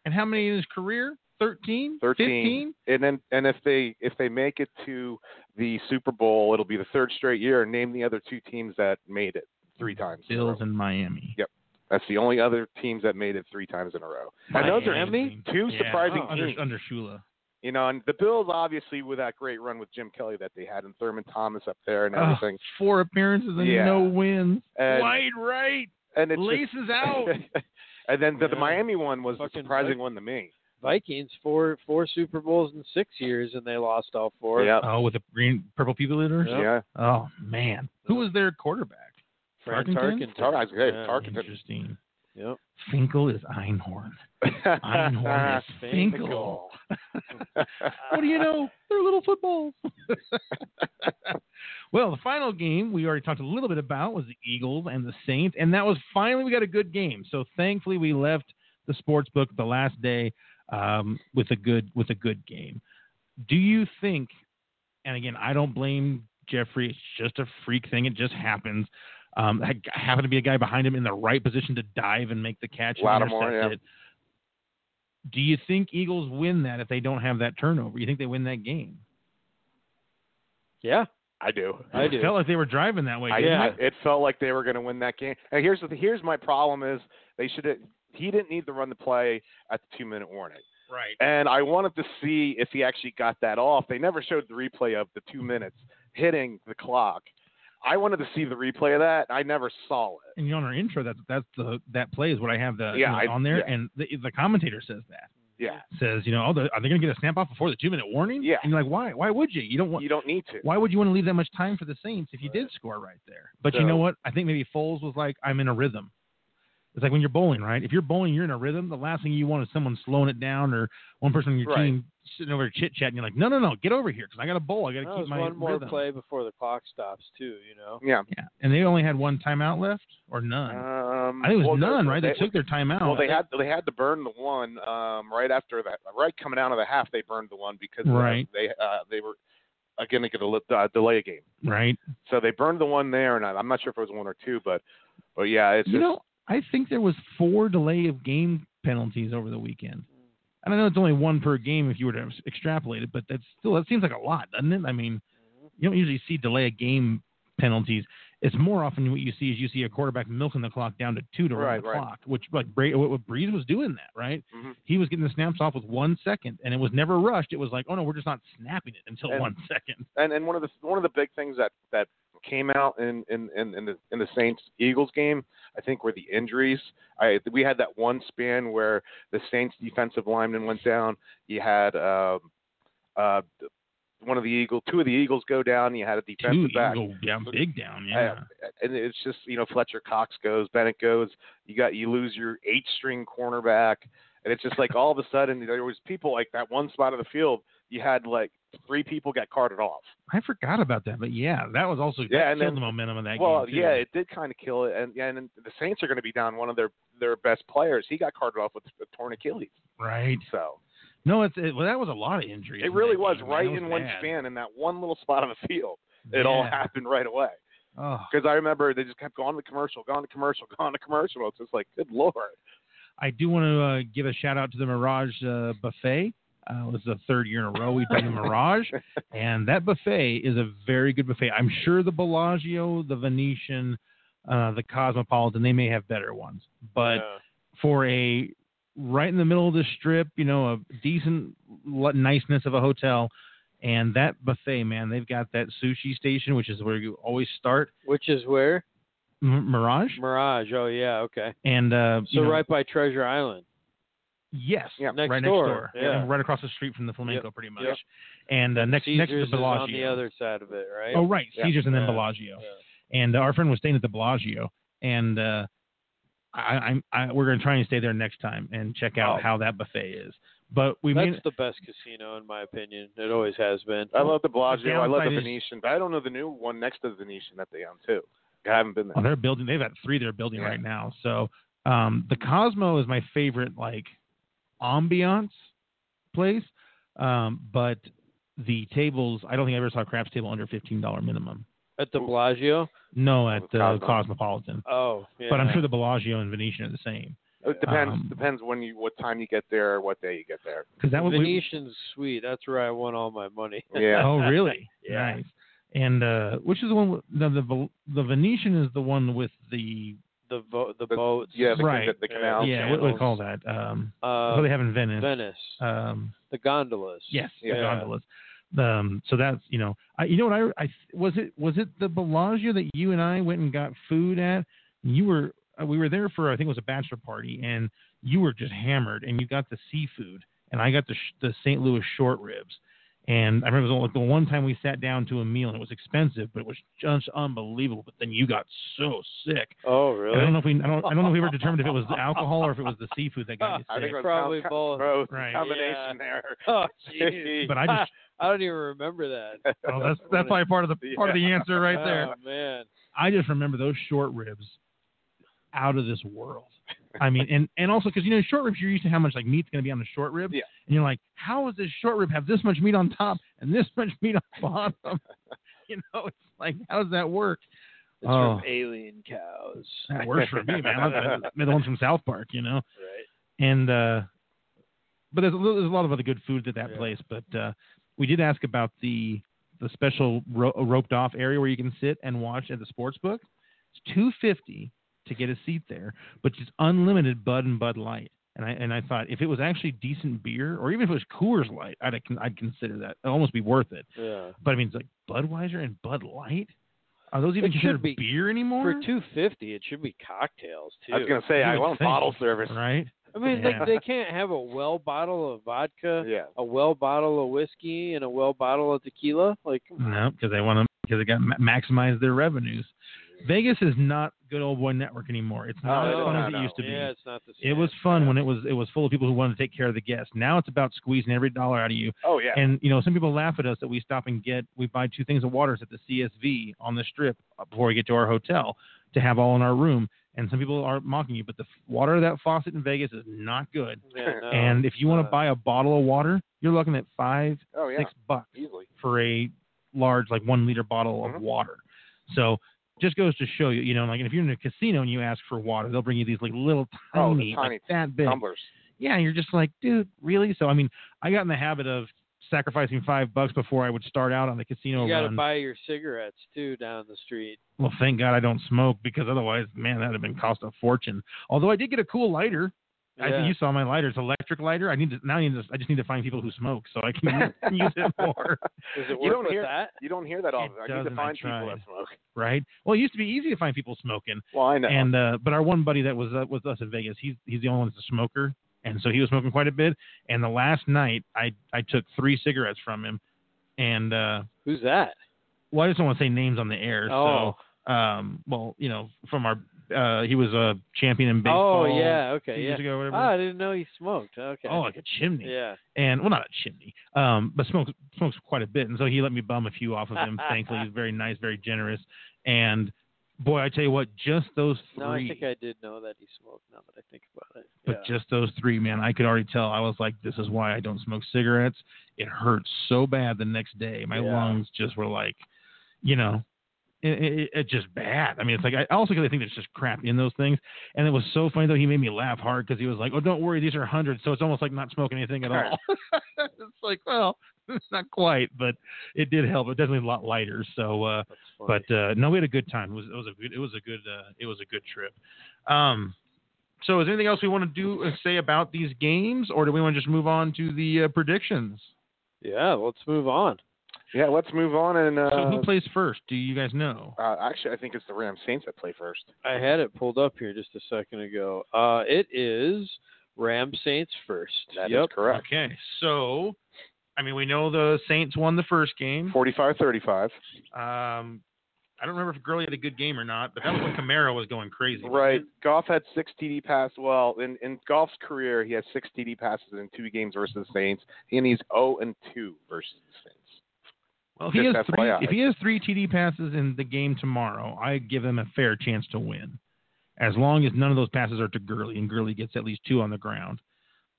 Speaker 7: And how many in his career? Thirteen.
Speaker 8: 13
Speaker 7: Fifteen.
Speaker 8: and then and if they if they make it to the super bowl it'll be the third straight year and name the other two teams that made it three times in a
Speaker 7: Bills
Speaker 8: row.
Speaker 7: and Miami.
Speaker 8: Yep. that's the only other teams that made it three times in a row and those are
Speaker 7: Miami?
Speaker 8: two
Speaker 7: Yeah. Oh,
Speaker 8: surprising
Speaker 7: under,
Speaker 8: teams
Speaker 7: under Shula.
Speaker 8: you know and the bills obviously with that great run with jim kelly that they had and thurman thomas up there and
Speaker 7: Ugh,
Speaker 8: everything
Speaker 7: Oh, four appearances and
Speaker 8: Yeah.
Speaker 7: no wins.
Speaker 8: And-
Speaker 7: Wide right.
Speaker 8: and it's just-
Speaker 7: Laces out.
Speaker 8: <laughs> and then the, the
Speaker 9: Yeah.
Speaker 8: miami one was the
Speaker 9: Fucking
Speaker 8: surprising
Speaker 9: right.
Speaker 8: one to me
Speaker 9: Vikings four four Super Bowls in six years, and they lost all four.
Speaker 8: yeah
Speaker 7: <laughs> oh, with the green purple people leaders.
Speaker 8: yeah
Speaker 7: Oh man, who was their quarterback?
Speaker 9: Fran
Speaker 7: Tarkenton?
Speaker 9: Tarkenton.
Speaker 8: Tar- I was gonna say,
Speaker 9: Yeah.
Speaker 8: Tarkenton.
Speaker 7: Interesting.
Speaker 9: Yep.
Speaker 7: Finkel is
Speaker 8: <laughs>
Speaker 7: Einhorn. <laughs> Einhorn is Finkel. What do you know? They're little footballs. <laughs> well, the final game we already talked a little bit about was the Eagles and the Saints, and that was finally we got a good game. So thankfully we left the sports book the last day um, with a good with a good game. Do you think? And again, I don't blame Jeffrey. It's just a freak thing. It just happens. Um, I happened to be a guy behind him in the right position to dive and make the catch. and
Speaker 8: Lattimore,
Speaker 7: intercept
Speaker 8: yeah.
Speaker 7: it. Do you think Eagles win that if they don't have that turnover? You think they win that game?
Speaker 9: Yeah,
Speaker 8: I do.
Speaker 9: I
Speaker 7: It
Speaker 9: do.
Speaker 7: felt like they were driving that way.
Speaker 8: I,
Speaker 7: didn't
Speaker 8: I- it felt like they were going to win that game. And here's the, here's my problem is they should he didn't need to run the play at the two minute warning.
Speaker 7: it? Right.
Speaker 8: And I wanted to see if he actually got that off. They never showed the replay of the two minutes hitting the clock. I wanted to see the replay of that. I never saw it.
Speaker 7: And you know, on our intro, that's that's the that play is what I have the
Speaker 8: Yeah,
Speaker 7: you know,
Speaker 8: I-
Speaker 7: on there,
Speaker 8: yeah.
Speaker 7: and the, the commentator says that
Speaker 8: Yeah,
Speaker 7: says you know oh the, are they going to get a snap off before the two minute warning?
Speaker 8: Yeah.
Speaker 7: And you're like why why would you? You don't want
Speaker 8: you don't need to.
Speaker 7: why would you want to leave that much time for the Saints if you did score right there? But you
Speaker 8: So-
Speaker 7: know what? I think maybe Foles was like I'm in a rhythm. It's like when you're bowling, right? If you're bowling, you're in a rhythm. The last thing you want is someone slowing it down or one person on your
Speaker 8: Right.
Speaker 7: team sitting over chit chatting. You're like, no, no, no, get over here because I got to bowl. I got to
Speaker 9: Well,
Speaker 7: keep
Speaker 9: there's
Speaker 7: my
Speaker 9: one more
Speaker 7: rhythm.
Speaker 9: play before the clock stops too. You know.
Speaker 8: Yeah.
Speaker 7: Yeah. And they only had one timeout left or none.
Speaker 8: Um,
Speaker 7: I think it was
Speaker 8: well,
Speaker 7: none, right? They,
Speaker 8: They,
Speaker 7: took their timeout.
Speaker 8: well, they had they had to burn the one um, right after that. Right coming out of the half, they burned the one because uh,
Speaker 7: Right.
Speaker 8: they uh, they were going to get a li- uh, delay a game.
Speaker 7: right.
Speaker 8: So they burned the one there, and I, I'm not sure if it was one or two, but but yeah, it's
Speaker 7: You
Speaker 8: just,
Speaker 7: know, I think there was four delay of game penalties over the weekend. And I know it's only one per game if you were to ex- extrapolate it, but that's still that seems like a lot, doesn't it? I mean, you don't usually see delay of game penalties. It's more often what you see is you see a quarterback milking the clock down to two to run
Speaker 8: Right,
Speaker 7: the
Speaker 8: right.
Speaker 7: clock, which like Bra- what what Breeze was doing that, right?
Speaker 8: Mhm.
Speaker 7: He was getting the snaps off with one second, and it was never rushed. It was like, oh no, we're just not snapping it until
Speaker 8: And-
Speaker 7: one second.
Speaker 8: and and one of the one of the big things that that came out in in in, in the in the Saints Eagles game, I think, were the injuries. I we had that one span where the Saints defensive lineman went down. You had um, uh, one of the Eagle, two of the Eagles go down. You had a defensive
Speaker 7: Two
Speaker 8: back.
Speaker 7: eagle down, big down,
Speaker 8: I-
Speaker 7: yeah.
Speaker 8: and it's just you know Fletcher Cox goes, Bennett goes. You got you lose your eight string cornerback, and it's just like all of a sudden there was people like that one spot of the field. You had like three people got carted off.
Speaker 7: I forgot about that, but yeah, that was also
Speaker 8: Yeah,
Speaker 7: that
Speaker 8: and
Speaker 7: killed
Speaker 8: then-
Speaker 7: the momentum of that
Speaker 8: well,
Speaker 7: game. too.
Speaker 8: yeah, it did kind of kill it, and and the Saints are going to be down one of their their best players. He got carted off with a torn Achilles,
Speaker 7: right.
Speaker 8: so
Speaker 7: No, it's it, well, that was a lot of injuries.
Speaker 8: it
Speaker 7: in
Speaker 8: really
Speaker 7: that
Speaker 8: was
Speaker 7: game, man.
Speaker 8: right
Speaker 7: That
Speaker 8: in one
Speaker 7: bad.
Speaker 8: span in that one little spot on the field. It all
Speaker 7: Yeah.
Speaker 8: happened right away
Speaker 7: Oh,
Speaker 8: because I remember they just kept going to commercial, going to commercial, <laughs> going to commercial. It's just like, good lord,
Speaker 7: I do want to uh, give a shout out to the Mirage uh, Buffet. Uh, it was the third year in a row we've
Speaker 9: <laughs>
Speaker 7: done the Mirage, and that buffet is a very good buffet. I'm sure the Bellagio, the Venetian, uh, the Cosmopolitan, they may have better ones, but for a right in the middle of the strip, you know, a decent l- niceness of a hotel. And that buffet, man, they've got that sushi station, which is where you always start,
Speaker 9: Which is where
Speaker 7: M- Mirage.
Speaker 9: Mirage. Oh yeah. Okay.
Speaker 7: And uh,
Speaker 9: So
Speaker 7: you know,
Speaker 9: right by Treasure Island.
Speaker 7: yes,
Speaker 8: Yeah.
Speaker 9: Next
Speaker 7: right
Speaker 9: door.
Speaker 7: next door,
Speaker 9: Yeah.
Speaker 7: right across the street from the flamenco, pretty much.
Speaker 9: yep.
Speaker 7: And uh, next, next to
Speaker 9: Caesar's
Speaker 7: the
Speaker 9: is on
Speaker 7: Bellagio.
Speaker 9: the other side of it, right?
Speaker 7: Oh, right,
Speaker 8: Yeah.
Speaker 7: Caesars and then
Speaker 9: Yeah.
Speaker 7: Bellagio.
Speaker 9: Yeah.
Speaker 7: and uh, our friend was staying at the Bellagio, and uh, I, I'm I, we're gonna try and stay there next time and check out
Speaker 9: Oh.
Speaker 7: how that buffet is. But we
Speaker 9: That's
Speaker 7: mean
Speaker 9: the best casino in my opinion. It always has been.
Speaker 8: I love the Bellagio, I love
Speaker 7: downside
Speaker 8: the
Speaker 7: is-
Speaker 8: Venetian, but I don't know the new one next to the Venetian that they own too. I haven't been
Speaker 7: oh,
Speaker 8: there.
Speaker 7: they're building. They've got three they're building
Speaker 8: Yeah.
Speaker 7: right now. So um, the Cosmo is my favorite like ambiance place, um, but the tables I don't think I ever saw a craps table under fifteen dollar minimum.
Speaker 9: At the Bellagio.
Speaker 7: No, at
Speaker 8: the
Speaker 7: the
Speaker 8: Cosmo.
Speaker 7: Cosmopolitan.
Speaker 9: Oh, yeah.
Speaker 7: But I'm sure the Bellagio and Venetian are the same
Speaker 8: It depends
Speaker 7: um,
Speaker 8: depends when you what time you get there, or what day you get there.
Speaker 7: because that was we-
Speaker 9: Venetian's sweet. That's where I won all my money.
Speaker 8: <laughs> Yeah.
Speaker 7: <laughs> Oh, really?
Speaker 9: Yeah.
Speaker 7: Nice. And uh, which is the one? with- The, the Vel- the Venetian is the one with the
Speaker 9: <laughs> The vo- the
Speaker 8: The-
Speaker 9: boats.
Speaker 8: Yeah, the,
Speaker 7: Right.
Speaker 8: the, the canal.
Speaker 7: yeah. What do we call that? Um, what do
Speaker 9: Oh, Uh,
Speaker 7: they have in Venice.
Speaker 9: Venice.
Speaker 7: Um,
Speaker 9: the gondolas.
Speaker 7: yes, the
Speaker 9: Yeah.
Speaker 7: gondolas. Um, so that's you know, I, you know what I, I was it was it the Bellagio that you and I went and got food at? You were uh, we were there for I think it was a bachelor party, and you were just hammered, and you got the seafood, and I got the sh- the St. Louis short ribs. And I remember the, the one time we sat down to a meal, and it was expensive, but it was just unbelievable. But then you got so sick.
Speaker 9: Oh,
Speaker 7: And I don't
Speaker 9: really?
Speaker 7: know if we I don't, I don't know if we were determined if it was the alcohol or if it was the seafood that got you
Speaker 8: <laughs> I
Speaker 7: sick.
Speaker 8: think it was
Speaker 9: Probably
Speaker 8: com-
Speaker 9: both.
Speaker 8: Bro, <laughs>
Speaker 7: Right.
Speaker 8: combination
Speaker 9: <laughs>
Speaker 7: <laughs>
Speaker 9: Oh,
Speaker 8: there.
Speaker 9: jeez.
Speaker 7: But I just-
Speaker 9: <laughs> I don't even remember that.
Speaker 7: Oh, that's that's probably part of the part of the answer right there.
Speaker 9: Oh man.
Speaker 7: I just remember those short ribs out of this world. I mean, and and also because you know short ribs, you're used to how much like meat's going to be on the short rib,
Speaker 8: Yeah.
Speaker 7: and you're like, how does this short rib have this much meat on top and this <laughs> much meat on bottom? <laughs> you know, it's like how does that work?
Speaker 9: It's
Speaker 7: oh,
Speaker 9: from alien cows.
Speaker 7: <laughs> that works for me, man. I'm the ones from South Park, you
Speaker 9: <laughs>
Speaker 7: know,
Speaker 9: Right.
Speaker 7: and uh, but there's a, little, there's a lot of other good foods at that
Speaker 9: Yeah.
Speaker 7: place. But uh, we did ask about the the special ro- roped off area where you can sit and watch at the sports book. It's two fifty to get a seat there, but it's unlimited Bud and Bud Light. And I and I thought if it was actually decent beer, or even if it was Coors Light, I'd I'd consider that. It'd almost be worth it.
Speaker 9: Yeah.
Speaker 7: But I mean, it's like Budweiser and Bud Light. Are those even
Speaker 9: It should
Speaker 7: considered
Speaker 9: be.
Speaker 7: beer anymore?
Speaker 9: For two fifty, it should be cocktails too.
Speaker 8: I was gonna say
Speaker 7: You
Speaker 8: I
Speaker 7: would
Speaker 8: want
Speaker 7: think.
Speaker 8: bottle service.
Speaker 7: right?
Speaker 9: I mean,
Speaker 7: Yeah.
Speaker 9: like they can't have a well bottle of vodka,
Speaker 8: Yeah.
Speaker 9: a well bottle of whiskey, and a well bottle of tequila. Like,
Speaker 7: No, because they want to because they got to maximize their revenues. Vegas is not good old boy network anymore. It's not
Speaker 9: Oh,
Speaker 7: as
Speaker 9: no,
Speaker 7: fun
Speaker 8: no,
Speaker 7: as it
Speaker 8: no.
Speaker 7: used to be.
Speaker 9: yeah, it's not the same.
Speaker 7: It was fun when it was it was full of people who wanted to take care of the guests. Now it's about squeezing every dollar out of you.
Speaker 8: Oh yeah.
Speaker 7: And you know, some people laugh at us that we stop and get we buy two things of waters at the CSV on the strip uh, before we get to our hotel to have all in our room. And some people are mocking you, but the f- water of that faucet in Vegas is not good.
Speaker 9: Yeah, no.
Speaker 7: and if you want
Speaker 9: uh,
Speaker 7: to buy a bottle of water, you're looking at five,
Speaker 8: oh yeah.
Speaker 7: six bucks
Speaker 8: Easily.
Speaker 7: for a large like one liter bottle
Speaker 8: Mhm.
Speaker 7: of water. So just goes to show you, you know, like if you're in a casino and you ask for water, they'll bring you these like little
Speaker 8: Oh,
Speaker 7: tiny,
Speaker 8: the tiny
Speaker 7: like that big.
Speaker 8: Tumblers.
Speaker 7: Yeah, and you're just like, dude, really? So I mean, I got in the habit of sacrificing five bucks before I would start out on the casino
Speaker 9: you got to
Speaker 7: run.
Speaker 9: buy your cigarettes too down the street.
Speaker 7: well, thank God I don't smoke because otherwise, man, that'd have been cost a fortune. Although I did get a cool lighter. I
Speaker 9: Yeah.
Speaker 7: think you saw my lighter. It's an electric lighter. I need to now. I need to. I just need to find people who smoke so I can <laughs> use it more.
Speaker 9: Does it work
Speaker 8: You don't
Speaker 9: with
Speaker 8: hear-
Speaker 9: that?
Speaker 8: You don't hear that often.
Speaker 7: It
Speaker 8: I need
Speaker 7: doesn't,
Speaker 8: to
Speaker 7: I
Speaker 8: find people
Speaker 7: tried.
Speaker 8: that smoke.
Speaker 7: Right? Well, it used to be easy to find people smoking.
Speaker 8: Well, I know.
Speaker 7: And uh, but our one buddy that was uh, with us in Vegas, he's he's the only one that's a smoker, and so he was smoking quite a bit. And the last night, I I took three cigarettes from him, and uh,
Speaker 9: Who's that?
Speaker 7: well, I just don't want to say names on the air.
Speaker 9: Oh.
Speaker 7: So, um, well, you know, from our uh, he was a champion in
Speaker 9: Oh yeah,
Speaker 7: baseball. two
Speaker 9: okay, yeah.
Speaker 7: years ago, or
Speaker 9: Oh,
Speaker 7: whatever.
Speaker 9: I didn't know he smoked. Okay.
Speaker 7: Oh, like a chimney,
Speaker 9: yeah.
Speaker 7: and well, not a chimney, um, but smokes smokes quite a bit, and so he let me bum a few off
Speaker 9: <laughs>
Speaker 7: of him. Thankfully, he's very nice, very generous, and boy, I tell you what, just those three.
Speaker 9: No, I think I did know that he smoked. Now that I think about it.
Speaker 7: But just those three, man, I could already tell. I was like, this is why I don't smoke cigarettes. It hurt so bad the next day. My
Speaker 9: Yeah.
Speaker 7: lungs just were like, you know, it, it, it's just bad. I mean, it's like I also because I think there's just crap in those things. And it was so funny though. He made me laugh hard because he was like, oh, don't worry, these are hundreds, so it's almost like not smoking anything at all. <laughs> it's like, well, <laughs> not quite, but it did help. It definitely a lot lighter. So. uh
Speaker 9: That's funny.
Speaker 7: but uh, no, we had a good time. It was it was a good it was a good uh, it was a good trip. Um, so is there anything else we want to do uh, say about these games, or do we want to just move on to the uh, predictions?
Speaker 9: yeah, let's move on.
Speaker 8: yeah, let's move on and uh,
Speaker 7: so who plays first? Do you guys know?
Speaker 8: uh actually I think it's the Rams Saints that play first.
Speaker 9: I had it pulled up here just a second ago. Uh, it is Ram Saints first.
Speaker 8: That is
Speaker 9: yep.
Speaker 8: correct.
Speaker 7: Okay, so I mean we know the Saints won the first game.
Speaker 8: Forty-five, thirty-five.
Speaker 7: Um, I don't remember if Gurley had a good game or not, but that was when Camaro was going crazy.
Speaker 8: Right. Goff had six TD passes. Well, in, in Goff's career, he has six TD passes in two games versus the Saints, and he's 0 and 2 versus the Saints.
Speaker 7: Well, if he,
Speaker 8: Just
Speaker 7: has three,
Speaker 8: FYI.
Speaker 7: if he has three TD passes in the game tomorrow, I give him a fair chance to win. As long as none of those passes are to Gurley and Gurley gets at least two on the ground,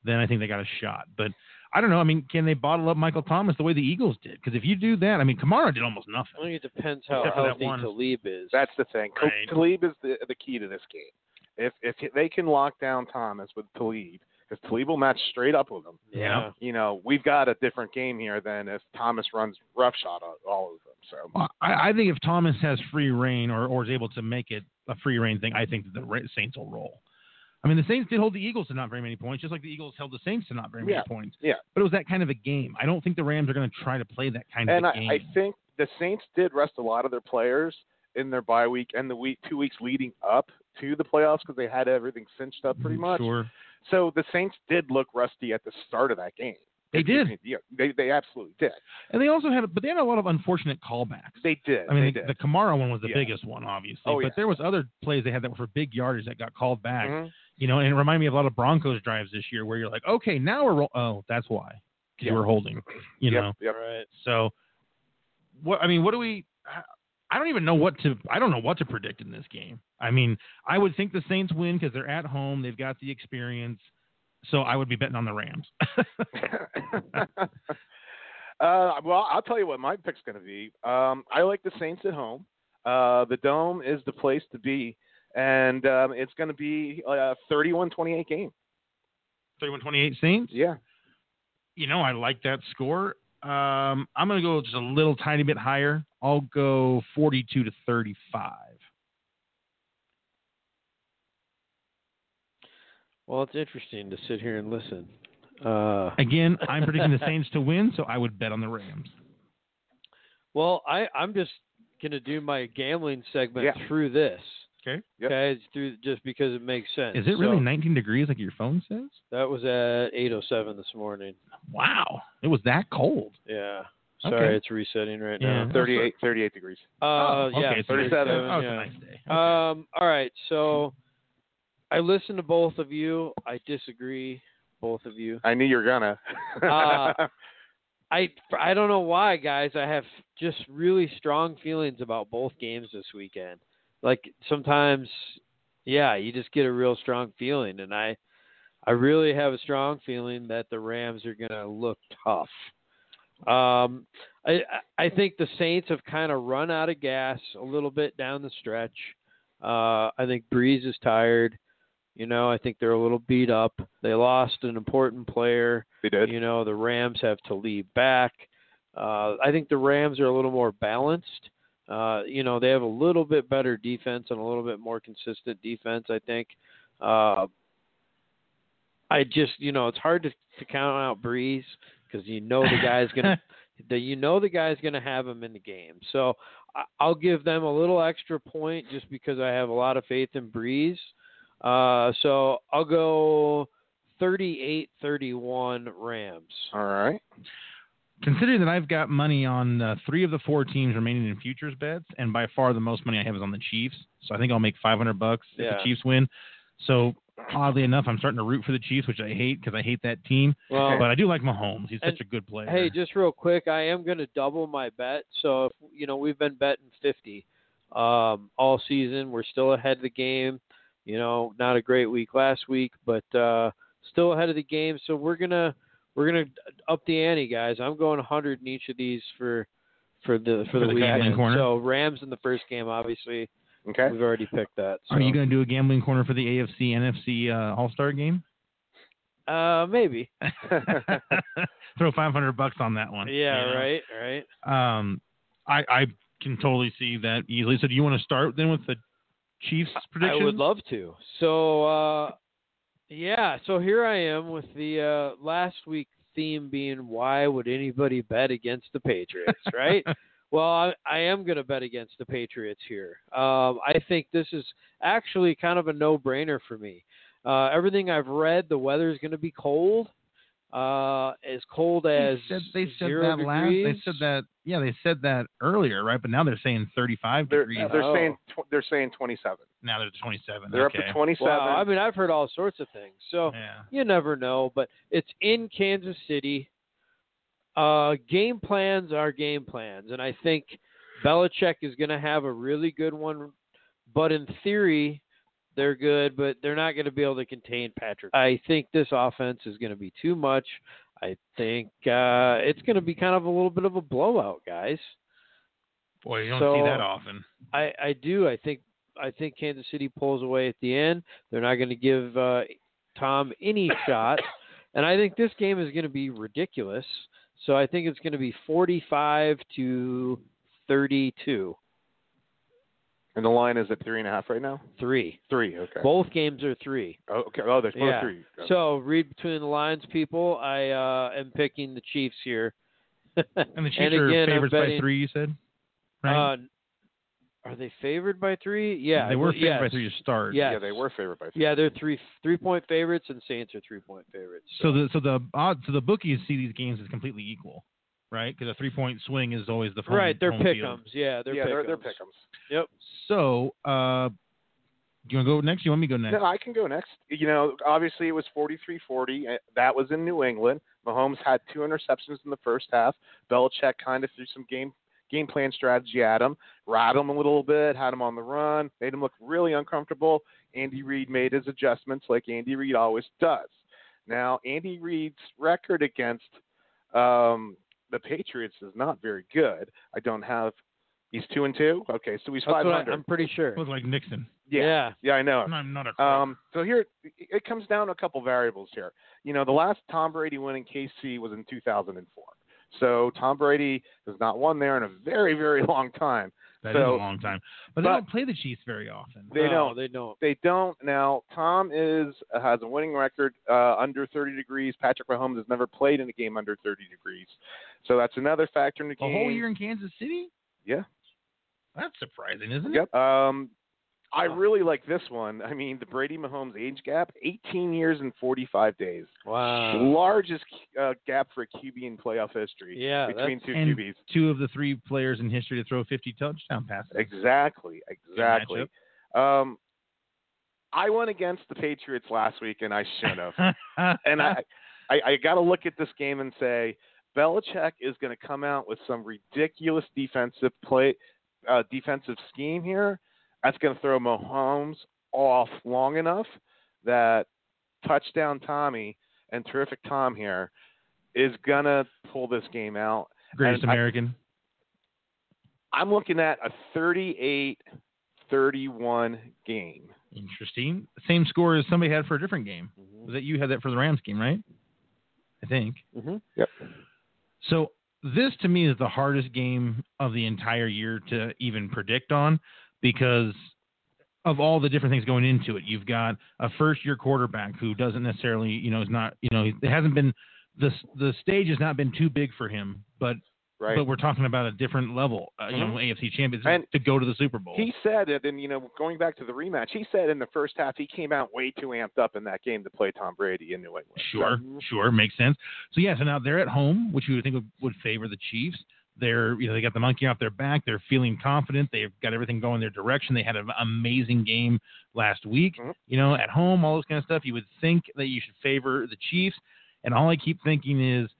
Speaker 7: then I think they got a shot. But I don't know. I mean, can they bottle up Michael Thomas the way the Eagles did? Because if you do that, I mean, Kamara did almost
Speaker 9: I
Speaker 7: nothing.
Speaker 9: think it depends how
Speaker 7: Except for that
Speaker 9: healthy
Speaker 7: one.
Speaker 9: Talib is.
Speaker 8: That's the thing. Ka-
Speaker 7: Right.
Speaker 8: Talib is the, the key to this game. If if they can lock down Thomas with Talib, because Talib will match straight up with him,
Speaker 9: yeah.
Speaker 8: you know, we've got a different game here than if Thomas runs roughshod on all of them. So
Speaker 7: Well, I, I think if Thomas has free reign or, or is able to make it a free reign thing, I think that the Ra- Saints will roll. I mean, the Saints did hold the Eagles to not very many points, just like the Eagles held the Saints to not very many
Speaker 8: Yeah,
Speaker 7: points.
Speaker 8: yeah.
Speaker 7: But it was that kind of a game. I don't think the Rams are going to try to play that kind
Speaker 8: and I,
Speaker 7: of a game.
Speaker 8: I think the Saints did rest a lot of their players in their bye week and the week two weeks leading up to the playoffs because they had everything cinched up pretty
Speaker 7: Mhm,
Speaker 8: much.
Speaker 7: Sure.
Speaker 8: So the Saints did look rusty at the start of that game.
Speaker 7: They did.
Speaker 8: Yeah, they they absolutely did.
Speaker 7: And they also had, but they had a lot of unfortunate callbacks.
Speaker 8: They did.
Speaker 7: I mean,
Speaker 8: they
Speaker 7: the,
Speaker 8: did.
Speaker 7: the Kamara one was the
Speaker 8: Yeah.
Speaker 7: biggest one, obviously.
Speaker 8: Oh,
Speaker 7: but
Speaker 8: yeah.
Speaker 7: there was other plays they had that were for big yardage that got called back.
Speaker 8: Mhm.
Speaker 7: You know, and it reminded me of a lot of Broncos drives this year where you're like, okay, now we're roll- oh, that's why 'Cause you
Speaker 8: Yeah.
Speaker 7: were holding. You
Speaker 8: Yep,
Speaker 7: know,
Speaker 8: yep.
Speaker 9: Right.
Speaker 7: so what? I mean, what do we? I- I don't even know what to. I don't know what to predict in this game. I mean, I would think the Saints win because they're at home, they've got the experience. So I would be betting on
Speaker 8: <laughs>
Speaker 7: the Rams.
Speaker 8: uh, well, I'll tell you what my pick's going to be. Um, I like the Saints at home. Uh, the Dome is the place to be, and um, it's going to be a 31-28 game.
Speaker 7: Thirty-one twenty-eight Saints.
Speaker 8: Yeah.
Speaker 7: you know, I like that score. Um, I'm going to go just a little tiny bit higher. I'll go 42 to 35.
Speaker 9: Well, it's interesting to sit here and listen. Uh,
Speaker 7: Again, I'm predicting the Saints to win, so I would bet on the Rams.
Speaker 9: well, I, I'm just going to do my gambling segment
Speaker 8: Yeah.
Speaker 9: through this.
Speaker 7: Okay.
Speaker 8: Yep.
Speaker 9: Okay. It's through just because it makes sense.
Speaker 7: Is it really
Speaker 9: So,
Speaker 7: 19 degrees like your phone says?
Speaker 9: That was at 8:07 this morning.
Speaker 7: Wow, it was that cold.
Speaker 9: Yeah.
Speaker 7: Okay.
Speaker 9: Sorry, it's resetting right
Speaker 7: Yeah.
Speaker 9: now.
Speaker 8: 38, 38 degrees.
Speaker 9: Uh,
Speaker 7: Oh, okay,
Speaker 9: yeah,
Speaker 7: so it's-
Speaker 8: 37,
Speaker 7: Oh, it's
Speaker 9: yeah.
Speaker 7: a nice day.
Speaker 9: Um, all right, so I listen to both of you. I disagree, both of you.
Speaker 8: I knew you were gonna.
Speaker 9: Uh, I I don't know why, guys. I have just really strong feelings about both games this weekend. Like sometimes, yeah, you just get a real strong feeling, and I I really have a strong feeling that the Rams are going to look tough. Um, I I think the Saints have kind of run out of gas a little bit down the stretch. Uh, I think Breeze is tired. You know, I think they're a little beat up. They lost an important player.
Speaker 8: <laughs> they did.
Speaker 9: You know, the Rams have to lead back. Uh, I think the Rams are a little more balanced. Uh, you know, they have a little bit better defense and a little bit more consistent defense, I think. Uh, I just, you know, it's hard to, to count out Breeze because you know the guy's going to that you know the guy's going to have him in the game. So I- I'll give them a little extra point just because I have a lot of faith in Breeze. Uh, so I'll go 38-31 Rams.
Speaker 8: All right.
Speaker 7: Considering that I've got money on uh, three of the four teams remaining in futures bets, and by far the most money I have is on the Chiefs, so I think I'll make 500 bucks if
Speaker 9: Yeah.
Speaker 7: the Chiefs win. So oddly enough, I'm starting to root for the Chiefs, which I hate because I hate that team.
Speaker 9: Well,
Speaker 7: But I do like Mahomes; he's such a good player.
Speaker 9: Oh. hey, just real quick, I am going to double my bet. So if you know we've been betting 50 um, all season, we're still ahead of the game. You know, not a great week last week, but uh, still ahead of the game. So we're gonna we're gonna up the ante, guys. I'm going 100 in each of these for for the for,
Speaker 7: For
Speaker 9: the,
Speaker 7: the gambling
Speaker 9: weekend.
Speaker 7: corner?
Speaker 9: So Rams in the first game, obviously,
Speaker 8: Okay.
Speaker 9: we've already picked that. So.
Speaker 7: are you going to do a gambling corner for the AFC NFC uh, All
Speaker 9: <laughs>
Speaker 7: Star game? <laughs>
Speaker 9: Uh, maybe.
Speaker 7: Throw 500 bucks on that one.
Speaker 9: Yeah.
Speaker 7: you know?
Speaker 9: Right. Right.
Speaker 7: Um, I, I can totally see that easily. So, do you want to start then with the Chiefs prediction?
Speaker 9: I would love to. So, uh, yeah, so here I am with the uh, last week theme being why would anybody bet against the Patriots,
Speaker 7: <laughs>
Speaker 9: right? well, I, I am going to bet against the Patriots here. Um, I think this is actually kind of a no brainer for me. Uh, everything I've read, the weather's going to be cold. Uh, as cold as
Speaker 7: They said, they said
Speaker 9: zero
Speaker 7: that last.
Speaker 9: degrees.
Speaker 7: They said that. Yeah, they said that earlier, right? But now they're saying 35
Speaker 8: They're,
Speaker 7: degrees.
Speaker 8: they're
Speaker 9: Oh.
Speaker 8: saying tw- they're saying 27.
Speaker 7: now they're 27.
Speaker 8: They're
Speaker 7: okay.
Speaker 8: up to 27.
Speaker 9: Wow, I mean, I've heard all sorts of things. So,
Speaker 7: Yeah.
Speaker 9: you never know, but it's in Kansas City. Uh, game plans are game plans, and I think Belichick is going to have a really good one. But in theory, they're good, but they're not going to be able to contain Patrick. I think this offense is going to be too much. I think uh, it's going to be kind of a little bit of a blowout, guys.
Speaker 7: Boy, you don't
Speaker 9: so-
Speaker 7: see that often.
Speaker 9: I, I do. I think I think Kansas City pulls away at the end. They're not going to give uh, Tom any shot, and I think this game is going to be ridiculous. So I think it's going to be 45 to 32,
Speaker 8: and the line is at three and a half right now.
Speaker 9: three.
Speaker 8: Three. Okay.
Speaker 9: Both games are three.
Speaker 8: oh, okay. Oh, there's both
Speaker 9: yeah.
Speaker 8: three. Okay.
Speaker 9: So read between the lines, people. I uh, am picking the Chiefs here. <laughs>
Speaker 7: And the Chiefs
Speaker 9: And
Speaker 7: are
Speaker 9: again, I'm
Speaker 7: favorites by
Speaker 9: betting-
Speaker 7: three. You said. Right?
Speaker 9: Uh, are they favored by three? Yeah,
Speaker 7: they were favored
Speaker 9: yes.
Speaker 7: by three to start.
Speaker 9: Yes.
Speaker 8: yeah, they were favored by three.
Speaker 9: Yeah, they're three three point favorites, and Saints are three point favorites.
Speaker 7: So the so the odds so the bookies see these games as completely equal, right? Because a three point swing is always the home,
Speaker 9: right, they're
Speaker 7: home field.
Speaker 9: pickums. Yeah, they're
Speaker 8: yeah, they're, they're
Speaker 9: pick'ems.
Speaker 8: pick'ems.
Speaker 7: So, uh, you want to go next? You want me to go next?
Speaker 8: No, I can go next. You know, obviously it was 43-40. Uh, That was in New England. Mahomes had two interceptions in the first half. Belichick kind of threw some game game plan strategy at him, rattled him a little bit, had him on the run, made him look really uncomfortable. Andy Reid made his adjustments like Andy Reid always does. Now, Andy Reid's record against um, the Patriots is not very good. I don't have. He's two and two. Okay, so he's
Speaker 9: That's what
Speaker 8: five
Speaker 9: I,
Speaker 8: hundred.
Speaker 9: I'm pretty sure.
Speaker 7: It was like Nixon.
Speaker 9: Yeah.
Speaker 8: yeah, I know.
Speaker 7: I'm not a crook.
Speaker 8: Um, so here, it comes down to a couple variables here. You know, the last Tom Brady win in KC was in 2004. So Tom Brady has not won there in a very, very <laughs> long time.
Speaker 7: That is
Speaker 8: So-
Speaker 7: a long time. But, they
Speaker 8: but-
Speaker 7: don't play the Chiefs very often.
Speaker 8: They
Speaker 9: no,
Speaker 8: don't.
Speaker 9: They don't.
Speaker 8: They don't now. Tom is has a winning record uh, under 30 degrees. Patrick Mahomes has never played in a game under 30 degrees, so that's another factor in the
Speaker 7: a
Speaker 8: game.
Speaker 7: whole year in Kansas City?
Speaker 8: Yeah.
Speaker 7: That's surprising, isn't it? Oh.
Speaker 8: Yep. Um, I really like this one. I mean, the Brady Mahomes age gap, 18 years and 45 days.
Speaker 9: Wow.
Speaker 8: Largest uh, gap for a QB in playoff history
Speaker 9: Yeah.
Speaker 8: between two
Speaker 7: And-
Speaker 8: QBs.
Speaker 7: Two of the three players in history to throw 50 touchdown passes.
Speaker 8: Exactly. Exactly. Um, I went against the Patriots last week, and I should have. and I, I, I got to look at this game and say Belichick is going to come out with some ridiculous defensive play, uh, defensive scheme here. That's going to throw Mahomes off long enough that touchdown Tommy and terrific Tom here is going to pull this game out.
Speaker 7: Greatest
Speaker 8: and I-
Speaker 7: American.
Speaker 8: I'm looking at a 38 31 game.
Speaker 7: Interesting. Same score as somebody had for a different game. Was that you had that for the Rams game, right? I think.
Speaker 9: Mm-hmm.
Speaker 7: So this to me is the hardest game of the entire year to even predict on because of all the different things going into it. You've got a first year quarterback who doesn't necessarily, you know, is not, you know, it hasn't been the the stage has not been too big for him, but
Speaker 8: Right. Mm-hmm.
Speaker 7: but we're talking about a different level, uh, you know, AFC champions
Speaker 8: And
Speaker 7: to go to the Super Bowl.
Speaker 8: He said it, and you know, going back to the rematch, he said in the first half he came out way too amped up in that game to play Tom Brady in New England. So,
Speaker 7: Sure, sure, makes sense. So yeah, so now they're at home, which you would think would, would favor the Chiefs. They're you know they got the monkey off their back. They're feeling confident. They've got everything going their direction. They had an amazing game last week.
Speaker 8: Mhm.
Speaker 7: You know, at home, all this kind of stuff. You would think that you should favor the Chiefs. And all I keep thinking is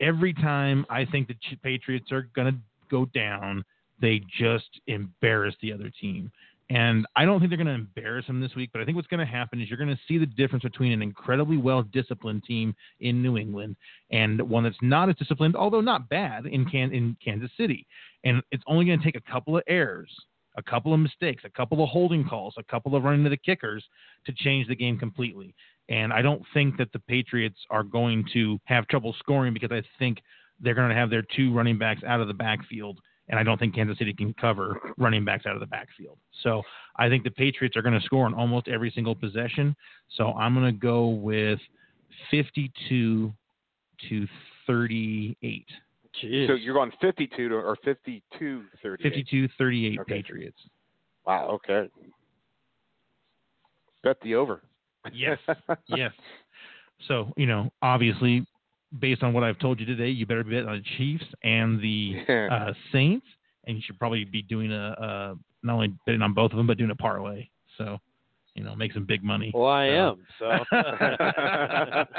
Speaker 7: every time I think the Ch- Patriots are gonna go down, they just embarrass the other team. And I don't think they're going to embarrass them this week, but I think what's going to happen is you're going to see the difference between an incredibly well disciplined team in New England and one that's not as disciplined, although not bad, in, Can- in Kansas City. And it's only going to take a couple of errors, a couple of mistakes, a couple of holding calls, a couple of running to the kickers to change the game completely. And I don't think that the Patriots are going to have trouble scoring because I think they're going to have their two running backs out of the backfield. And I don't think Kansas City can cover running backs out of the backfield. So I think the Patriots are going to score on almost every single possession. So I'm going to go with 52 to 38.
Speaker 8: so you're going 52 to, or 52 30.
Speaker 7: 52 38
Speaker 8: Okay.
Speaker 7: Patriots.
Speaker 8: Wow. Okay. Bet the over. <laughs>
Speaker 7: Yes. <laughs> yes. So, you know, obviously, based on what I've told you today, you better bet on the Chiefs and the
Speaker 8: <laughs>
Speaker 7: uh, Saints, and you should probably be doing a, a not only betting on both of them, but doing a parlay. So, you know, make some
Speaker 8: <laughs>
Speaker 7: big money.
Speaker 9: Well, I
Speaker 7: So-
Speaker 9: am. So.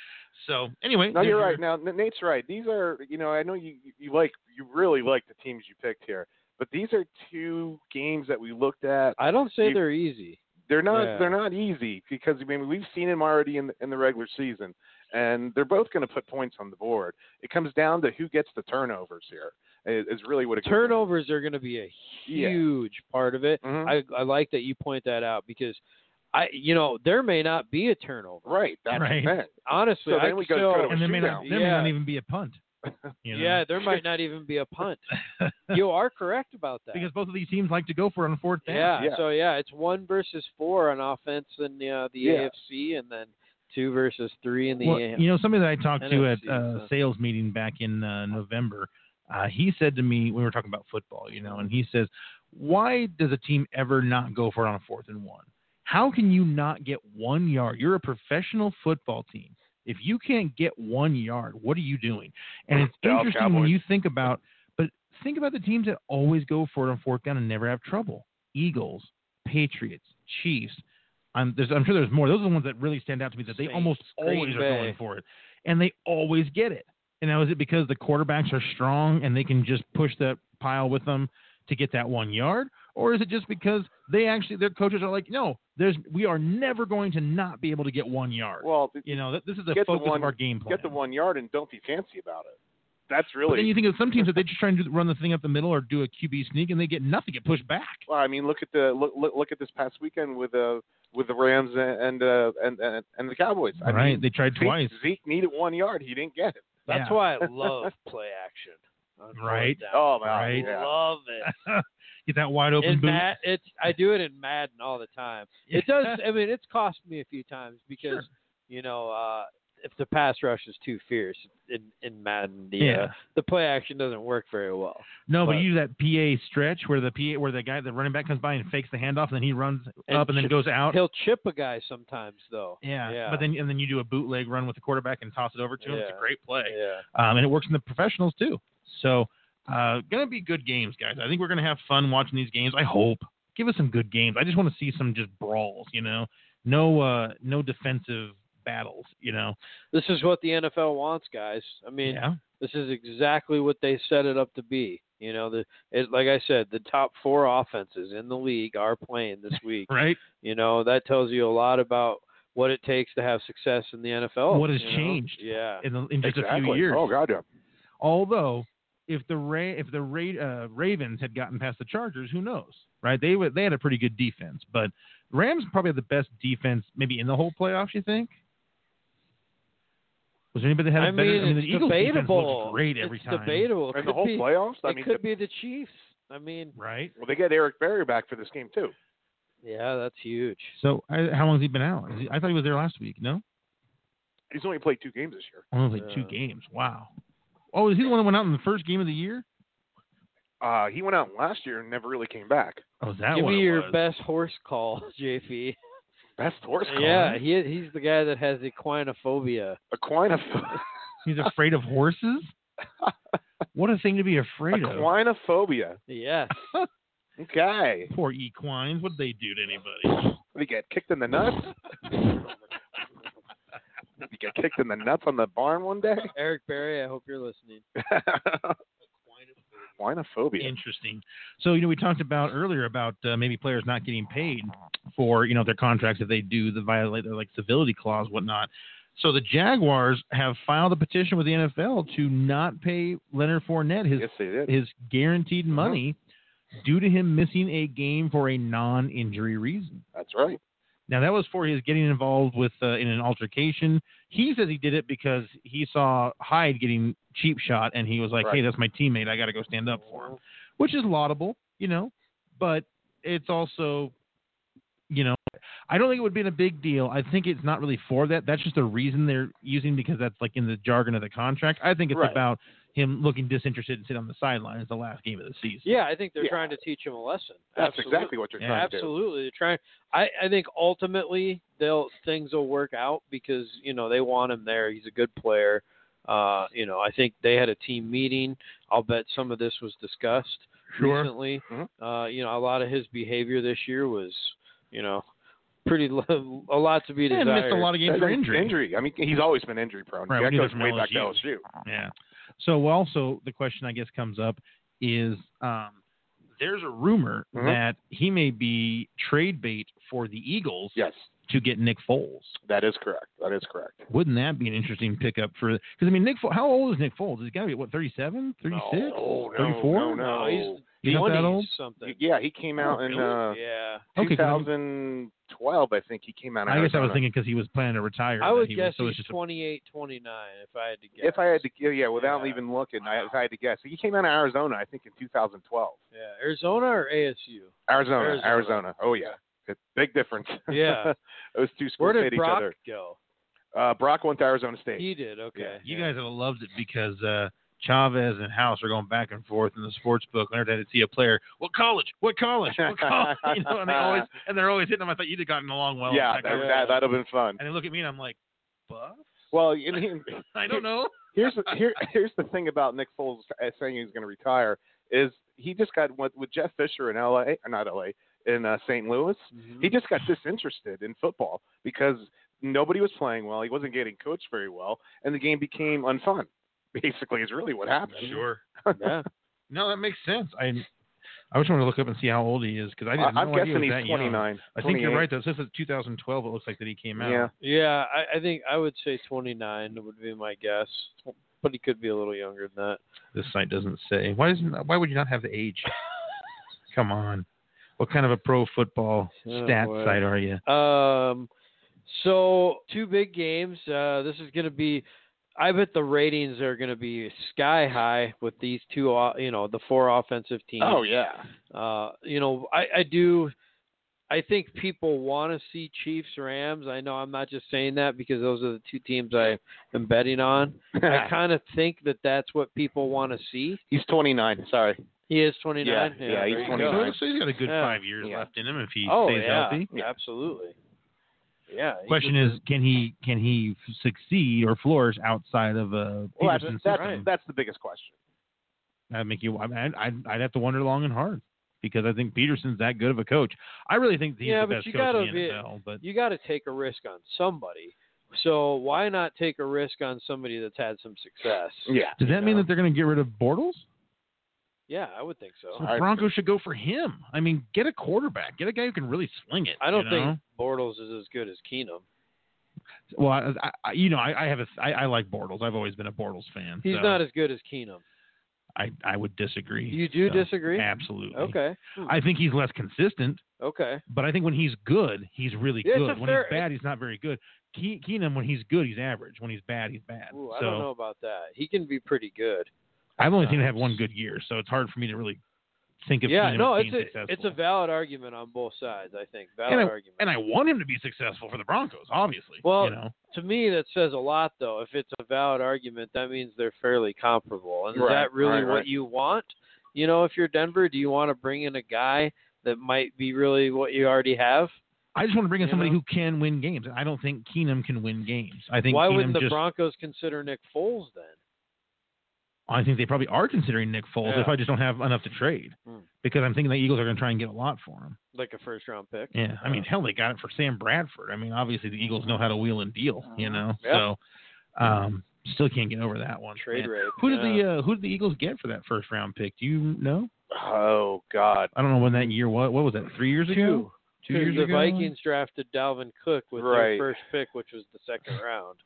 Speaker 9: <laughs>
Speaker 7: so, anyway,
Speaker 8: no,
Speaker 7: there's
Speaker 8: you're
Speaker 7: your-
Speaker 8: right. Now N- Nate's right. These are, you know, I know you you like you really like the teams you picked here, but these are two games that we looked at
Speaker 9: I don't say
Speaker 8: You-
Speaker 9: they're easy.
Speaker 8: they're not
Speaker 9: Yeah.
Speaker 8: they're not easy because I mean we've seen them already in the, in the regular season, and they're both going to put points on the board. It comes down to who gets the turnovers here. Is, is really what it comes down to.
Speaker 9: Turnovers are going to be a
Speaker 8: Yeah.
Speaker 9: huge part of it.
Speaker 8: Mhm.
Speaker 9: I, I like that you point that out because I, you know, there may not be a turnover.
Speaker 8: Right, that's
Speaker 7: Right.
Speaker 8: the thing.
Speaker 9: Honestly,
Speaker 8: So
Speaker 9: I
Speaker 8: then we
Speaker 9: could
Speaker 8: go to
Speaker 9: still,
Speaker 8: turnovers.
Speaker 7: And there may not,
Speaker 8: Shootout.
Speaker 7: there may not
Speaker 9: Yeah.
Speaker 7: even be a punt. <laughs> you know?
Speaker 9: Oh, yeah, there might not even be a
Speaker 7: <laughs>
Speaker 9: punt. you are correct about that.
Speaker 7: Because both of these teams like to go for it on fourth down.
Speaker 9: yeah,
Speaker 8: Yeah.
Speaker 9: so yeah, it's one versus four on offense in uh, the
Speaker 8: Yeah.
Speaker 9: AFC, and then two versus three in the
Speaker 7: Well,
Speaker 9: AFC.
Speaker 7: you know, somebody that I talked to at
Speaker 9: NFC,
Speaker 7: a
Speaker 9: so.
Speaker 7: sales meeting back in uh, November, uh, he said to me, we were talking about football, you know, and he says, why does a team ever not go for it on a fourth and one? How can you not get one yard? You're a professional football team. If you can't get one yard, what are you doing? And it's
Speaker 8: Dallas
Speaker 7: interesting when
Speaker 8: Cowboys.
Speaker 7: you think about, but think about the teams that always go for it on fourth down and never have trouble. Eagles, Patriots, Chiefs. I'm, there's, I'm sure there's more. Those are the ones that really stand out to me that they
Speaker 9: Saints,
Speaker 7: almost
Speaker 9: Green
Speaker 7: always are
Speaker 9: Bay.
Speaker 7: going for it, and they always get it. And now is it because the quarterbacks are strong and they can just push that pile with them to get that one yard, or is it just because they actually their coaches are like, no, there's we are never going to not be able to get one yard.
Speaker 8: Well,
Speaker 7: you know, th- this is the
Speaker 8: get the
Speaker 7: focus
Speaker 8: one-
Speaker 7: of our game plan.
Speaker 8: get the one yard and don't be fancy about it. That's
Speaker 7: But then
Speaker 8: really.
Speaker 7: you think of some teams that
Speaker 8: <laughs>
Speaker 7: they just try and do, run the thing up the middle or do a QB sneak and they get nothing, get pushed back.
Speaker 8: well, I mean, look at the look look, look at this past weekend with uh with the Rams and and uh, and, and and the Cowboys. I
Speaker 7: right?
Speaker 8: mean,
Speaker 7: they tried
Speaker 8: Zeke-
Speaker 7: twice.
Speaker 8: Zeke needed one yard. He didn't get it.
Speaker 9: That's <laughs>
Speaker 7: Yeah.
Speaker 9: why I love play action. on fourth
Speaker 7: Right.
Speaker 9: down.
Speaker 8: Oh, man.
Speaker 7: Right.
Speaker 8: Yeah.
Speaker 9: Love it.
Speaker 7: Get that wide open
Speaker 9: In
Speaker 7: boot.
Speaker 9: Mad, it's I do it in Madden all the time. It does.
Speaker 7: <laughs>
Speaker 9: I mean, it's cost me a few times because
Speaker 7: Sure.
Speaker 9: you know uh, if the pass rush is too fierce in in Madden, the uh,
Speaker 7: Yeah.
Speaker 9: the play action doesn't work very well.
Speaker 7: No, but,
Speaker 9: But-
Speaker 7: you do that PA stretch where the PA where the guy the running back comes by and fakes the handoff and then he runs
Speaker 9: And
Speaker 7: up and then
Speaker 9: chip-
Speaker 7: goes out.
Speaker 9: He'll chip a guy sometimes though.
Speaker 7: Yeah.
Speaker 9: yeah.
Speaker 7: But then and then you do a bootleg run with the quarterback and toss it over to him. It's
Speaker 9: Yeah.
Speaker 7: a great play.
Speaker 9: yeah.
Speaker 7: Um, and it works in the professionals too. So uh, gonna be good games, guys. I think we're gonna have fun watching these games. I hope. Give us some good games. I just want to see some just brawls, you know. No uh no defensive battles, you know.
Speaker 9: This is what the NFL wants, guys. I mean,
Speaker 7: yeah.
Speaker 9: this is exactly what they set it up to be. You know, the it, like I said, the top four offenses in the league are playing this
Speaker 7: <laughs>
Speaker 9: week.
Speaker 7: Right?
Speaker 9: You know, that tells you a lot about what it takes to have success in the NFL.
Speaker 7: What has
Speaker 9: you know?
Speaker 7: changed.
Speaker 9: Yeah.
Speaker 7: In, the, in just
Speaker 8: exactly.
Speaker 7: a few years.
Speaker 8: Oh, goddamn.
Speaker 7: Although, if the Ra- if the Ra- uh, Ravens had gotten past the Chargers, who knows, right? They were, they had a pretty good defense, but Rams probably had the best defense maybe in the whole playoffs. You think? Was there anybody that had a
Speaker 9: I mean,
Speaker 7: better? I mean,
Speaker 9: it's
Speaker 7: the Eagles defense
Speaker 9: debatable.
Speaker 7: looked great every
Speaker 9: it's
Speaker 7: time,
Speaker 9: debatable. It
Speaker 8: And the
Speaker 9: could
Speaker 8: whole
Speaker 9: be,
Speaker 8: playoffs? I
Speaker 9: it
Speaker 8: mean,
Speaker 9: could be the Chiefs. I mean,
Speaker 7: right?
Speaker 8: well, they get Eric Berry back for this game, too.
Speaker 9: yeah, that's huge.
Speaker 7: So, I, how long has he been out? Is he- I thought he was there last week. No,
Speaker 8: He's only played two games this year.
Speaker 7: only like two
Speaker 9: Yeah.
Speaker 7: games. Wow. Oh, is he the one that went out in the first game of the year?
Speaker 8: Uh, he went out last year and never really came back.
Speaker 7: Oh, is that
Speaker 9: Give
Speaker 7: what
Speaker 9: me
Speaker 7: it
Speaker 9: your
Speaker 7: was?
Speaker 9: best horse call, <laughs> JP.
Speaker 8: Best horse call.
Speaker 9: Yeah, he he's the guy that has equinophobia.
Speaker 7: <laughs>
Speaker 8: Aquinoph-
Speaker 7: He's afraid of
Speaker 9: <laughs>
Speaker 7: horses. what a thing to be afraid of.
Speaker 8: Aquinophobia.
Speaker 9: Yes.
Speaker 8: Okay.
Speaker 7: Poor equines. What did they do to
Speaker 9: <laughs>
Speaker 7: anybody?
Speaker 8: They get kicked in the
Speaker 7: <laughs>
Speaker 8: nuts. you get kicked in the nuts on the barn one
Speaker 7: <laughs>
Speaker 8: day.
Speaker 9: Eric Berry, I hope you're listening.
Speaker 8: Aquinophobia.
Speaker 7: Interesting. So you know, we talked about earlier about uh, maybe players not getting paid for you know their contracts if they do the violate their like civility clause whatnot. So the Jaguars have filed a petition with the NFL to not pay Leonard Fournette his
Speaker 8: Yes, they did.
Speaker 7: his guaranteed
Speaker 9: Uh-huh.
Speaker 7: money due to him missing a game for a non-injury reason.
Speaker 8: That's right.
Speaker 7: Now that was for his getting involved with uh, in an altercation. He says he did it because he saw Hyde getting cheap shot, and he was like,
Speaker 8: Right.
Speaker 7: "Hey, that's my teammate. I got to go stand up for
Speaker 9: Mm-hmm.
Speaker 7: him," which is laudable, you know. But it's also, you know, I don't think it would be a big deal. I think it's not really for that. That's just a reason they're using because that's like in the jargon of the contract. I think it's
Speaker 9: Right.
Speaker 7: about him looking disinterested and sitting on the sidelines the last game of the season.
Speaker 9: Yeah, I think they're
Speaker 8: Yeah.
Speaker 9: trying to teach him a lesson.
Speaker 8: That's
Speaker 9: Absolutely.
Speaker 8: exactly what you're
Speaker 7: Yeah.
Speaker 8: trying to do.
Speaker 9: Absolutely. They're trying I, I think ultimately they'll things will work out because, you know, they want him there. He's a good player. Uh, you know, I think they had a team meeting. I'll bet some of this was discussed
Speaker 7: Sure. Mm-hmm.
Speaker 9: recently.
Speaker 8: Mhm.
Speaker 9: Uh, you know, a lot of his behavior this year was, you know, pretty lo- a lot to be
Speaker 7: and
Speaker 9: desired.
Speaker 7: missed a lot of games
Speaker 8: That's
Speaker 7: for
Speaker 8: an
Speaker 7: injury.
Speaker 8: I mean, he's always been injury prone.
Speaker 7: Right,
Speaker 8: that
Speaker 7: we knew
Speaker 8: goes
Speaker 7: that from
Speaker 8: way back to
Speaker 7: LSU.
Speaker 8: LSU.
Speaker 7: Yeah. So also the question I guess comes up is um, there's a rumor
Speaker 9: Mm-hmm.
Speaker 8: Mhm.
Speaker 7: that he may be trade bait for the Eagles
Speaker 8: Yes,
Speaker 7: to get Nick Foles.
Speaker 8: that is correct. That is correct.
Speaker 7: Wouldn't that be an interesting pickup for? Because I mean, Nick, Foles, how old is Nick Foles? He's got to be what 37, 36,
Speaker 8: Oh, No, no,
Speaker 7: 34?
Speaker 8: no, no.
Speaker 9: No, he's
Speaker 7: He's not that
Speaker 9: 20s
Speaker 7: old?
Speaker 9: something.
Speaker 8: Yeah, he came out in uh,
Speaker 9: yeah.
Speaker 7: Okay, 'cause I was-
Speaker 8: 2012, I think he came out. in
Speaker 7: I guess I was
Speaker 8: Arizona.
Speaker 7: thinking because he was planning to retire.
Speaker 9: I
Speaker 7: that
Speaker 9: would
Speaker 7: he was-
Speaker 9: guess
Speaker 7: so
Speaker 9: he's
Speaker 7: it's just a-
Speaker 9: twenty eight, twenty nine. if I had to guess.
Speaker 8: If I had to, yeah, yeah without
Speaker 9: Yeah.
Speaker 8: even looking, I, if I had to guess, he came out of Arizona, I think, in 2012.
Speaker 9: Yeah, Arizona or ASU?
Speaker 8: Arizona,
Speaker 9: Arizona.
Speaker 8: Arizona. Oh yeah, It- big difference.
Speaker 9: Yeah.
Speaker 8: <laughs> those two schools
Speaker 9: Where
Speaker 8: hit
Speaker 9: did Brock
Speaker 8: each
Speaker 9: go?
Speaker 8: other. Uh, Brock went to Arizona State.
Speaker 9: He did. Okay.
Speaker 8: Yeah.
Speaker 7: You guys would have loved it because uh, Chavez and House are going back and forth in the sports book. Whenever they see a player, what college? What college?
Speaker 8: <laughs>
Speaker 7: What college? <laughs> you know, and they always and they're always hitting them. I thought you'd have gotten along well.
Speaker 8: yeah,
Speaker 7: with
Speaker 8: that,
Speaker 7: that guy.
Speaker 8: that that'd have been fun.
Speaker 7: And they look at me and I'm like, Buff?
Speaker 8: Well, and he,
Speaker 7: I don't know.
Speaker 8: here's the- here here's the thing about Nick Foles uh, saying he's going to retire is he just got with, with Jeff Fisher in L.A. or not L.A. in uh, St. Louis.
Speaker 9: Mm-hmm.
Speaker 8: <laughs> He just got disinterested in football because nobody was playing well. He wasn't getting coached very well, and the game became unfun. <laughs> Basically, is really what happened.
Speaker 7: Sure.
Speaker 9: yeah.
Speaker 7: No, that makes sense. I I just want to look up and see how old he is because I
Speaker 8: I,
Speaker 7: didn't
Speaker 8: I'm
Speaker 7: know he
Speaker 8: guessing
Speaker 7: was
Speaker 8: he's
Speaker 7: that young.
Speaker 8: 29.
Speaker 7: I think you're
Speaker 8: 28.
Speaker 7: right though. Since it's 2012, it looks like that he came out.
Speaker 8: Yeah.
Speaker 9: Yeah, I, I think I would say 29 would be my guess, but he could be a little younger than that.
Speaker 7: This site doesn't say. Why doesn't? Why would you not have the age?
Speaker 8: <laughs>
Speaker 7: Come on. What kind of a pro football
Speaker 9: Oh,
Speaker 7: stat
Speaker 9: boy.
Speaker 7: site are you?
Speaker 9: Um, so two big games. Uh, this is going to be I bet the ratings are going to be sky high with these two, o- you know, the four offensive teams.
Speaker 8: Oh yeah.
Speaker 9: Uh, you know, I, I do. I think people want to see Chiefs Rams. I know I'm not just saying that because those are the two teams I am betting on.
Speaker 8: <laughs>
Speaker 9: I kind of think that that's what people want to see.
Speaker 8: he's 29. Sorry.
Speaker 9: He is 29.
Speaker 8: Yeah, yeah, he's
Speaker 9: there you go.
Speaker 8: 29.
Speaker 7: So he's got a good
Speaker 9: Yeah.
Speaker 7: five years
Speaker 8: Yeah.
Speaker 7: left in him if he
Speaker 9: Oh
Speaker 7: stays
Speaker 9: yeah,
Speaker 7: healthy.
Speaker 9: absolutely. Yeah. he
Speaker 7: Question
Speaker 9: could-
Speaker 7: is, can he can he f- succeed or flourish outside of a
Speaker 8: Well, that's,
Speaker 7: Peterson
Speaker 8: that's,
Speaker 7: system?
Speaker 8: that's the biggest question.
Speaker 7: That'd make you. I'd, I'd, I'd have to wonder long and hard because I think Peterson's that good of a coach. I really think he's
Speaker 9: Yeah,
Speaker 7: the
Speaker 9: but
Speaker 7: best
Speaker 9: you
Speaker 7: coach in
Speaker 9: gotta
Speaker 7: the
Speaker 9: be-
Speaker 7: NFL. But
Speaker 9: you got to take a risk on somebody. So why not take a risk on somebody that's had some success?
Speaker 8: Yeah.
Speaker 7: does that mean that they're going to get rid of Bortles?
Speaker 9: Yeah, I would think
Speaker 7: So
Speaker 9: so.
Speaker 7: the Broncos should go for him. I mean, get a quarterback, get a guy who can really sling it.
Speaker 9: I don't
Speaker 7: you know?
Speaker 9: think Bortles is as good as Keenum.
Speaker 7: Well, I, I- I, you know, I, I have a, I, I like Bortles. I've always been a Bortles fan.
Speaker 9: He's
Speaker 7: so
Speaker 9: not as good as Keenum.
Speaker 7: <laughs> I, I would disagree.
Speaker 9: You do
Speaker 7: So,
Speaker 9: disagree?
Speaker 7: Absolutely.
Speaker 9: Okay.
Speaker 7: I think he's less consistent,
Speaker 9: Okay.
Speaker 7: but I think when he's good, he's really
Speaker 9: Yeah, it's
Speaker 7: good.
Speaker 9: a
Speaker 7: When
Speaker 9: fair-
Speaker 7: he's bad, he's not very good. Ke- Keenum, when he's good, he's average. When he's bad, he's bad.
Speaker 9: Ooh,
Speaker 7: so
Speaker 9: I don't know about that. He can be pretty good.
Speaker 7: I've only seen him have one good year, so it's hard for me to really think of.
Speaker 9: yeah,
Speaker 7: Keenum
Speaker 9: no,
Speaker 7: as
Speaker 9: it's
Speaker 7: being
Speaker 9: a
Speaker 7: successful.
Speaker 9: it's a valid argument on both sides. I think valid
Speaker 7: I-
Speaker 9: argument.
Speaker 7: and I want him to be successful for the Broncos, obviously.
Speaker 9: Well,
Speaker 7: you know,
Speaker 9: to me, that says a lot, though. If it's a valid argument, that means they're fairly comparable. And is
Speaker 8: Right,
Speaker 9: that really
Speaker 8: right,
Speaker 9: what
Speaker 8: right.
Speaker 9: you want? You know, if you're Denver, do you want to bring in a guy that might be really what you already have?
Speaker 7: I just want to bring in
Speaker 9: you
Speaker 7: somebody
Speaker 9: know?
Speaker 7: who can win games. I don't think Keenum can win games. I think
Speaker 9: Why
Speaker 7: Keenum
Speaker 9: wouldn't the
Speaker 7: just,
Speaker 9: Broncos consider Nick Foles then?
Speaker 7: I think they probably are considering Nick Foles.
Speaker 9: Yeah.
Speaker 7: If I just don't have enough to trade,
Speaker 9: Hmm.
Speaker 7: because I'm thinking the Eagles are going to try and get a lot for him.
Speaker 9: Like a first round pick?
Speaker 7: Yeah, I mean, hell, they got it for Sam Bradford. I mean, obviously the Eagles know how to wheel and deal, you know.
Speaker 9: Mm-hmm. Yeah.
Speaker 7: So, um, still can't get over that one.
Speaker 9: Trade
Speaker 7: man.
Speaker 9: rate.
Speaker 7: Who did
Speaker 9: yeah.
Speaker 7: the uh, Who did the Eagles get for that first round pick? Do you know?
Speaker 8: Oh God.
Speaker 7: I don't know when that year was. What was that? Three years ago. Two, years
Speaker 9: the
Speaker 7: ago.
Speaker 9: Vikings drafted Dalvin Cook with
Speaker 8: Right.
Speaker 9: their first pick, which was the second round.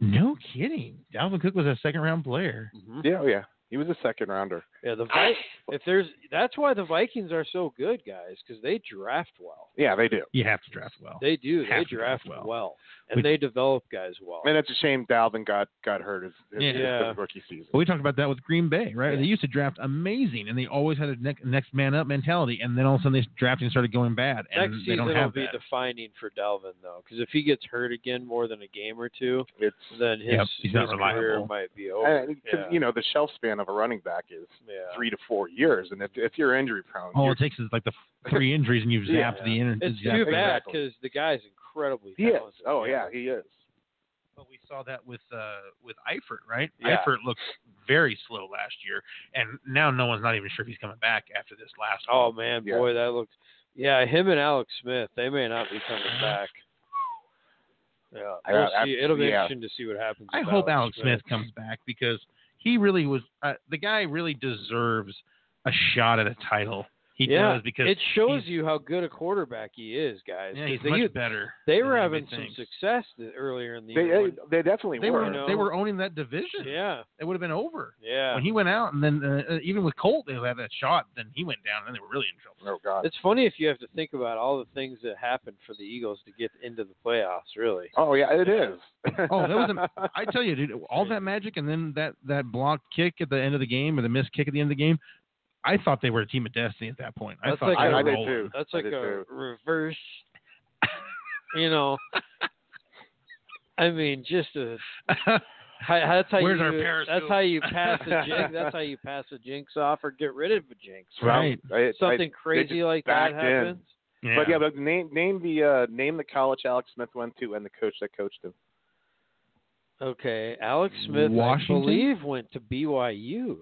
Speaker 7: No kidding. Dalvin Cook was a second round player.
Speaker 8: Yeah, oh, yeah. He was a second rounder.
Speaker 9: Yeah,
Speaker 7: <laughs>
Speaker 9: the Vi- if there's that's why the Vikings are so good, guys, because they draft well.
Speaker 8: Yeah, they do.
Speaker 7: You have to draft well.
Speaker 9: They do. They
Speaker 7: Have to draft
Speaker 9: draft
Speaker 7: well.
Speaker 9: well, and
Speaker 7: Which-
Speaker 9: they develop guys well.
Speaker 8: And it's a shame Dalvin got got hurt his, his, his
Speaker 9: Yeah.
Speaker 8: rookie season.
Speaker 7: Well, we talked about that with Green Bay, right? They used to draft amazing, and they always had a ne- next man up mentality, and then all of a sudden they drafting started going bad,
Speaker 9: Next
Speaker 7: and they
Speaker 9: season
Speaker 7: don't
Speaker 9: will
Speaker 7: have
Speaker 9: be
Speaker 7: that.
Speaker 9: defining for Dalvin though, because if he gets hurt again more than a game or two,
Speaker 8: It's
Speaker 9: then his,
Speaker 7: Yep, he's
Speaker 9: his
Speaker 7: not reliable.
Speaker 9: career might be over.
Speaker 8: and,
Speaker 9: yeah.
Speaker 8: you know the shelf span of a running back is
Speaker 9: yeah.
Speaker 8: three to four years, and if if you're injury prone,
Speaker 7: all
Speaker 8: you're,
Speaker 7: it takes is like the f- three injuries, and you've
Speaker 9: <laughs>
Speaker 8: Yeah.
Speaker 7: zapped the inner.
Speaker 9: It's
Speaker 7: zapped
Speaker 9: too
Speaker 7: the-
Speaker 9: bad
Speaker 8: Exactly.
Speaker 9: because the guy's incredibly
Speaker 8: he is.
Speaker 9: talented.
Speaker 8: Oh yeah, he is.
Speaker 7: But we saw that with uh, with Eifert, right?
Speaker 8: Yeah.
Speaker 7: Eifert looked very slow last year, and now no one's not even sure if he's coming back after this last.
Speaker 9: Oh man,
Speaker 8: Yeah.
Speaker 9: boy, that looked. Yeah, him and Alex Smith, they may not be coming back. Yeah,
Speaker 8: Yeah,
Speaker 9: we'll
Speaker 8: that's-
Speaker 9: see. It'll be
Speaker 8: yeah.
Speaker 9: interesting to see what happens.
Speaker 7: I
Speaker 9: with
Speaker 7: hope Alex Smith comes back because he really was uh, the guy. Really deserves a shot at a title. He
Speaker 9: yeah,
Speaker 7: does because
Speaker 9: it shows
Speaker 7: he's-
Speaker 9: you how good a quarterback he is, guys.
Speaker 7: Yeah,
Speaker 9: 'cause
Speaker 7: he's
Speaker 9: they,
Speaker 7: much better.
Speaker 9: they
Speaker 7: than
Speaker 9: were
Speaker 7: anybody
Speaker 9: having some
Speaker 7: thinks.
Speaker 9: success th- earlier in the
Speaker 8: They
Speaker 9: year.
Speaker 8: they,
Speaker 9: when-
Speaker 8: they definitely
Speaker 7: They were
Speaker 9: you know?
Speaker 7: they were owning that division.
Speaker 9: yeah,
Speaker 7: It would have been over
Speaker 9: yeah.
Speaker 7: when he went out, and then uh, uh, even with Colt, they had that shot. Then he went down, and then they were really in trouble.
Speaker 8: Oh God.
Speaker 9: It's funny if you have to think about all the things that happened for the Eagles to get into the playoffs. Really,
Speaker 8: Oh yeah, it is.
Speaker 7: Oh,
Speaker 8: <laughs>
Speaker 7: that was am- I tell you, dude, all that magic, and then that that blocked kick at the end of the game, or the missed kick at the end of the game. I thought they were a team of destiny at that point. I
Speaker 9: That's
Speaker 7: thought
Speaker 9: like
Speaker 7: they
Speaker 9: a-
Speaker 7: were
Speaker 8: I, I did
Speaker 7: rolling. <laughs>
Speaker 8: too.
Speaker 9: that's
Speaker 8: I
Speaker 9: like a
Speaker 8: did too.
Speaker 9: reverse. You know, I mean, just a Hi- That's how
Speaker 7: Where's
Speaker 9: you,
Speaker 7: our Periscope?
Speaker 9: That's how you pass a
Speaker 7: <laughs>
Speaker 9: jinx. That's how you pass a jinx off or get rid of a jinx.
Speaker 7: Right.
Speaker 8: I- I-
Speaker 9: Something crazy
Speaker 8: just
Speaker 9: like that
Speaker 8: backed in.
Speaker 9: happens.
Speaker 7: yeah.
Speaker 8: But yeah, but name name the uh, name the college Alex Smith went to and the coach that coached him.
Speaker 9: Okay, Alex Smith,
Speaker 7: Washington?
Speaker 9: I believe, went to BYU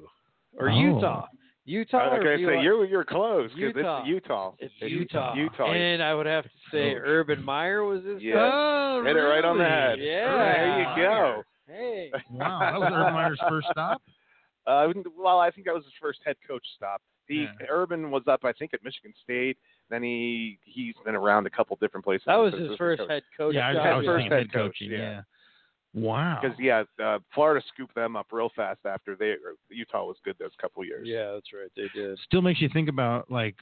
Speaker 9: or
Speaker 7: Oh.
Speaker 9: Utah. Utah. or
Speaker 8: okay, so
Speaker 9: BYU?
Speaker 8: you're you're close because
Speaker 9: Utah.
Speaker 8: it's Utah.
Speaker 9: It's Utah.
Speaker 8: Utah. Oh.
Speaker 9: And I would have to say Urban Meyer was his.
Speaker 8: Yeah.
Speaker 7: Oh,
Speaker 8: Hit it right on the head.
Speaker 7: really?
Speaker 9: Yeah.
Speaker 8: There you go.
Speaker 9: Hey.
Speaker 8: <laughs>
Speaker 7: Wow, that was Urban Meyer's first stop.
Speaker 8: Uh, well, I think that was his first head coach stop. He
Speaker 7: Yeah.
Speaker 8: Urban was up, I think, at Michigan State. Then he he's been around a couple different places.
Speaker 9: That was
Speaker 8: as
Speaker 9: his
Speaker 8: assistant
Speaker 9: first
Speaker 8: coach.
Speaker 9: head coach.
Speaker 7: yeah, I,
Speaker 9: job.
Speaker 7: I was
Speaker 8: First
Speaker 7: thinking head
Speaker 8: head coach,
Speaker 7: coaching.
Speaker 8: yeah.
Speaker 7: yeah. Wow.
Speaker 8: Because yeah, uh, Florida scooped them up real fast after they or Utah was good those couple years.
Speaker 9: yeah, that's right. They did.
Speaker 7: still makes you think about like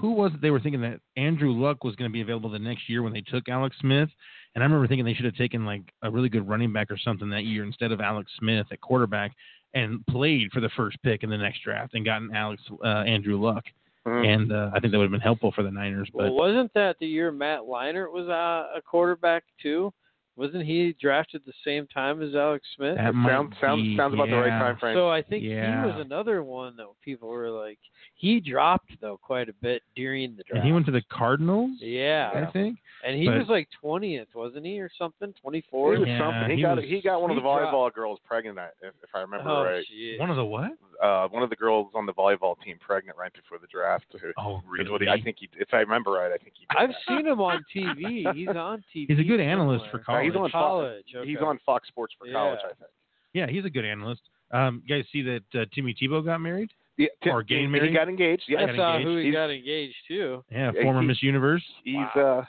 Speaker 7: who was it they were thinking that Andrew Luck was going to be available the next year when they took Alex Smith, and And I remember thinking they should have taken like a really good running back or something that year instead of Alex Smith at quarterback and played for the first pick in the next draft and gotten Alex uh, Andrew Luck.
Speaker 8: Mm.
Speaker 7: And uh, I think that would have been helpful for the Niners. But
Speaker 9: Well, wasn't that the year Matt Leinart was uh, a quarterback too? Wasn't he drafted the same time as Alex Smith?
Speaker 7: that might
Speaker 8: sounds sounds
Speaker 7: be-
Speaker 8: sounds about the right
Speaker 7: yeah.
Speaker 8: time frame.
Speaker 9: So I think
Speaker 7: Yeah.
Speaker 9: he was another one that people were like, he dropped though quite a bit during the draft.
Speaker 7: And he went to the Cardinals,
Speaker 9: yeah,
Speaker 7: I think.
Speaker 9: and he
Speaker 7: but-
Speaker 9: was like twentieth, wasn't he, or something? Twenty
Speaker 8: Or
Speaker 9: fourth.
Speaker 8: he was
Speaker 7: Yeah,
Speaker 8: something. He,
Speaker 7: he
Speaker 8: got
Speaker 7: was-
Speaker 8: he got one of the
Speaker 9: he dropped-
Speaker 8: volleyball girls pregnant, that- if, if I remember
Speaker 9: Oh
Speaker 8: right.
Speaker 9: shit.
Speaker 7: One of the what?
Speaker 8: Uh, one of the girls on the volleyball team pregnant right before the draft. Who,
Speaker 7: Oh,
Speaker 8: is
Speaker 7: really?
Speaker 8: what he- I think he, if I remember right, I think he. did
Speaker 9: I've
Speaker 8: that.
Speaker 9: seen him on TV. He's on TV.
Speaker 7: <laughs> He's a good analyst for
Speaker 9: somewhere.
Speaker 7: college.
Speaker 8: He's on Fox-
Speaker 9: college. okay.
Speaker 8: He's on Fox Sports for
Speaker 9: Yeah.
Speaker 8: college, I think.
Speaker 7: Yeah, he's a good analyst. Um, you guys see that uh, Timmy Tebow got married?
Speaker 8: Yeah, Tim-
Speaker 7: Or getting
Speaker 8: he-
Speaker 7: married?
Speaker 8: He got engaged. Yeah,
Speaker 7: got
Speaker 9: I saw who he
Speaker 8: He's-
Speaker 9: got engaged to.
Speaker 7: Yeah,
Speaker 8: Yeah,
Speaker 7: former
Speaker 8: he-
Speaker 7: Miss Universe.
Speaker 8: he's uh,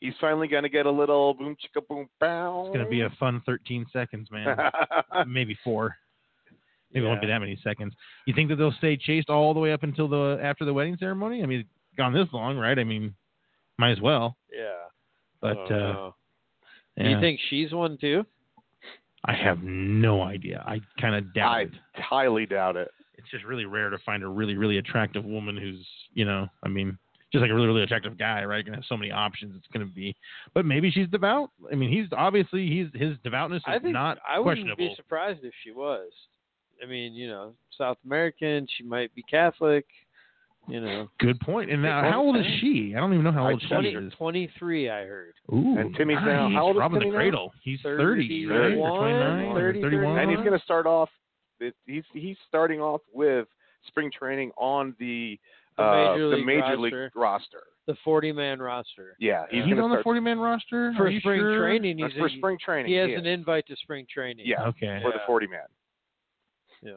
Speaker 8: he's finally gonna get a little boom chicka boom bow.
Speaker 7: It's
Speaker 8: <laughs>
Speaker 7: gonna
Speaker 9: Oh.
Speaker 7: be a fun 13
Speaker 9: <laughs>
Speaker 7: seconds, man. Maybe four. Maybe it won't be that many seconds. You think that they'll stay chased all the way up until the after the wedding ceremony? I mean, it's gone this long, right? I mean, might as well.
Speaker 9: Yeah.
Speaker 7: But
Speaker 9: Oh,
Speaker 7: uh,
Speaker 9: no.
Speaker 7: yeah.
Speaker 9: Do you think she's one too?
Speaker 7: I have no idea. I kind of doubt
Speaker 8: I
Speaker 7: it.
Speaker 8: highly doubt it.
Speaker 7: It's just really rare to find a really, really attractive woman who's, you know, I mean, just like a really, really attractive guy, right? Gonna have so many options. It's gonna be, but maybe she's devout. I mean, he's obviously he's his devoutness is
Speaker 9: I think
Speaker 7: not
Speaker 9: I wouldn't be
Speaker 7: questionable.
Speaker 9: surprised if she was. I mean, you know, South American. She might be Catholic. You know,
Speaker 7: Good point. And now,
Speaker 8: Good
Speaker 7: how old
Speaker 8: point.
Speaker 7: is she? I don't even know how
Speaker 8: I
Speaker 7: old she
Speaker 9: 20,
Speaker 7: is.
Speaker 9: 23, I heard.
Speaker 7: Ooh,
Speaker 8: And Timmy's now- how old is
Speaker 7: Robin
Speaker 8: Timmy
Speaker 7: the
Speaker 8: now?
Speaker 7: Cradle. He's 30,
Speaker 9: 31,
Speaker 7: right? Or 29 or
Speaker 9: 30,
Speaker 7: 31.
Speaker 8: And he's
Speaker 9: Uh-huh.
Speaker 8: going to start off. it- He's he's starting off with spring training on the
Speaker 9: The
Speaker 8: uh,
Speaker 9: major
Speaker 8: the
Speaker 9: league
Speaker 8: major
Speaker 9: roster.
Speaker 8: league roster.
Speaker 9: The 40 man roster.
Speaker 8: Yeah, he's,
Speaker 7: He's,
Speaker 8: gonna
Speaker 7: on the
Speaker 8: start-
Speaker 7: 40 man roster Are
Speaker 9: For
Speaker 7: you
Speaker 9: spring
Speaker 7: sure?
Speaker 9: training,
Speaker 8: that's
Speaker 9: he's
Speaker 8: for
Speaker 9: he-
Speaker 8: spring training.
Speaker 9: he has
Speaker 8: yeah,
Speaker 9: an invite to spring training.
Speaker 8: Yeah,
Speaker 7: Okay.
Speaker 8: for the
Speaker 9: Yeah.
Speaker 8: forty man.
Speaker 9: Yeah.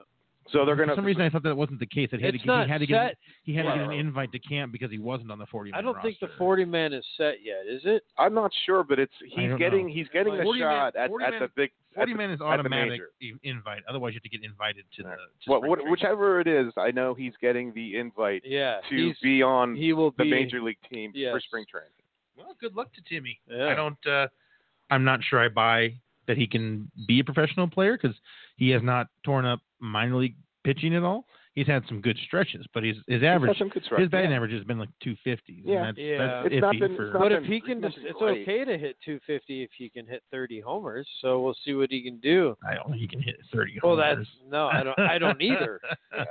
Speaker 8: So they're going
Speaker 7: For some reason, I thought that wasn't the case. That he had
Speaker 9: It's
Speaker 7: to, get-
Speaker 9: not
Speaker 7: he had to
Speaker 9: set.
Speaker 7: get he had to get an
Speaker 8: Right.
Speaker 7: invite to camp because he wasn't on the 40 man
Speaker 9: I don't
Speaker 7: roster.
Speaker 9: think the 40 man is set yet, is it?
Speaker 8: I'm not sure, but it's he's
Speaker 7: don't
Speaker 8: getting
Speaker 7: know.
Speaker 8: he's getting
Speaker 7: Like,
Speaker 8: the
Speaker 7: 40 man-
Speaker 8: shot at,
Speaker 7: 40
Speaker 8: at
Speaker 7: man-
Speaker 8: the big at
Speaker 7: 40
Speaker 8: the-
Speaker 7: man is
Speaker 8: at the
Speaker 7: automatic
Speaker 8: major.
Speaker 7: i- invite. Otherwise, you have to get invited to the.
Speaker 8: Right.
Speaker 7: To
Speaker 8: What,
Speaker 7: spring
Speaker 8: what,
Speaker 7: training.
Speaker 8: whichever it is, I know he's getting the invite
Speaker 9: Yeah.
Speaker 8: to
Speaker 9: he's,
Speaker 8: be on
Speaker 9: he will
Speaker 8: the
Speaker 9: be.
Speaker 8: major league team for
Speaker 9: Yes.
Speaker 8: spring training.
Speaker 7: Well, good luck to Timmy.
Speaker 9: Yeah.
Speaker 7: I don't. Uh, I'm not sure I buy that he can be a professional player because he has not torn up minor league pitching at all. He's had some good stretches, but his his average
Speaker 8: That's some good
Speaker 7: his batting
Speaker 8: yeah.
Speaker 7: average has been like 250.
Speaker 8: Yeah.
Speaker 7: and that's,
Speaker 9: Yeah.
Speaker 7: that's
Speaker 8: It's not
Speaker 7: iffy
Speaker 8: been-
Speaker 7: for-
Speaker 8: it's not
Speaker 9: But
Speaker 8: Nothing-
Speaker 9: if he can,
Speaker 8: nothing
Speaker 9: just, it's
Speaker 8: great.
Speaker 9: okay to hit 250 if he can hit 30 homers. So we'll see what he can do.
Speaker 7: I don't think he can hit 30.
Speaker 9: Well, that's
Speaker 7: homers.
Speaker 9: no, I don't. I don't
Speaker 7: <laughs>
Speaker 9: either.
Speaker 7: But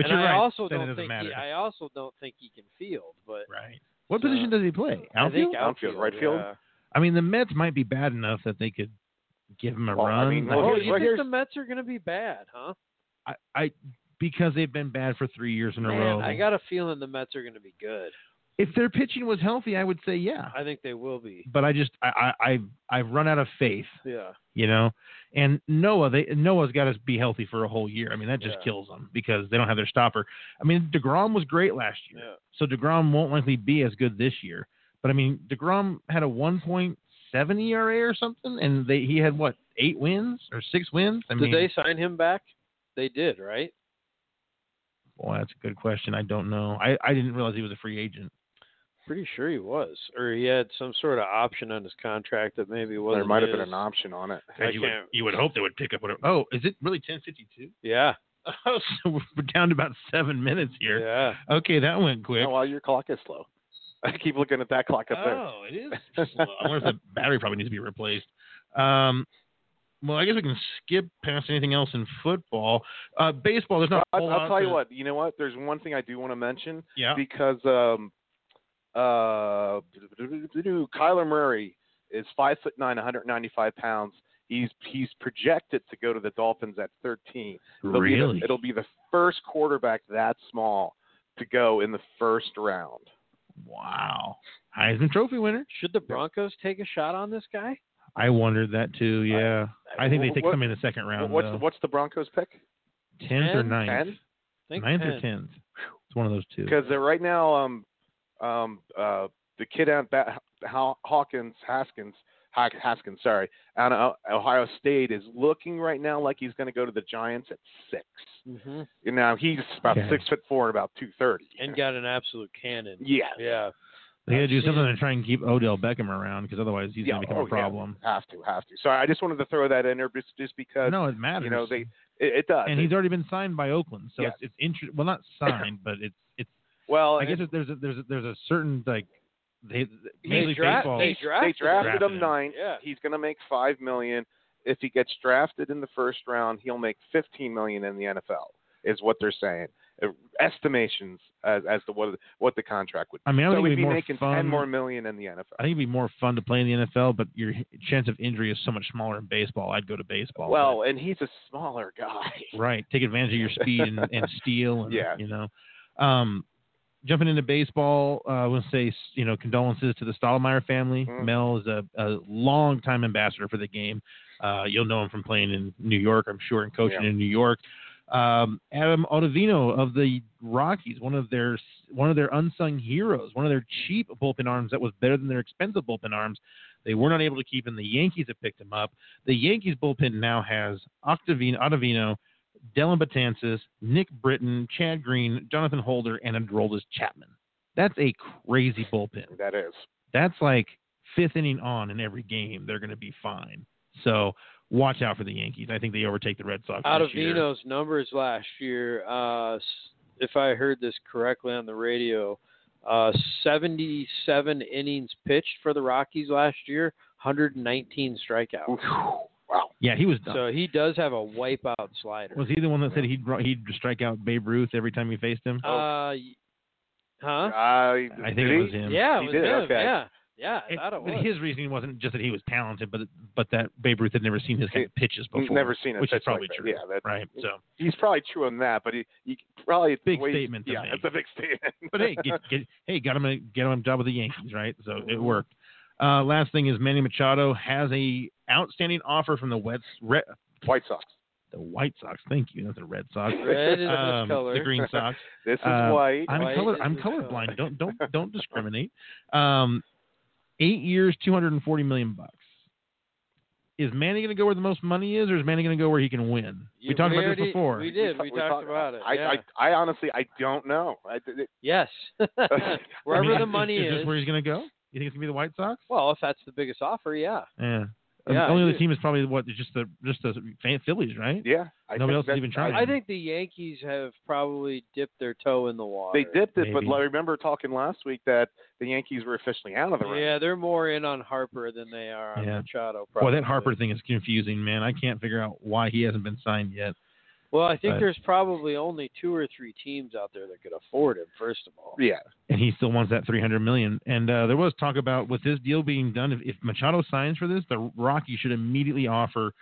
Speaker 9: and
Speaker 7: you're
Speaker 9: I
Speaker 7: right.
Speaker 9: also
Speaker 7: then it
Speaker 9: don't
Speaker 7: doesn't
Speaker 9: think
Speaker 7: matter.
Speaker 9: he. I also don't think he can field. But
Speaker 7: right. What
Speaker 9: So-
Speaker 7: position does he play?
Speaker 9: I think
Speaker 7: Outfield. I,
Speaker 8: Outfield, right field?
Speaker 9: yeah.
Speaker 7: mean, the Mets might be bad enough that they could give him a
Speaker 8: Well, I
Speaker 7: run.
Speaker 8: mean,
Speaker 7: Like,
Speaker 8: well,
Speaker 9: Oh,
Speaker 8: here's-
Speaker 9: you
Speaker 8: well,
Speaker 9: think the
Speaker 8: here's-
Speaker 9: Mets are going to be bad, huh?
Speaker 7: I, I because they've been bad for three years in a row.
Speaker 9: Man, I got a feeling the Mets are going to be good.
Speaker 7: if their pitching was healthy, I would say yeah.
Speaker 9: I think they will be.
Speaker 7: But I just I, I I've I've run out of faith,
Speaker 9: Yeah.
Speaker 7: you know. And Noah, they Noah's got to be healthy for a whole year. I mean, that just
Speaker 9: Yeah.
Speaker 7: kills them because they don't have their stopper. I mean, Degrom was great last year,
Speaker 9: Yeah.
Speaker 7: so Degrom won't likely be as good this year. But I mean, Degrom had a 1.7 ERA E or something, and they he had what eight wins or six wins. I mean,
Speaker 9: did they sign him back? They did, right?
Speaker 7: boy, that's a good question. I don't know. I I didn't realize he was a free agent.
Speaker 9: Pretty sure he was, or he had some sort of option on his contract that maybe wasn't.
Speaker 8: There might have been
Speaker 9: his.
Speaker 8: an option on it.
Speaker 9: I
Speaker 7: And you, would,
Speaker 9: can't-
Speaker 7: you would hope they would pick up whatever. Oh, is it really <laughs> 10:52?
Speaker 9: Yeah.
Speaker 7: so we're down to about seven minutes here.
Speaker 9: Yeah.
Speaker 7: Okay, that went quick.
Speaker 8: Oh, well, your clock is slow. <laughs> I keep looking at that clock up there.
Speaker 7: Oh, it is. slow. I wonder if the battery probably needs to be replaced. Um, well, I guess we can skip past anything else in football. Uh, baseball, there's not. a
Speaker 8: I'll,
Speaker 7: whole
Speaker 8: I'll
Speaker 7: lot
Speaker 8: tell you
Speaker 7: to-
Speaker 8: what. You know what? There's one thing I do want to mention
Speaker 7: Yeah.
Speaker 8: because um, uh, Kyler Murray is five foot nine, 195 pounds. He's he's projected to go to the Dolphins at 13. It'll Be
Speaker 7: Really?
Speaker 8: the, it'll be the first quarterback that small to go in the first round.
Speaker 7: Wow. Heisman Trophy winner.
Speaker 9: Should the Broncos take a shot on this guy?
Speaker 7: I wondered that too. Yeah. I, think they
Speaker 8: What-
Speaker 7: take
Speaker 8: what-
Speaker 7: somebody in the second round.
Speaker 8: What's
Speaker 7: though.
Speaker 8: what's the Broncos pick?
Speaker 7: tenth or
Speaker 9: 10?
Speaker 7: ninth?
Speaker 8: Ten?
Speaker 9: Think
Speaker 7: Ninth
Speaker 9: 10.
Speaker 7: or tenth? It's one of those two.
Speaker 8: Because uh, right now, um, um, uh, the kid out bat, Haw- Hawkins Haskins Haw- Haskins, sorry, out of Ohio State is looking right now like he's going to go to the Giants at six.
Speaker 9: Mhm.
Speaker 8: You know, he's about
Speaker 7: Okay.
Speaker 8: six foot four and about two thirty.
Speaker 9: And got an absolute cannon.
Speaker 8: uh, yeah,
Speaker 9: Yeah.
Speaker 7: They got to do
Speaker 9: That's
Speaker 7: something
Speaker 9: it.
Speaker 7: to try and keep Odell Beckham around because otherwise he's
Speaker 8: Yeah,
Speaker 7: going to become
Speaker 8: oh,
Speaker 7: a
Speaker 8: yeah.
Speaker 7: problem.
Speaker 8: Have to, have to. So I just wanted to throw that in there just, just because
Speaker 7: No, it matters.
Speaker 8: you know they it, it does.
Speaker 7: and
Speaker 8: It-
Speaker 7: he's already been signed by Oakland, so
Speaker 8: Yes.
Speaker 7: it's, it's interesting.
Speaker 8: <coughs>
Speaker 7: Well, not signed, but it's it's.
Speaker 8: well,
Speaker 7: I guess
Speaker 8: and
Speaker 7: it, there's a, there's a, there's a certain like they Major League
Speaker 9: dra-
Speaker 7: Baseball.
Speaker 9: they
Speaker 8: they
Speaker 9: drafted,
Speaker 8: drafted
Speaker 7: drafted
Speaker 8: him
Speaker 7: him.
Speaker 8: ninth.
Speaker 9: Yeah.
Speaker 8: He's going to make five million. If he gets drafted in the first round, he'll make fifteen million in the NFL. Is what they're saying. Uh, Estimations as as to what what the contract would. be.
Speaker 7: I mean, I
Speaker 8: so
Speaker 7: think
Speaker 8: we'd
Speaker 7: it'd be
Speaker 8: be
Speaker 7: more
Speaker 8: making
Speaker 7: fun-
Speaker 8: ten more million in the NFL.
Speaker 7: I think it'd be more fun to play in the NFL, but your chance of injury is so much smaller in baseball. I'd go to baseball.
Speaker 8: well, and he's a smaller guy.
Speaker 7: but- right, take advantage of your speed and,
Speaker 8: <laughs>
Speaker 7: and steal, and
Speaker 8: Yeah.
Speaker 7: you know. Um, jumping into baseball, uh, I want to say you know condolences to the Stottlemyre family.
Speaker 8: Mm.
Speaker 7: Mel is a, a long time ambassador for the game. Uh, you'll know him from playing in New York, I'm sure, and coaching
Speaker 8: Yeah.
Speaker 7: in New York. Um, Adam Ottavino of the Rockies, one of their one of their unsung heroes, one of their cheap bullpen arms that was better than their expensive bullpen arms. They were not able to keep, and the Yankees have picked him up. The Yankees bullpen now has Octavino, Ottavino, Dylan Batansis, Nick Britton, Chad Green, Jonathan Holder, and Androldis Chapman. That's a crazy bullpen
Speaker 8: <laughs> That is.
Speaker 7: that's like fifth inning on in every game. They're going to be fine. So watch out for the Yankees. I think they overtake the Red Sox.
Speaker 9: out of
Speaker 7: this year.
Speaker 9: Vino's numbers last year, uh, s- if I heard this correctly on the radio, uh, 77 innings pitched for the Rockies last year, 119 strikeouts.
Speaker 8: Wow.
Speaker 7: Yeah, he was done.
Speaker 9: So he does have a wipeout slider.
Speaker 7: was he the one that said he'd he'd strike out Babe Ruth every time he faced him?
Speaker 9: uh, y- huh?
Speaker 8: I,
Speaker 7: I think
Speaker 8: did
Speaker 7: it
Speaker 8: he?
Speaker 7: was him.
Speaker 9: yeah, it
Speaker 8: He
Speaker 9: was
Speaker 8: did,
Speaker 9: him.
Speaker 8: okay.
Speaker 9: Yeah, yeah, I
Speaker 7: It-
Speaker 9: thought it
Speaker 7: but
Speaker 9: was.
Speaker 7: his reasoning wasn't just that he was talented, but but that Babe Ruth had never seen his kind of pitches before.
Speaker 8: Never seen a
Speaker 7: which
Speaker 8: pitch
Speaker 7: is probably
Speaker 8: like that.
Speaker 7: true.
Speaker 8: Yeah, that-
Speaker 7: right.
Speaker 9: <laughs>
Speaker 7: So,
Speaker 8: He's probably true on that, but he, he probably
Speaker 7: Big
Speaker 8: the way he-
Speaker 7: statement to
Speaker 8: Yeah,
Speaker 7: make.
Speaker 8: that's a big statement.
Speaker 7: but hey, get, get, hey, got him a get him a job with the Yankees, right? So
Speaker 9: Mm-hmm.
Speaker 7: it worked. Uh, last thing is Manny Machado has a outstanding offer from the West, Re,
Speaker 8: <laughs> White Sox.
Speaker 7: the White Sox. Thank you, not the Red Sox.
Speaker 9: Red is his
Speaker 7: Um,
Speaker 9: color.
Speaker 7: the
Speaker 9: <laughs>
Speaker 7: Green Sox.
Speaker 8: This is
Speaker 7: Uh,
Speaker 8: white.
Speaker 7: I'm
Speaker 9: White
Speaker 7: color.
Speaker 9: is
Speaker 7: I'm
Speaker 9: his color.
Speaker 7: colorblind. Don't don't
Speaker 9: <laughs>
Speaker 7: don't discriminate. Um, eight years, two hundred and forty million bucks. Is Manny going to go where the most money is, or is Manny going to go where he can win?
Speaker 9: You-
Speaker 7: we talked about
Speaker 9: already-
Speaker 7: this before.
Speaker 9: We did.
Speaker 8: ta-
Speaker 9: We, talked about it.
Speaker 8: I,
Speaker 9: yeah.
Speaker 8: I, I honestly, I don't know. I, did it- <laughs>
Speaker 9: yes. <laughs>
Speaker 7: I
Speaker 9: Wherever
Speaker 7: mean,
Speaker 9: the
Speaker 7: is-
Speaker 9: money
Speaker 7: is,
Speaker 9: is.
Speaker 7: this where he's going to go? You think it's going to be the White Sox?
Speaker 9: well, if that's the biggest offer, yeah.
Speaker 7: Yeah.
Speaker 9: Yeah,
Speaker 7: the only
Speaker 9: I
Speaker 7: other
Speaker 9: do.
Speaker 7: team is probably what just the just the Fan- Phillies, right?
Speaker 8: yeah. I
Speaker 7: Nobody
Speaker 8: think
Speaker 7: else is
Speaker 8: that-
Speaker 7: even trying.
Speaker 9: I think the Yankees have probably dipped their toe in the water.
Speaker 8: They dipped it, but
Speaker 7: Maybe.
Speaker 8: I remember talking last week that the Yankees were officially out of the round.
Speaker 9: Yeah, they're more in on Harper than they are on
Speaker 7: Yeah.
Speaker 9: Machado.
Speaker 7: Well,
Speaker 9: Probably.
Speaker 7: that Harper thing is confusing, man. I can't figure out why he hasn't been signed yet.
Speaker 9: Well, I think
Speaker 7: but-
Speaker 9: there's probably only two or three teams out there that could afford him. First of all,
Speaker 8: Yeah.
Speaker 7: and he still wants that 300 million. And uh, there was talk about with this deal being done, if, if Machado signs for this, the Rockies should immediately offer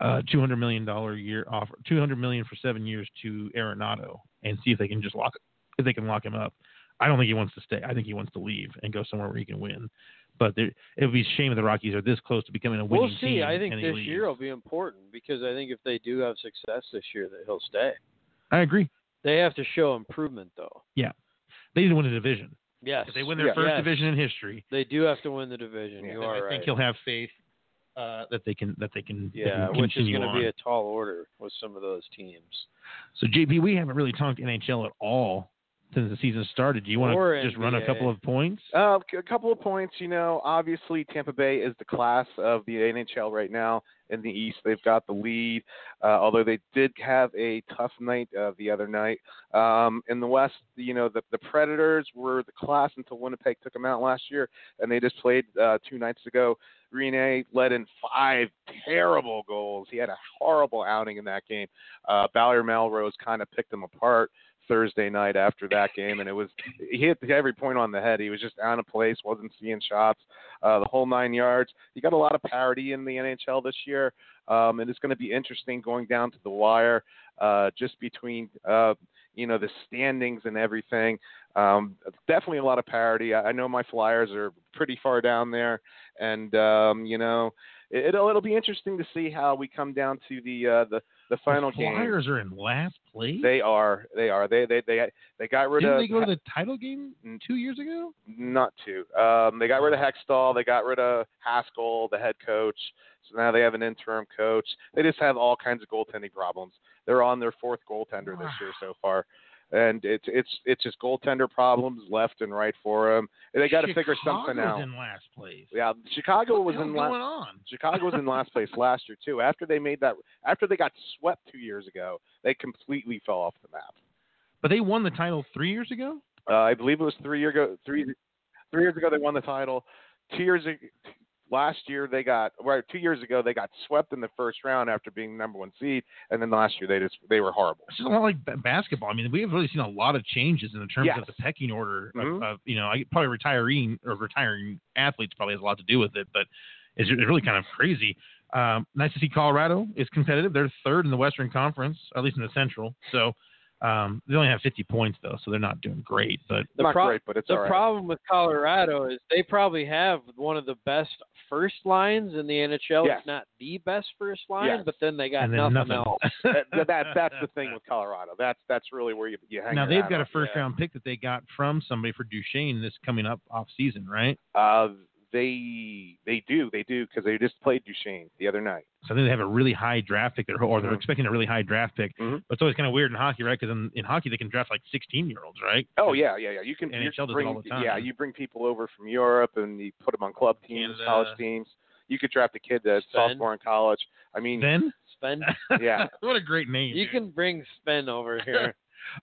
Speaker 7: uh, 200 million dollar year offer, 200 million for seven years to Arenado, and see if they can just lock if they can lock him up. I don't think he wants to stay. I think he wants to leave and go somewhere where he can win. But there, it would be a shame if the Rockies are this close to becoming a winning
Speaker 9: we'll see.
Speaker 7: team.
Speaker 9: I think
Speaker 7: and he
Speaker 9: this
Speaker 7: leaves.
Speaker 9: year will be important because I think if they do have success this year, that he'll stay.
Speaker 7: I agree.
Speaker 9: They have to show improvement, though.
Speaker 7: They need to win a division.
Speaker 9: Yes,
Speaker 7: If they win their
Speaker 8: Yeah.
Speaker 7: first
Speaker 9: Yes.
Speaker 7: division in history,
Speaker 9: They do have to win the division.
Speaker 8: Yeah.
Speaker 9: You
Speaker 7: then I
Speaker 9: are right.
Speaker 7: think he'll have faith uh, that they can that they can they
Speaker 9: yeah,
Speaker 7: can
Speaker 9: which is
Speaker 7: continue
Speaker 9: going to
Speaker 7: on.
Speaker 9: be a tall order with some of those teams.
Speaker 7: So JP, we haven't really talked NHL at all since the season started. Do you want
Speaker 9: Or
Speaker 7: to just run a
Speaker 9: NBA.
Speaker 7: couple of points?
Speaker 8: Uh, c- a couple of points. You know, obviously Tampa Bay is the class of the NHL right now in the East. They've got the lead, uh, although they did have a tough night uh, the other night. Um, in the West, you know, the, the Predators were the class until Winnipeg took them out last year, and they just played uh, two nights ago. Rene led in five terrible goals. He had a horrible outing in that game. Uh, Ballard Melrose kind of picked him apart Thursday night after that game, and it was he hit every point on the head. He was just out of place, wasn't seeing shots, uh, the whole nine yards. He got a lot of parity in the NHL this year, um, and it's going to be interesting going down to the wire, uh, just between uh, you know the standings and everything. Um, definitely a lot of parity. I, I know my Flyers are pretty far down there, and um, you know it, it'll it'll be interesting to see how we come down to the uh, the the final
Speaker 7: the
Speaker 8: game.
Speaker 7: Flyers are in last place.
Speaker 8: They are. They are. They they they they got rid
Speaker 7: Didn't
Speaker 8: of
Speaker 7: they go to the title game
Speaker 8: Mm.
Speaker 7: two years ago?
Speaker 8: not to. Um, they got rid of Hextall. They got rid of Haskell, the head coach. So now they have an interim coach. They just have all kinds of goaltending problems. They're on their fourth goaltender this year so far. and it's it's it's just goaltender problems left and right for them. They got to figure something
Speaker 7: Chicago's
Speaker 8: out.
Speaker 7: in last place.
Speaker 8: yeah, Chicago was
Speaker 7: What's
Speaker 8: in
Speaker 7: going
Speaker 8: last.
Speaker 7: on?
Speaker 8: Chicago was in last place last year too. After they made that, after they got swept two years ago, they completely fell off the map.
Speaker 7: But they won the title three years ago.
Speaker 8: Uh, I believe it was three year ago. Three three years ago they won the title. Two years ag- last year they got well, two years ago they got swept in the first round after being number one seed, and then last year they just they were horrible.
Speaker 7: It's just a lot like b- basketball. I mean, we have really seen a lot of changes in the terms
Speaker 8: Yes.
Speaker 7: of the pecking order. of-
Speaker 8: Mhm.
Speaker 7: Of, uh, you know, I probably retiring or retiring athletes probably has a lot to do with it, but it's, it's really kind of crazy. Um, nice to see Colorado is competitive. They're third in the Western Conference, or at least in the Central. So um, they only have 50 points though, so they're not doing great. But
Speaker 9: The
Speaker 8: Not
Speaker 9: pro-
Speaker 8: great, but it's
Speaker 9: the
Speaker 8: all right.
Speaker 9: problem with Colorado is they probably have one of the best first lines in the NHL,
Speaker 8: Yes.
Speaker 9: if not the best first line,
Speaker 8: Yes.
Speaker 9: but then they got
Speaker 7: and then nothing.
Speaker 9: else.
Speaker 8: that, that-
Speaker 7: <laughs>
Speaker 8: that- that's the thing with Colorado. That's that's really where you you hang.
Speaker 7: now
Speaker 8: your
Speaker 7: they've
Speaker 8: hat
Speaker 7: got
Speaker 8: on.
Speaker 7: a first round pick that they got from somebody for Duchesne this coming up off season, right?
Speaker 8: Uh, they they do they do because they just played Duchesne the other night.
Speaker 7: So I think they have a really high draft pick, there, or they're
Speaker 8: Mhm.
Speaker 7: expecting a really high draft pick.
Speaker 8: Mhm.
Speaker 7: But it's always kind of weird in hockey, right? Because in, in hockey, they can draft like 16 year olds, right?
Speaker 8: Oh yeah, yeah, yeah. You can
Speaker 7: NHL
Speaker 8: you
Speaker 7: does it
Speaker 8: bring
Speaker 7: all the time.
Speaker 8: yeah you bring people over from Europe and you put them on club teams,
Speaker 7: Canada.
Speaker 8: college teams. You could draft a kid that's
Speaker 9: Sven.
Speaker 8: sophomore in college. I mean,
Speaker 7: Then,
Speaker 9: Sven,
Speaker 8: Yeah.
Speaker 7: <laughs> what a great name.
Speaker 9: you
Speaker 7: dude.
Speaker 9: can bring Sven
Speaker 8: <laughs>
Speaker 9: over here.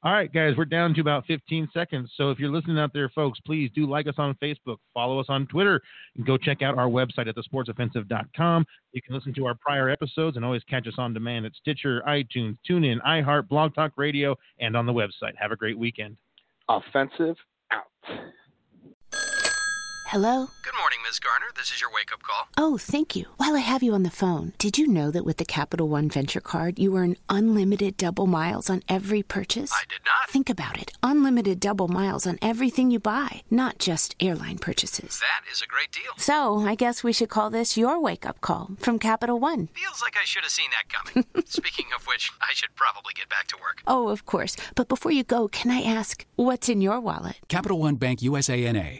Speaker 7: All right, guys, we're down to about 15 seconds. So if you're listening out there, folks, please do like us on Facebook, follow us on Twitter, and go check out our website at thesportsoffensive.com. You can listen to our prior episodes and always catch us on demand at Stitcher, iTunes, TuneIn, iHeart, Blog Talk Radio, and on the website. Have a great weekend.
Speaker 8: offensive out.
Speaker 10: Hello?
Speaker 3: Good morning, Ms. Garner. This is your wake up call.
Speaker 10: Oh, thank you. While I have you on the phone, did you know that with the Capital One Venture Card, you earn unlimited double miles on every purchase?
Speaker 3: I did not.
Speaker 10: Think about it unlimited double miles on everything you buy, not just airline purchases.
Speaker 3: That is a great deal.
Speaker 10: So, I guess we should call this your wake up call from Capital One.
Speaker 3: Feels like I should have seen that coming.
Speaker 10: <laughs>
Speaker 3: Speaking of which, I should probably get back to work.
Speaker 10: Oh, of course. But before you go, can I ask what's in your wallet?
Speaker 11: Capital One Bank USA NA.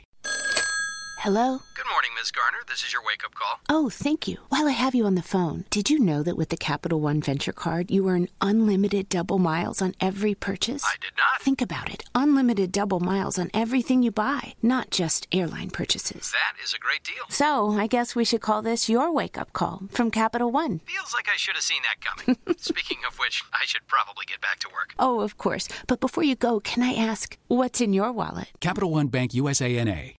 Speaker 10: Hello?
Speaker 3: Good morning, Ms. Garner. This is your wake up call.
Speaker 10: Oh, thank you. While I have you on the phone, did you know that with the Capital One Venture Card, you earn unlimited double miles on every purchase?
Speaker 3: I did not.
Speaker 10: Think about it unlimited double miles on everything you buy, not just airline purchases.
Speaker 3: That is a great deal.
Speaker 10: So, I guess we should call this your wake up call from Capital One.
Speaker 3: Feels like I should have seen that coming. Speaking of which, I should probably get back to work.
Speaker 10: Oh, of course. But before you go, can I ask what's in your wallet?
Speaker 11: Capital One Bank USA NA.